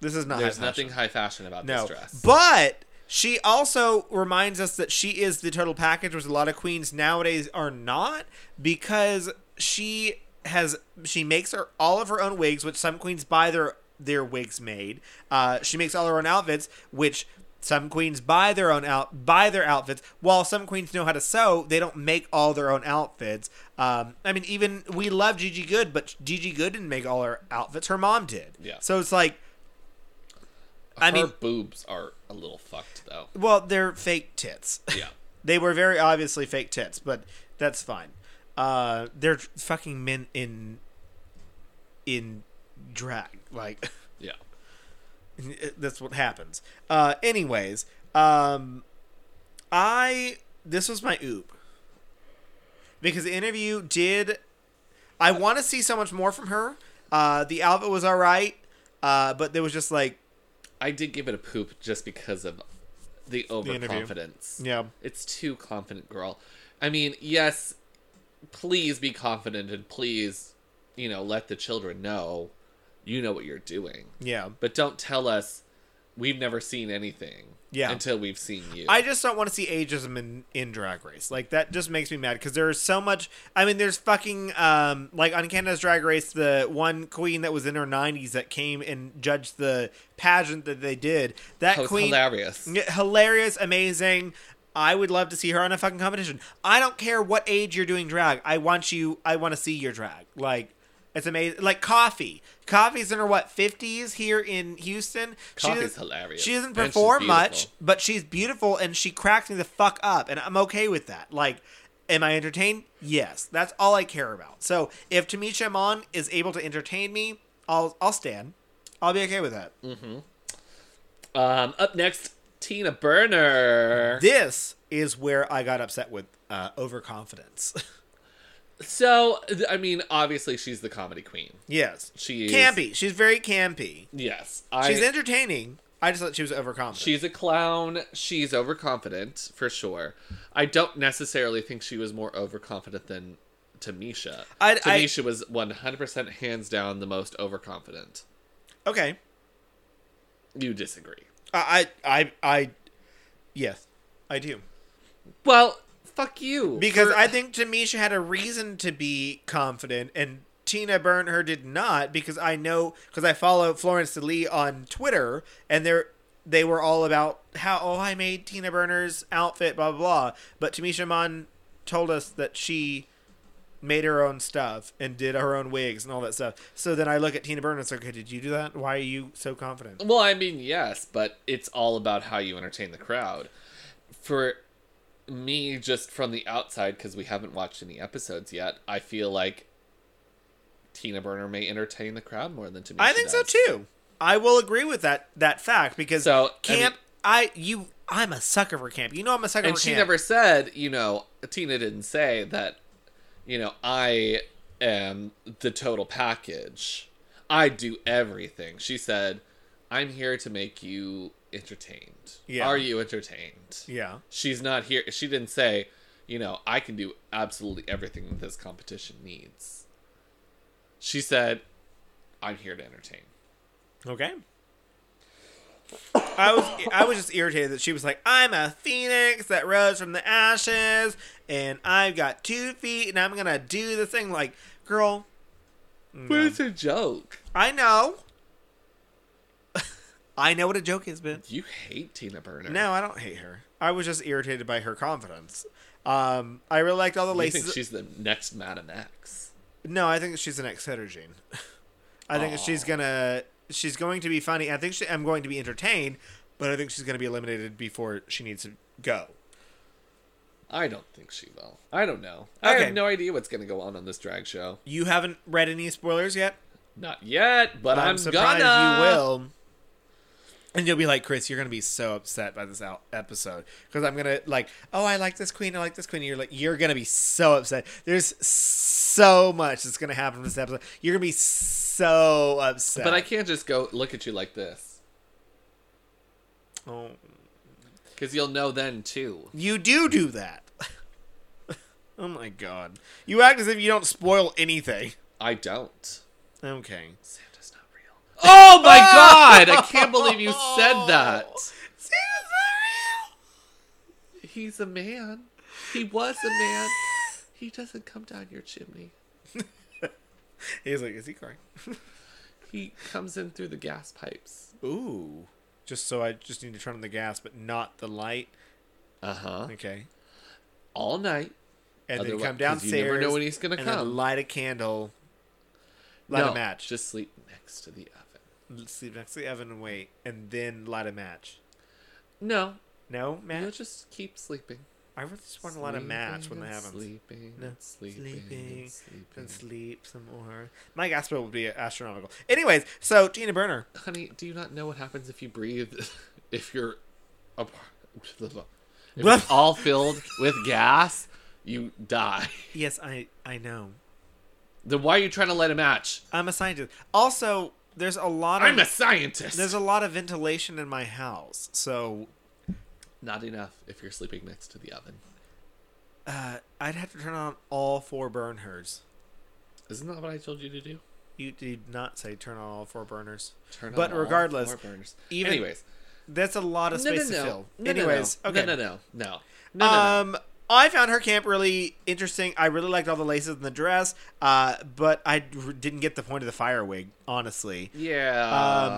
Speaker 1: This is not.
Speaker 2: There's
Speaker 1: high fashion.
Speaker 2: nothing high fashion about
Speaker 1: No,
Speaker 2: this dress.
Speaker 1: but she also reminds us that she is the total package, which a lot of queens nowadays are not, because she has she makes her all of her own wigs, which some queens buy their their wigs made. Uh, she makes all her own outfits, which. Some queens buy their own out buy their outfits, while some queens know how to sew. They don't make all their own outfits. Um, I mean, even we love Gigi Good, but Gigi Good didn't make all her outfits. Her mom did.
Speaker 2: Yeah.
Speaker 1: So it's like
Speaker 2: her
Speaker 1: I mean-
Speaker 2: boobs are a little fucked though.
Speaker 1: well, they're fake tits. *laughs*
Speaker 2: Yeah.
Speaker 1: they were very obviously fake tits, but that's fine. Uh, they're fucking men in in drag. Like *laughs*
Speaker 2: Yeah.
Speaker 1: that's what happens. Uh, anyways, um, I this was my oop because the interview did. I want to see so much more from her. Uh, the outfit was all right, uh, but there was just like
Speaker 2: I did give it a poop just because of the
Speaker 1: interview.
Speaker 2: overconfidence.
Speaker 1: yeah,
Speaker 2: It's too confident, girl. I mean, yes, please be confident and please, you know, let the children know you know what you're doing.
Speaker 1: yeah.
Speaker 2: But don't tell us we've never seen anything
Speaker 1: Yeah.
Speaker 2: until we've seen you.
Speaker 1: I just don't want to see ageism in, in Drag Race. Like that just makes me mad because there's so much. I mean, there's fucking um like on Canada's Drag Race, the one queen that was in her 90s that came and judged the pageant that they did. That
Speaker 2: that was
Speaker 1: queen,
Speaker 2: Oh, hilarious.
Speaker 1: Yeah, hilarious, amazing. I would love to see her on a fucking competition. I don't care what age you're doing drag. I want you. I want to see your drag. Like it's amazing. Like coffee. Coffee's in her what fifties here in Houston. She
Speaker 2: Coffee's
Speaker 1: doesn't-
Speaker 2: hilarious.
Speaker 1: She doesn't
Speaker 2: And she's
Speaker 1: perform much,
Speaker 2: beautiful.
Speaker 1: but she's beautiful and she cracks me the fuck up, and I'm okay with that. Like. Am I entertained? Yes, that's all I care about. So if Tamisha Mon is able to entertain me, I'll I'll stand. I'll be okay with that.
Speaker 2: Um, up next, Tina Burner.
Speaker 1: This is where I got upset with uh, overconfidence. *laughs*
Speaker 2: So, th- I mean, obviously, she's the comedy queen.
Speaker 1: yes,
Speaker 2: She is-
Speaker 1: campy. She's very campy.
Speaker 2: Yes, I.
Speaker 1: She's entertaining. I just thought she was overconfident.
Speaker 2: She's a clown. She's overconfident for sure. I don't necessarily think she was more overconfident than Tamisha.
Speaker 1: I- I-
Speaker 2: Tamisha was 100% hands down the most overconfident.
Speaker 1: okay.
Speaker 2: You disagree.
Speaker 1: I, I I I yes, I do
Speaker 2: Well, fuck you.
Speaker 1: because
Speaker 2: For-
Speaker 1: I think Tamisha had a reason to be confident and. Tina Burner did not because I know because I follow Florence Lee on Twitter and they're they were all about how oh I made Tina Burner's outfit blah blah blah but Tamisha Mon told us that she made her own stuff and did her own wigs and all that stuff so then I look at Tina Burner and say okay did you do that why are you so confident
Speaker 2: Well, I mean, yes, but it's all about how you entertain the crowd. For me, just from the outside, because we haven't watched any episodes yet, I feel like Tina Burner may entertain the crowd more than Tamisha.
Speaker 1: I think so
Speaker 2: does.
Speaker 1: too. I will agree with that that fact because
Speaker 2: So, I
Speaker 1: camp.
Speaker 2: mean-
Speaker 1: I, you I'm a sucker for camp. You know I'm a sucker
Speaker 2: And
Speaker 1: for
Speaker 2: she
Speaker 1: camp.
Speaker 2: never said, you know, Tina didn't say that, you know, I am the total package. I do everything. She said, I'm here to make you entertained.
Speaker 1: Yeah.
Speaker 2: Are you entertained?
Speaker 1: yeah.
Speaker 2: she's not here she didn't say you know i can do absolutely everything that this competition needs she said i'm here to entertain
Speaker 1: Okay. I was I was just irritated that she was like, I'm a phoenix that rose from the ashes, and I've got two feet, and I'm gonna do the thing. Like, girl,
Speaker 2: but it's a joke
Speaker 1: I know. *laughs* I know what a joke is, bitch.
Speaker 2: you hate tina burner
Speaker 1: No, I don't hate her. I was just irritated by her confidence. Um, I really liked all the
Speaker 2: i
Speaker 1: laces.
Speaker 2: think she's the next madam x
Speaker 1: No, I think she's an ex heterogene. *laughs* I think she's gonna she's going to be funny. I think she, I'm going to be entertained, but I think she's gonna be eliminated before she needs to go.
Speaker 2: i don't think she will i don't know i
Speaker 1: Okay.
Speaker 2: have no idea what's going to go on on this drag show
Speaker 1: You haven't read any spoilers yet.
Speaker 2: not yet but i'm,
Speaker 1: surprised
Speaker 2: gonna
Speaker 1: you will. And you'll be like, Chris, you're gonna be so upset by this out- episode because I'm gonna like, oh, I like this queen, I like this queen. You're like, you're gonna be so upset. There's so much that's gonna happen in this episode. You're gonna be so upset.
Speaker 2: but i can't just go look at you like this
Speaker 1: Oh.
Speaker 2: because you'll know then too
Speaker 1: You do do that. *laughs* oh my god. You act as if you don't spoil anything.
Speaker 2: i don't
Speaker 1: Okay.
Speaker 2: Santa's not real. Oh
Speaker 1: *laughs*
Speaker 2: my god! I can't believe you said that. He's a man. He was a man. He doesn't come down your chimney.
Speaker 1: He's like, is he crying?
Speaker 2: He comes in through the gas pipes.
Speaker 1: Ooh. Just so I just need to turn on the gas, but not the light.
Speaker 2: Uh huh.
Speaker 1: Okay.
Speaker 2: All night.
Speaker 1: And
Speaker 2: Otherwi-
Speaker 1: then come
Speaker 2: 'cause
Speaker 1: downstairs.
Speaker 2: you never know when he's gonna
Speaker 1: and
Speaker 2: come.
Speaker 1: Then light a candle. Light
Speaker 2: No,
Speaker 1: a match.
Speaker 2: Just sleep next to the oven.
Speaker 1: Just sleep next to the oven and wait, and then light a match.
Speaker 2: No,
Speaker 1: No
Speaker 2: you'll
Speaker 1: match.
Speaker 2: just keep sleeping.
Speaker 1: I really just want to let him match when that happens.
Speaker 2: Sleeping,
Speaker 1: No,
Speaker 2: and sleeping,
Speaker 1: sleeping,
Speaker 2: and sleeping.
Speaker 1: And sleep some more. My gas bill would be astronomical. Anyways, so Gina Burner.
Speaker 2: Honey, do you not know what happens if you breathe? *laughs* If you're, a, if
Speaker 1: What? *laughs*
Speaker 2: it's all filled with gas, you die.
Speaker 1: Yes, I I know.
Speaker 2: Then why are you trying to light a match?
Speaker 1: I'm a scientist. Also, there's a lot of
Speaker 2: I'm a scientist.
Speaker 1: there's a lot of ventilation in my house, so
Speaker 2: Not enough if you're sleeping next to the oven.
Speaker 1: uh, I'd have to turn on all four burners.
Speaker 2: Isn't that what I told you to do?
Speaker 1: You did not say turn on all four burners.
Speaker 2: Turn
Speaker 1: But
Speaker 2: all
Speaker 1: regardless,
Speaker 2: four burners.
Speaker 1: even-
Speaker 2: anyways,
Speaker 1: That's a lot of
Speaker 2: no, no,
Speaker 1: space to
Speaker 2: no,
Speaker 1: fill.
Speaker 2: no,
Speaker 1: Anyways,
Speaker 2: no, no.
Speaker 1: okay.
Speaker 2: no, no, no, no, no, no, no.
Speaker 1: um, I found her camp really interesting. I really liked all the laces and the dress, uh, but I r- didn't get the point of the fire wig, honestly.
Speaker 2: Yeah,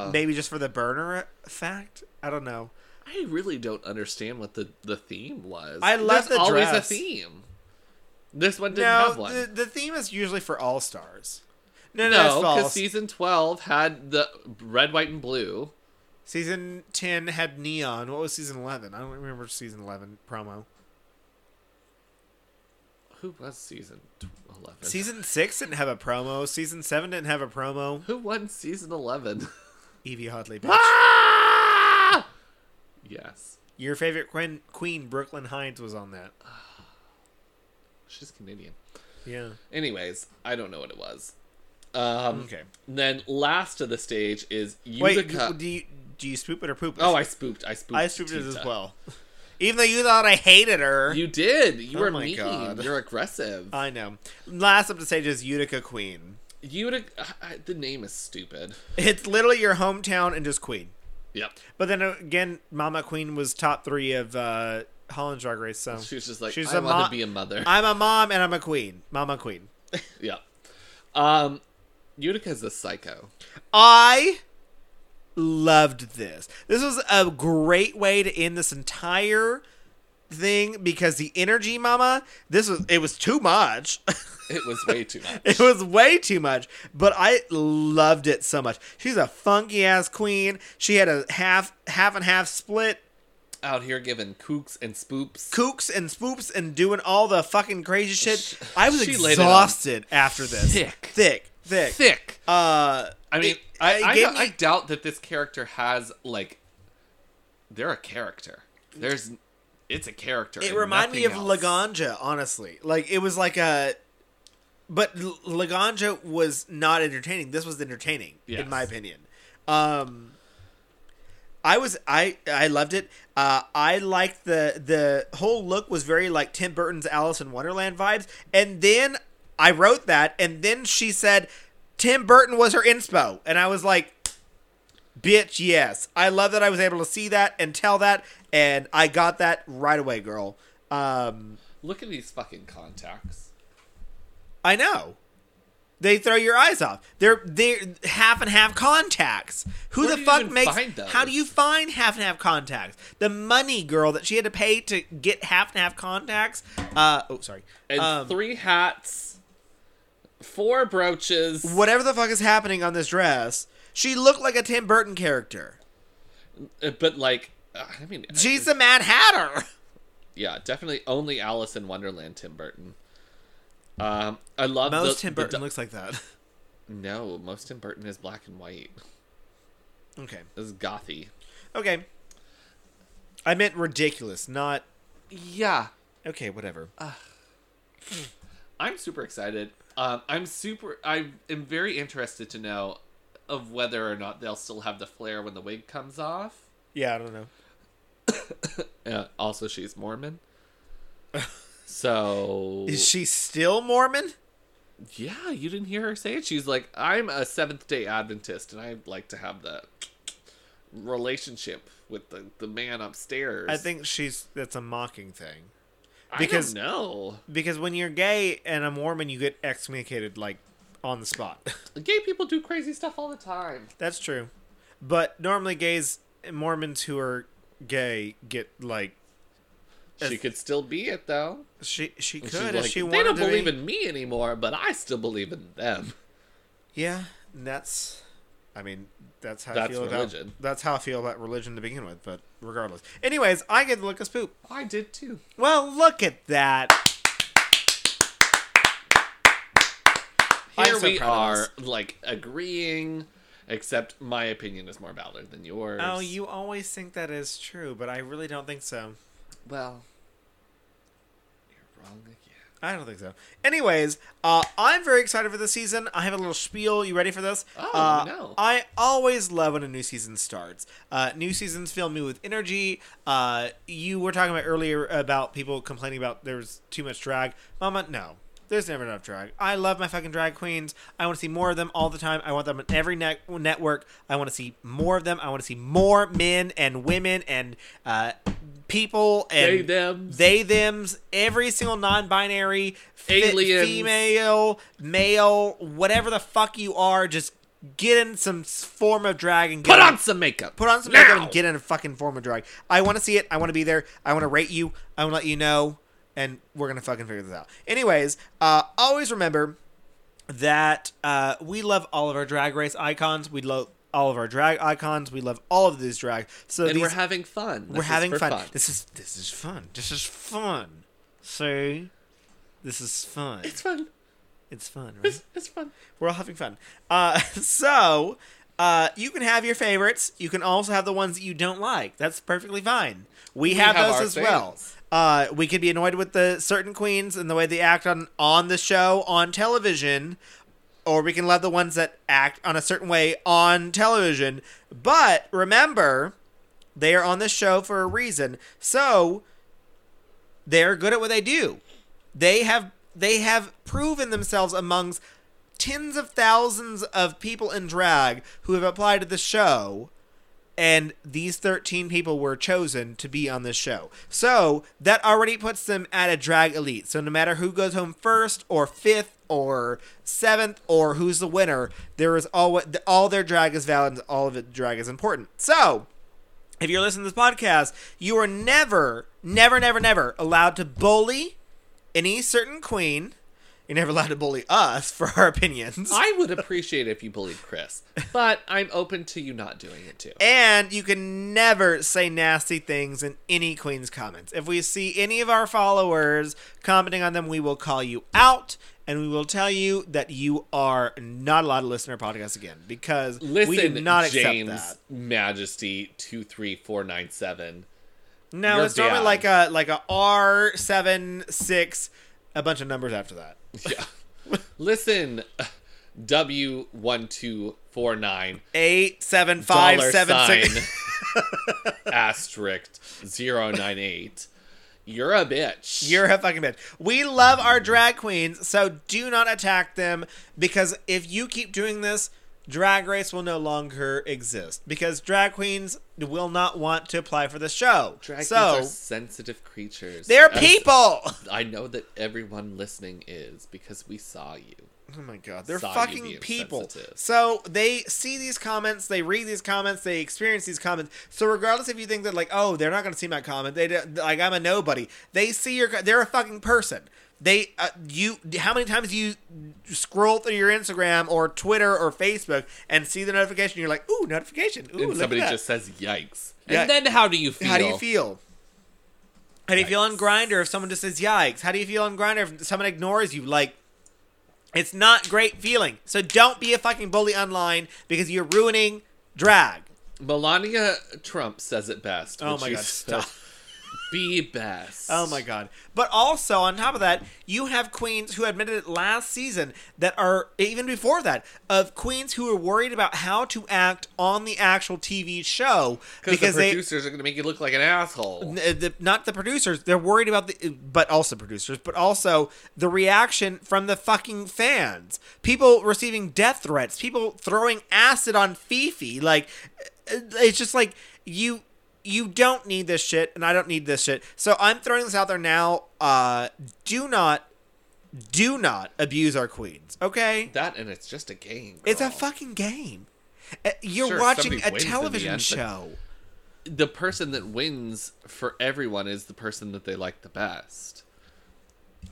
Speaker 1: Um, maybe just for the burner fact. I don't know.
Speaker 2: I really don't understand what the the theme was.
Speaker 1: I love
Speaker 2: There's
Speaker 1: the
Speaker 2: always a
Speaker 1: dress.
Speaker 2: theme. This one didn't
Speaker 1: No,
Speaker 2: have one.
Speaker 1: the, the theme is usually for all stars. No,
Speaker 2: no,
Speaker 1: no, that's
Speaker 2: because
Speaker 1: false. Season-,
Speaker 2: season twelve had the red, white, and blue.
Speaker 1: ten had neon. What was season eleven? I don't remember season eleven promo.
Speaker 2: Who was season eleven?
Speaker 1: Season six didn't have a promo. Season seven didn't have a promo.
Speaker 2: Who won season
Speaker 1: *laughs*
Speaker 2: eleven?
Speaker 1: Evie Hodley, bitch.
Speaker 2: ah! Yes,
Speaker 1: Your favorite queen, queen, Brooklyn Hines, was on that.
Speaker 2: she's Canadian.
Speaker 1: Yeah.
Speaker 2: Anyways, I don't know what it was. Um,
Speaker 1: Okay.
Speaker 2: Then last of the stage is
Speaker 1: Wait,
Speaker 2: Utica.
Speaker 1: do you do you spoop it or poop it?
Speaker 2: uh, oh, I spooped. I spooped.
Speaker 1: I spooped it as
Speaker 2: Tita.
Speaker 1: well. Even though you thought I hated her,
Speaker 2: You did. You
Speaker 1: Oh
Speaker 2: were
Speaker 1: my
Speaker 2: mean.
Speaker 1: God.
Speaker 2: You're aggressive.
Speaker 1: I know. Last up to stage is Utica Queen.
Speaker 2: Utica. I, the name is stupid.
Speaker 1: It's literally your hometown and just Queen.
Speaker 2: Yep.
Speaker 1: But then again, Mama Queen was top three of uh, Holland's Drag Race, so
Speaker 2: She was just like,
Speaker 1: She's
Speaker 2: I
Speaker 1: a
Speaker 2: want
Speaker 1: mo-
Speaker 2: to be a mother.
Speaker 1: I'm a mom and I'm a queen. Mama Queen.
Speaker 2: *laughs* yep. Um, Utica's a psycho.
Speaker 1: I loved this. This was a great way to end this entire thing because the energy, Mama, this was it was too much. *laughs*
Speaker 2: It was way too much.
Speaker 1: It was way too much, but I loved it so much. She's a funky ass queen. She had a half half and half split
Speaker 2: Out here giving kooks and spoops.
Speaker 1: kooks and spoops and doing all the fucking crazy shit. I was
Speaker 2: she laid it on
Speaker 1: exhausted after this.
Speaker 2: thick.
Speaker 1: Thick. Thick.
Speaker 2: Thick.
Speaker 1: Uh
Speaker 2: I mean,
Speaker 1: it-
Speaker 2: I,
Speaker 1: it
Speaker 2: I,
Speaker 1: gave
Speaker 2: I
Speaker 1: me-
Speaker 2: doubt that this character has like. They're a character. There's, it's a character.
Speaker 1: it
Speaker 2: and
Speaker 1: reminded me of
Speaker 2: nothing else.
Speaker 1: Laganja, honestly. Like it was like a but L- Laganja was not entertaining. This was entertaining
Speaker 2: Yes.
Speaker 1: in my opinion. Um I was I I loved it. Uh, I liked the the whole look was very like Tim Burton's Alice in Wonderland vibes. And then I wrote that, and then she said Tim Burton was her inspo, and I was like, "Bitch, yes, I love that I was able to see that and tell that, and I got that right away, girl." Um,
Speaker 2: Look at these fucking contacts.
Speaker 1: I know. They throw your eyes off. They're they're half and half contacts. Who
Speaker 2: Where
Speaker 1: the
Speaker 2: do you
Speaker 1: fuck
Speaker 2: even
Speaker 1: makes?
Speaker 2: find those?
Speaker 1: How do you find half and half contacts? The money girl that she had to pay to get half and half contacts. Uh oh, sorry.
Speaker 2: And
Speaker 1: Um,
Speaker 2: three hats, four brooches.
Speaker 1: whatever the fuck is happening on this dress, she looked like a Tim Burton character.
Speaker 2: Uh, But like, uh, I mean, I-
Speaker 1: She's the Mad Hatter.
Speaker 2: yeah, definitely only Alice in Wonderland, Tim Burton. Um, I love
Speaker 1: Most
Speaker 2: the,
Speaker 1: Tim
Speaker 2: the
Speaker 1: Burton
Speaker 2: do-
Speaker 1: looks like that. *laughs*
Speaker 2: no, most Tim Burton is black and white.
Speaker 1: Okay.
Speaker 2: This is gothy.
Speaker 1: Okay. I meant ridiculous, not
Speaker 2: Yeah,
Speaker 1: okay. Whatever.
Speaker 2: Uh, I'm super excited. Um, I'm super. I am very interested to know of whether or not they'll still have the flare when the wig comes off.
Speaker 1: yeah, I don't know.
Speaker 2: Uh, also, she's
Speaker 1: *laughs*
Speaker 2: Mormon. So
Speaker 1: Is she still Mormon?
Speaker 2: Yeah, you didn't hear her say it. She's like, I'm a Seventh day Adventist and I'd like to have the relationship with the, the man upstairs.
Speaker 1: I think she's that's a mocking thing.
Speaker 2: because
Speaker 1: because-
Speaker 2: no.
Speaker 1: Because when you're gay and a Mormon, you get excommunicated like on the spot. *laughs*
Speaker 2: Gay people do crazy stuff all the time.
Speaker 1: that's true. But normally, gays Mormons who are gay get like
Speaker 2: She
Speaker 1: As-
Speaker 2: could still be it though.
Speaker 1: she she
Speaker 2: And
Speaker 1: could
Speaker 2: she's
Speaker 1: if
Speaker 2: like,
Speaker 1: she wanted
Speaker 2: they don't
Speaker 1: to
Speaker 2: believe
Speaker 1: be.
Speaker 2: in me anymore, but I still believe in them.
Speaker 1: Yeah, and that's I mean, that's how I
Speaker 2: That's
Speaker 1: feel
Speaker 2: religion.
Speaker 1: about that's how I feel about religion to begin with. But regardless, anyways, I get to look as poop.
Speaker 2: I did too.
Speaker 1: Well, look at that. I'm
Speaker 2: Here
Speaker 1: so
Speaker 2: we
Speaker 1: proud of
Speaker 2: are,
Speaker 1: us.
Speaker 2: like agreeing, except my opinion is more valid than yours.
Speaker 1: Oh, you always think that is true, but I really don't think so.
Speaker 2: Well, you're wrong again.
Speaker 1: I don't think so. Anyways, uh, I'm very excited for this season. I have a little spiel. You ready for this?
Speaker 2: Oh,
Speaker 1: Uh,
Speaker 2: no.
Speaker 1: I always love when a new season starts. Uh, new seasons fill me with energy. Uh, you were talking about earlier about people complaining about there's too much drag. Mama, no. There's never enough drag. I love my fucking drag queens. I want to see more of them all the time. I want them on every net- network. I want to see more of them. I want to see more men and women and uh, people and
Speaker 2: They, thems.
Speaker 1: they them's every single non-binary fi-
Speaker 2: Aliens.
Speaker 1: female male whatever the fuck you are just get in some s- form of drag and get
Speaker 2: Put on some makeup.
Speaker 1: put on some
Speaker 2: now!
Speaker 1: makeup and get in a fucking form of drag i want to see it i want to be there i want to rate you i want to let you know and we're gonna fucking figure this out anyways uh always remember that uh, we love all of our drag race icons we love all of our drag icons we love all of these drag so
Speaker 2: And
Speaker 1: these
Speaker 2: we're having fun. This
Speaker 1: we're
Speaker 2: is
Speaker 1: having
Speaker 2: for
Speaker 1: fun. This is this is fun. This is fun. See, this is fun.
Speaker 2: It's fun.
Speaker 1: It's fun,
Speaker 2: It's,
Speaker 1: right?
Speaker 2: it's fun.
Speaker 1: We're all having fun. Uh, *laughs* so uh, you can have your favorites. You can also have the ones that you don't like. That's perfectly fine. We, have,
Speaker 2: have our
Speaker 1: those as well.
Speaker 2: favorites.
Speaker 1: Uh, we could be annoyed with the certain queens and the way they act on on the show on television, or we can love the ones that act on a certain way on television. But remember, they are on this show for a reason. So they're good at what they do. They have they have proven themselves amongst tens of thousands of people in drag who have applied to the show and these 13 people were chosen to be on this show. So that already puts them at a drag elite. So no matter who goes home first or fifth or seventh or who's the winner, there is all all their drag is valid and all of it drag is important. So if you're listening to this podcast, you are never, never, never, never allowed to bully any certain queen. You're never allowed to bully us *laughs* for our opinions.
Speaker 2: I would appreciate if you believed Chris, but I'm open to you not doing it too.
Speaker 1: And you can never say nasty things in any queen's comments. If we see any of our followers commenting on them, we will call you out and we will tell you that you are not allowed to listen to our podcast again because
Speaker 2: Listen,
Speaker 1: we do not
Speaker 2: James
Speaker 1: accept
Speaker 2: Majesty two three four nine seven.
Speaker 1: that. No,
Speaker 2: you're
Speaker 1: it's normally
Speaker 2: bad.
Speaker 1: like a like a R seven six, a bunch of numbers after that.
Speaker 2: Yeah. *laughs* Listen, W one two four nine
Speaker 1: Eight seven *laughs* five
Speaker 2: dollar
Speaker 1: seven six.
Speaker 2: sign *laughs* asterisk zero nine eight. You're a bitch.
Speaker 1: You're a fucking bitch. We love our drag queens, so do not attack them because if you keep doing this, Drag Race will no longer exist because drag queens will not want to apply for the show.
Speaker 2: Drag queens
Speaker 1: so
Speaker 2: are sensitive creatures.
Speaker 1: they're
Speaker 2: As
Speaker 1: people.
Speaker 2: I know that everyone listening is because we saw you.
Speaker 1: Oh my god, they're
Speaker 2: Saw you
Speaker 1: fucking
Speaker 2: being
Speaker 1: people.
Speaker 2: sensitive.
Speaker 1: So they see these comments, they read these comments, they experience these comments. So regardless if you think that like, oh, they're not going to see my comment, they don't- like I'm a nobody. They see your, co- they're a fucking person. They, uh, you, how many times do you scroll through your Instagram or Twitter or Facebook and see the notification? You're like, ooh, notification. Ooh,
Speaker 2: and
Speaker 1: look
Speaker 2: somebody
Speaker 1: at that.
Speaker 2: just says yikes.
Speaker 1: Yeah.
Speaker 2: And then how do you feel?
Speaker 1: How do you feel? How do you feel on
Speaker 2: Yikes.
Speaker 1: Grinder if someone just says yikes? How do you feel on Grinder if someone ignores you? Like, it's not great feeling. So don't be a fucking bully online because you're ruining drag.
Speaker 2: Melania Trump says it best.
Speaker 1: Oh
Speaker 2: when
Speaker 1: my
Speaker 2: she *laughs*
Speaker 1: God,
Speaker 2: says,
Speaker 1: stop.
Speaker 2: Be best.
Speaker 1: Oh my god. But also on top of that, you have queens who admitted it last season that are even before that of queens who are worried about how to act on the actual TV show
Speaker 2: Because
Speaker 1: because
Speaker 2: the
Speaker 1: they
Speaker 2: producers are going to make you look like an asshole.
Speaker 1: n- uh, the, not the producers. They're worried about the, but also producers, but also the reaction from the fucking fans. People receiving death threats. People throwing acid on Fifi. Like, uh, it's just like you. You don't need this shit, and I don't need this shit. So I'm throwing this out there now. Uh, do not, do not abuse our queens. Okay,
Speaker 2: That and it's just a game.
Speaker 1: it's a
Speaker 2: girl.
Speaker 1: fucking game. Uh, You're
Speaker 2: Sure,
Speaker 1: watching
Speaker 2: somebody
Speaker 1: a
Speaker 2: wins in the
Speaker 1: television
Speaker 2: end, but-
Speaker 1: show.
Speaker 2: The person that wins for everyone is the person that they like the best.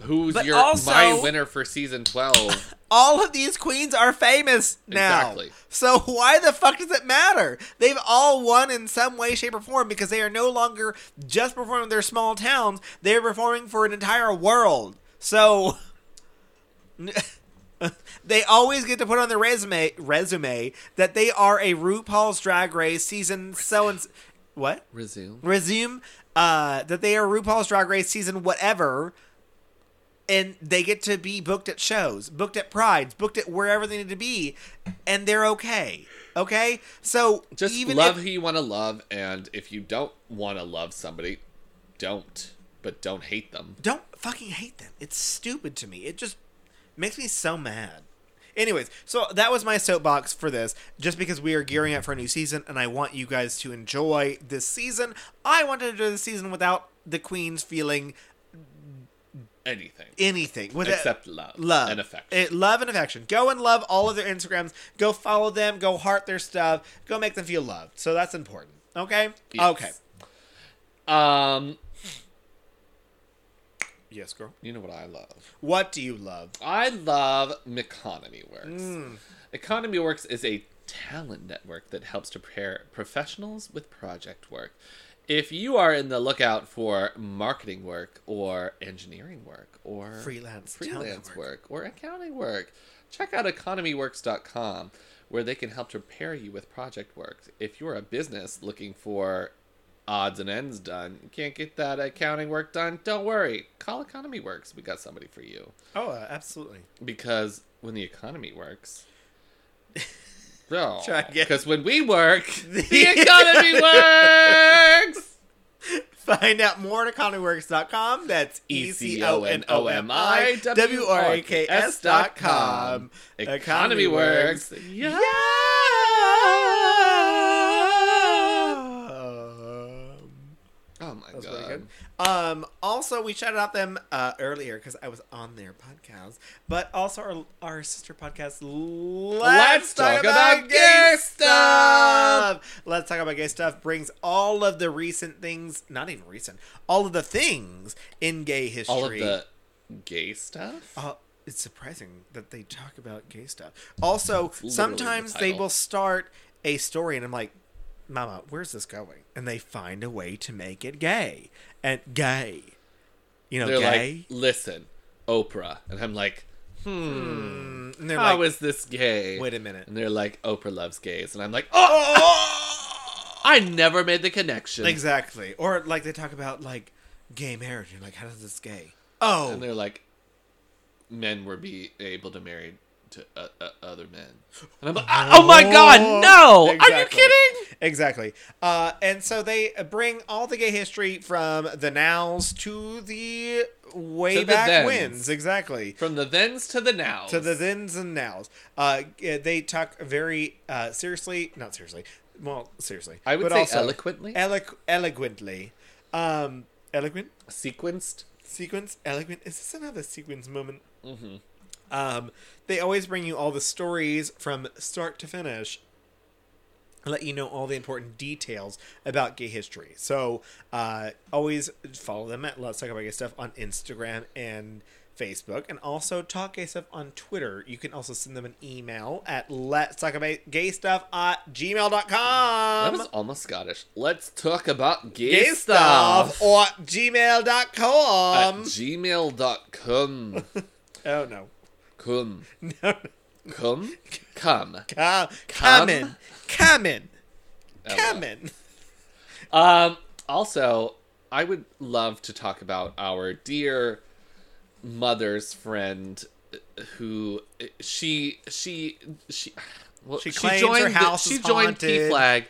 Speaker 2: Who's
Speaker 1: But
Speaker 2: your
Speaker 1: also-
Speaker 2: my winner for season twelve *laughs*
Speaker 1: All of these queens are famous now.
Speaker 2: Exactly.
Speaker 1: So why the fuck does it matter? They've all won in some way, shape, or form because they are no longer just performing in their small towns. They're performing for an entire world. So *laughs* they always get to put on their resume resume that they are a RuPaul's Drag Race season so and what
Speaker 2: Resume.
Speaker 1: resume uh, that they are RuPaul's Drag Race season whatever, and they get to be booked at shows, booked at prides, booked at wherever they need to be, and they're okay. Okay, so
Speaker 2: Just
Speaker 1: even
Speaker 2: love
Speaker 1: if,
Speaker 2: who you want to love, and if you don't want to love somebody, don't. But don't hate them.
Speaker 1: don't fucking hate them. It's stupid to me. It just makes me so mad. Anyways, so that was my soapbox for this. Just because we are gearing up for a new season, and I want you guys to enjoy this season. I wanted to do this season without the queens feeling
Speaker 2: Anything.
Speaker 1: anything with
Speaker 2: Except love
Speaker 1: love
Speaker 2: and affection.
Speaker 1: It- love and affection. Go and love all of their Instagrams. Go follow them. Go heart their stuff. Go make them feel loved. So that's important. Okay.
Speaker 2: Yes.
Speaker 1: Okay.
Speaker 2: Um,
Speaker 1: Yes, girl.
Speaker 2: you know what I love?
Speaker 1: What do you love?
Speaker 2: I love Meconomy Works.
Speaker 1: Mm.
Speaker 2: Economy Works is a talent network that helps to pair professionals with project work. If you are in the lookout for marketing work or engineering work or
Speaker 1: Freelance talent
Speaker 2: freelance
Speaker 1: work.
Speaker 2: work or accounting work, check out economyworks.com where they can help to pair you with project work. If you're a business looking for odds and ends done, you can't get that accounting work done, don't worry. Call Economy Works. We got somebody for you
Speaker 1: Oh, uh, absolutely.
Speaker 2: because when the economy works,
Speaker 1: *laughs*
Speaker 2: no,
Speaker 1: Try again.
Speaker 2: because when we
Speaker 1: *laughs*
Speaker 2: work, the economy works.
Speaker 1: Find out more at economyworks.com. That's E C O N O M I W R A K S dot com.
Speaker 2: Economy works.
Speaker 1: Yeah.
Speaker 2: Yeah. Oh my
Speaker 1: That's
Speaker 2: god.
Speaker 1: pretty good. Um, also, we shouted out them uh, earlier because I was on their podcast, but also our, our sister podcast. Let's, talk, about, gay stuff. Let's talk about gay stuff. Brings all of the recent things, not even recent, all of the things in gay history.
Speaker 2: All of the gay stuff.
Speaker 1: Uh, it's surprising that they talk about gay stuff. Also,
Speaker 2: literally the
Speaker 1: sometimes they
Speaker 2: title.
Speaker 1: will start a story, and I'm like, "Mama, where's this going?" And they find a way to make it gay and gay. You know,
Speaker 2: They're
Speaker 1: gay.
Speaker 2: like, listen, Oprah, and I'm like,
Speaker 1: and they're
Speaker 2: how
Speaker 1: like,
Speaker 2: is this gay?
Speaker 1: "Wait a minute."
Speaker 2: And they're like, Oprah loves gays, and I'm like, oh, I never made the connection.
Speaker 1: exactly. Or like they talk about like gay marriage, and like, how does this gay?
Speaker 2: and
Speaker 1: Oh,
Speaker 2: they're like, men were be able to marry to uh, uh, other men. And I'm like, oh, my god, no! Are you
Speaker 1: Exactly.
Speaker 2: kidding?
Speaker 1: Exactly. Uh, and so they bring all the gay history from the nows to the way
Speaker 2: To the
Speaker 1: back
Speaker 2: thens.
Speaker 1: wins. Exactly.
Speaker 2: From the thens to the nows.
Speaker 1: to the thens and nows. Uh, yeah, they talk very uh, seriously, not seriously. Well, seriously,
Speaker 2: I would
Speaker 1: but
Speaker 2: say
Speaker 1: also
Speaker 2: eloquently.
Speaker 1: eloqu- eloquently, um, eloquent
Speaker 2: sequenced.
Speaker 1: sequence, eloquent. Is this another sequence moment? Mm-hmm. Um, they always bring you all the stories from start to finish. and Let you know all the important details about gay history. So uh, always follow them at Let's Talk About Gay Stuff on Instagram and Facebook, and also Talk Gay Stuff on Twitter. You can also send them an email at Let's Talk About Gay Stuff at
Speaker 2: That
Speaker 1: gmail.com.
Speaker 2: was almost Scottish. Let's talk about gay,
Speaker 1: Um, Gay
Speaker 2: stuff.
Speaker 1: Stuff Um, or
Speaker 2: At
Speaker 1: gmail.com.
Speaker 2: gmail.com.
Speaker 1: oh, no.
Speaker 2: Cum.
Speaker 1: No, *laughs* no.
Speaker 2: Cum? Come.
Speaker 1: Uh,
Speaker 2: Come?
Speaker 1: coming, coming, coming.
Speaker 2: Um, also, I would love to talk about our dear mother's friend who she she she well,
Speaker 1: She claims her house
Speaker 2: she
Speaker 1: is
Speaker 2: joined
Speaker 1: haunted.
Speaker 2: P flag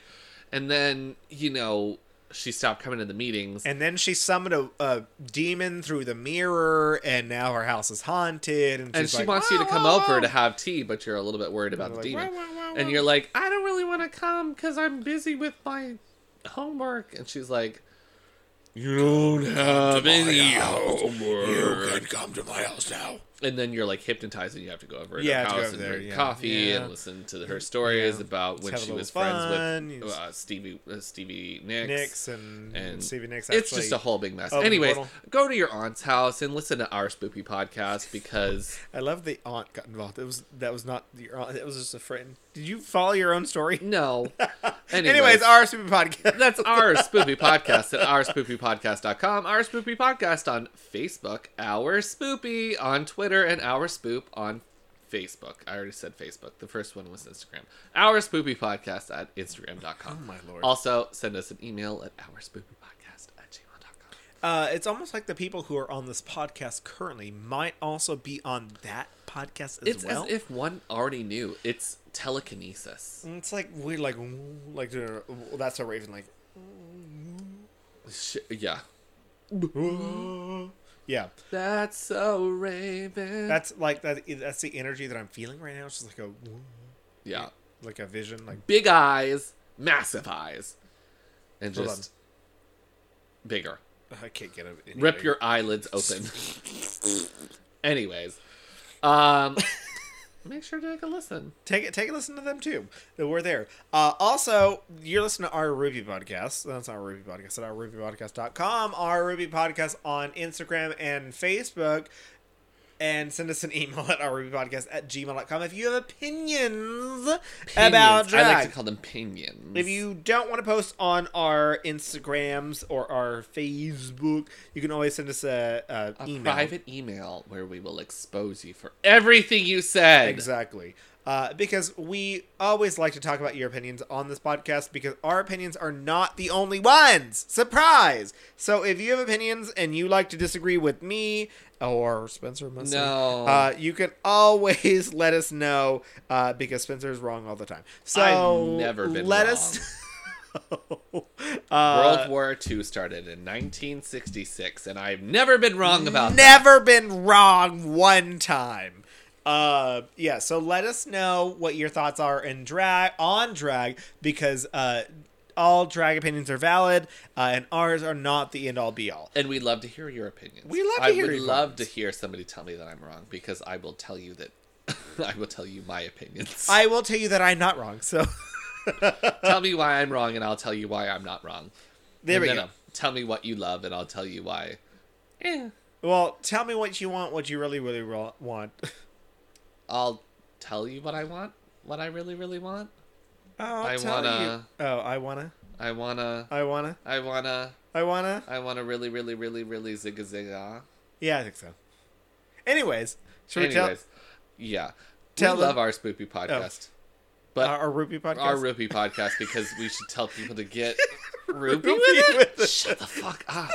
Speaker 2: and then you know she stopped coming to the meetings
Speaker 1: And then she summoned a, a demon through the mirror, and now her house is haunted. And,
Speaker 2: and
Speaker 1: she's
Speaker 2: she
Speaker 1: like,
Speaker 2: wants you to
Speaker 1: "Wah,
Speaker 2: come
Speaker 1: wah,
Speaker 2: over
Speaker 1: wah."
Speaker 2: to have tea but you're a little bit worried about the
Speaker 1: Like,
Speaker 2: demon
Speaker 1: "Wah, wah, wah,
Speaker 2: and
Speaker 1: wah."
Speaker 2: you're like I don't really want to come cuz I'm busy with my homework and she's like You don't have any homework.
Speaker 1: come to my house now.
Speaker 2: and then you're like hypnotized and you have to go over to her
Speaker 1: Yeah, to go
Speaker 2: house
Speaker 1: over
Speaker 2: and
Speaker 1: there,
Speaker 2: drink
Speaker 1: yeah.
Speaker 2: coffee
Speaker 1: Yeah.
Speaker 2: and listen to her stories
Speaker 1: Yeah.
Speaker 2: about
Speaker 1: Just
Speaker 2: when
Speaker 1: have a
Speaker 2: she was
Speaker 1: little
Speaker 2: friends
Speaker 1: fun,
Speaker 2: with
Speaker 1: you just-
Speaker 2: uh, Stevie uh, Stevie Nicks.
Speaker 1: Nick's and,
Speaker 2: And
Speaker 1: Stevie Nick's.
Speaker 2: It's
Speaker 1: actually-
Speaker 2: just a whole big mess.
Speaker 1: opened the
Speaker 2: Anyways,
Speaker 1: portal.
Speaker 2: go to your aunt's house and listen to our spoopy podcast because
Speaker 1: I love the aunt got involved. It was that was not your aunt. It was just a friend. Did you follow your own story? *laughs*
Speaker 2: no.
Speaker 1: Anyways, our super podcast.
Speaker 2: That's our spoopy podcast at ourspoopypodcast.com, our spoopy podcast on Facebook, our spoopy on Twitter, and our spoop on Facebook. I already said Facebook. The first one was Instagram. Our spoopy podcast at Instagram.com.
Speaker 1: Oh, my lord.
Speaker 2: Also, send us an email at ourspoopypodcast at gmail.com.
Speaker 1: Uh, it's almost like the people who are on this podcast currently might also be on that podcast as
Speaker 2: It's
Speaker 1: well.
Speaker 2: as if one already knew. It's telekinesis.
Speaker 1: Mm, it's like we're like "Ooh," like uh, that's a raven like
Speaker 2: Sh- yeah.
Speaker 1: Mm-hmm. yeah.
Speaker 2: That's so Raven.
Speaker 1: That's like that. That's the energy that I'm feeling right now. It's just like a "Ooh,"
Speaker 2: yeah.
Speaker 1: like a vision like
Speaker 2: big eyes, massive eyes, and
Speaker 1: Hold
Speaker 2: just bigger.
Speaker 1: I can't get it. any
Speaker 2: Rip
Speaker 1: bigger.
Speaker 2: your eyelids open.
Speaker 1: *laughs*
Speaker 2: Anyways, um, make sure to take a listen.
Speaker 1: take it take a listen to them too we're there uh, also you're listening to our ruby podcast that's our ruby podcast at our rubypodcast.com our ruby podcast on instagram and facebook and send us an email *laughs* at our podcast at gmail.com if you have opinions, about
Speaker 2: Pinions.
Speaker 1: drag
Speaker 2: I like to call them pinions.
Speaker 1: if you don't want to post on our instagrams or our facebook you can always send us a, a,
Speaker 2: a
Speaker 1: email
Speaker 2: private email where we will expose you for everything you said.
Speaker 1: Exactly. Uh, because we always like to talk about your opinions on this podcast because our opinions are not the only ones. Surprise! So if you have opinions and you like to disagree with me or Spencer, mostly,
Speaker 2: No.
Speaker 1: uh, you can always *laughs* let us know uh, because Spencer is wrong all the time. So
Speaker 2: I've never been
Speaker 1: let
Speaker 2: wrong.
Speaker 1: us. *laughs* know. uh,
Speaker 2: World War II started in 1966, and I've never been wrong about that.
Speaker 1: never been wrong one time. Uh, yeah. So let us know what your thoughts are in drag on drag because uh, all drag opinions are valid uh, and ours are not the end all be all.
Speaker 2: And we'd love to hear your opinions.
Speaker 1: We love to
Speaker 2: I
Speaker 1: hear
Speaker 2: would
Speaker 1: your
Speaker 2: love
Speaker 1: opinions.
Speaker 2: to hear somebody tell me that I'm wrong because I will tell you that *laughs* I will tell you my opinions.
Speaker 1: I will tell you that I'm not wrong. So
Speaker 2: *laughs*
Speaker 1: *laughs*
Speaker 2: tell me why I'm wrong and I'll tell you why I'm not wrong.
Speaker 1: there
Speaker 2: And
Speaker 1: we
Speaker 2: then,
Speaker 1: go.
Speaker 2: um, Tell me what you love and I'll tell you why. Eh,
Speaker 1: Well, tell me what you want. What you really, really wa- want. *laughs*
Speaker 2: I'll tell you what I want. What I really, really want.
Speaker 1: Oh, I'll
Speaker 2: I
Speaker 1: tell
Speaker 2: wanna-
Speaker 1: You. Oh, I wanna.
Speaker 2: I wanna.
Speaker 1: I wanna.
Speaker 2: I wanna.
Speaker 1: I wanna.
Speaker 2: I wanna really, really, really, really zigga zigga.
Speaker 1: Yeah, I think so. Anyways, should we tell
Speaker 2: Anyways, yeah.
Speaker 1: tell
Speaker 2: we love
Speaker 1: them- Oh.
Speaker 2: our spoopy podcast. But
Speaker 1: our, our Ruby podcast?
Speaker 2: our
Speaker 1: *laughs*
Speaker 2: Rupee podcast because we should tell people to get Rupee
Speaker 1: Rupee
Speaker 2: with it.
Speaker 1: with it.
Speaker 2: Shut the fuck up.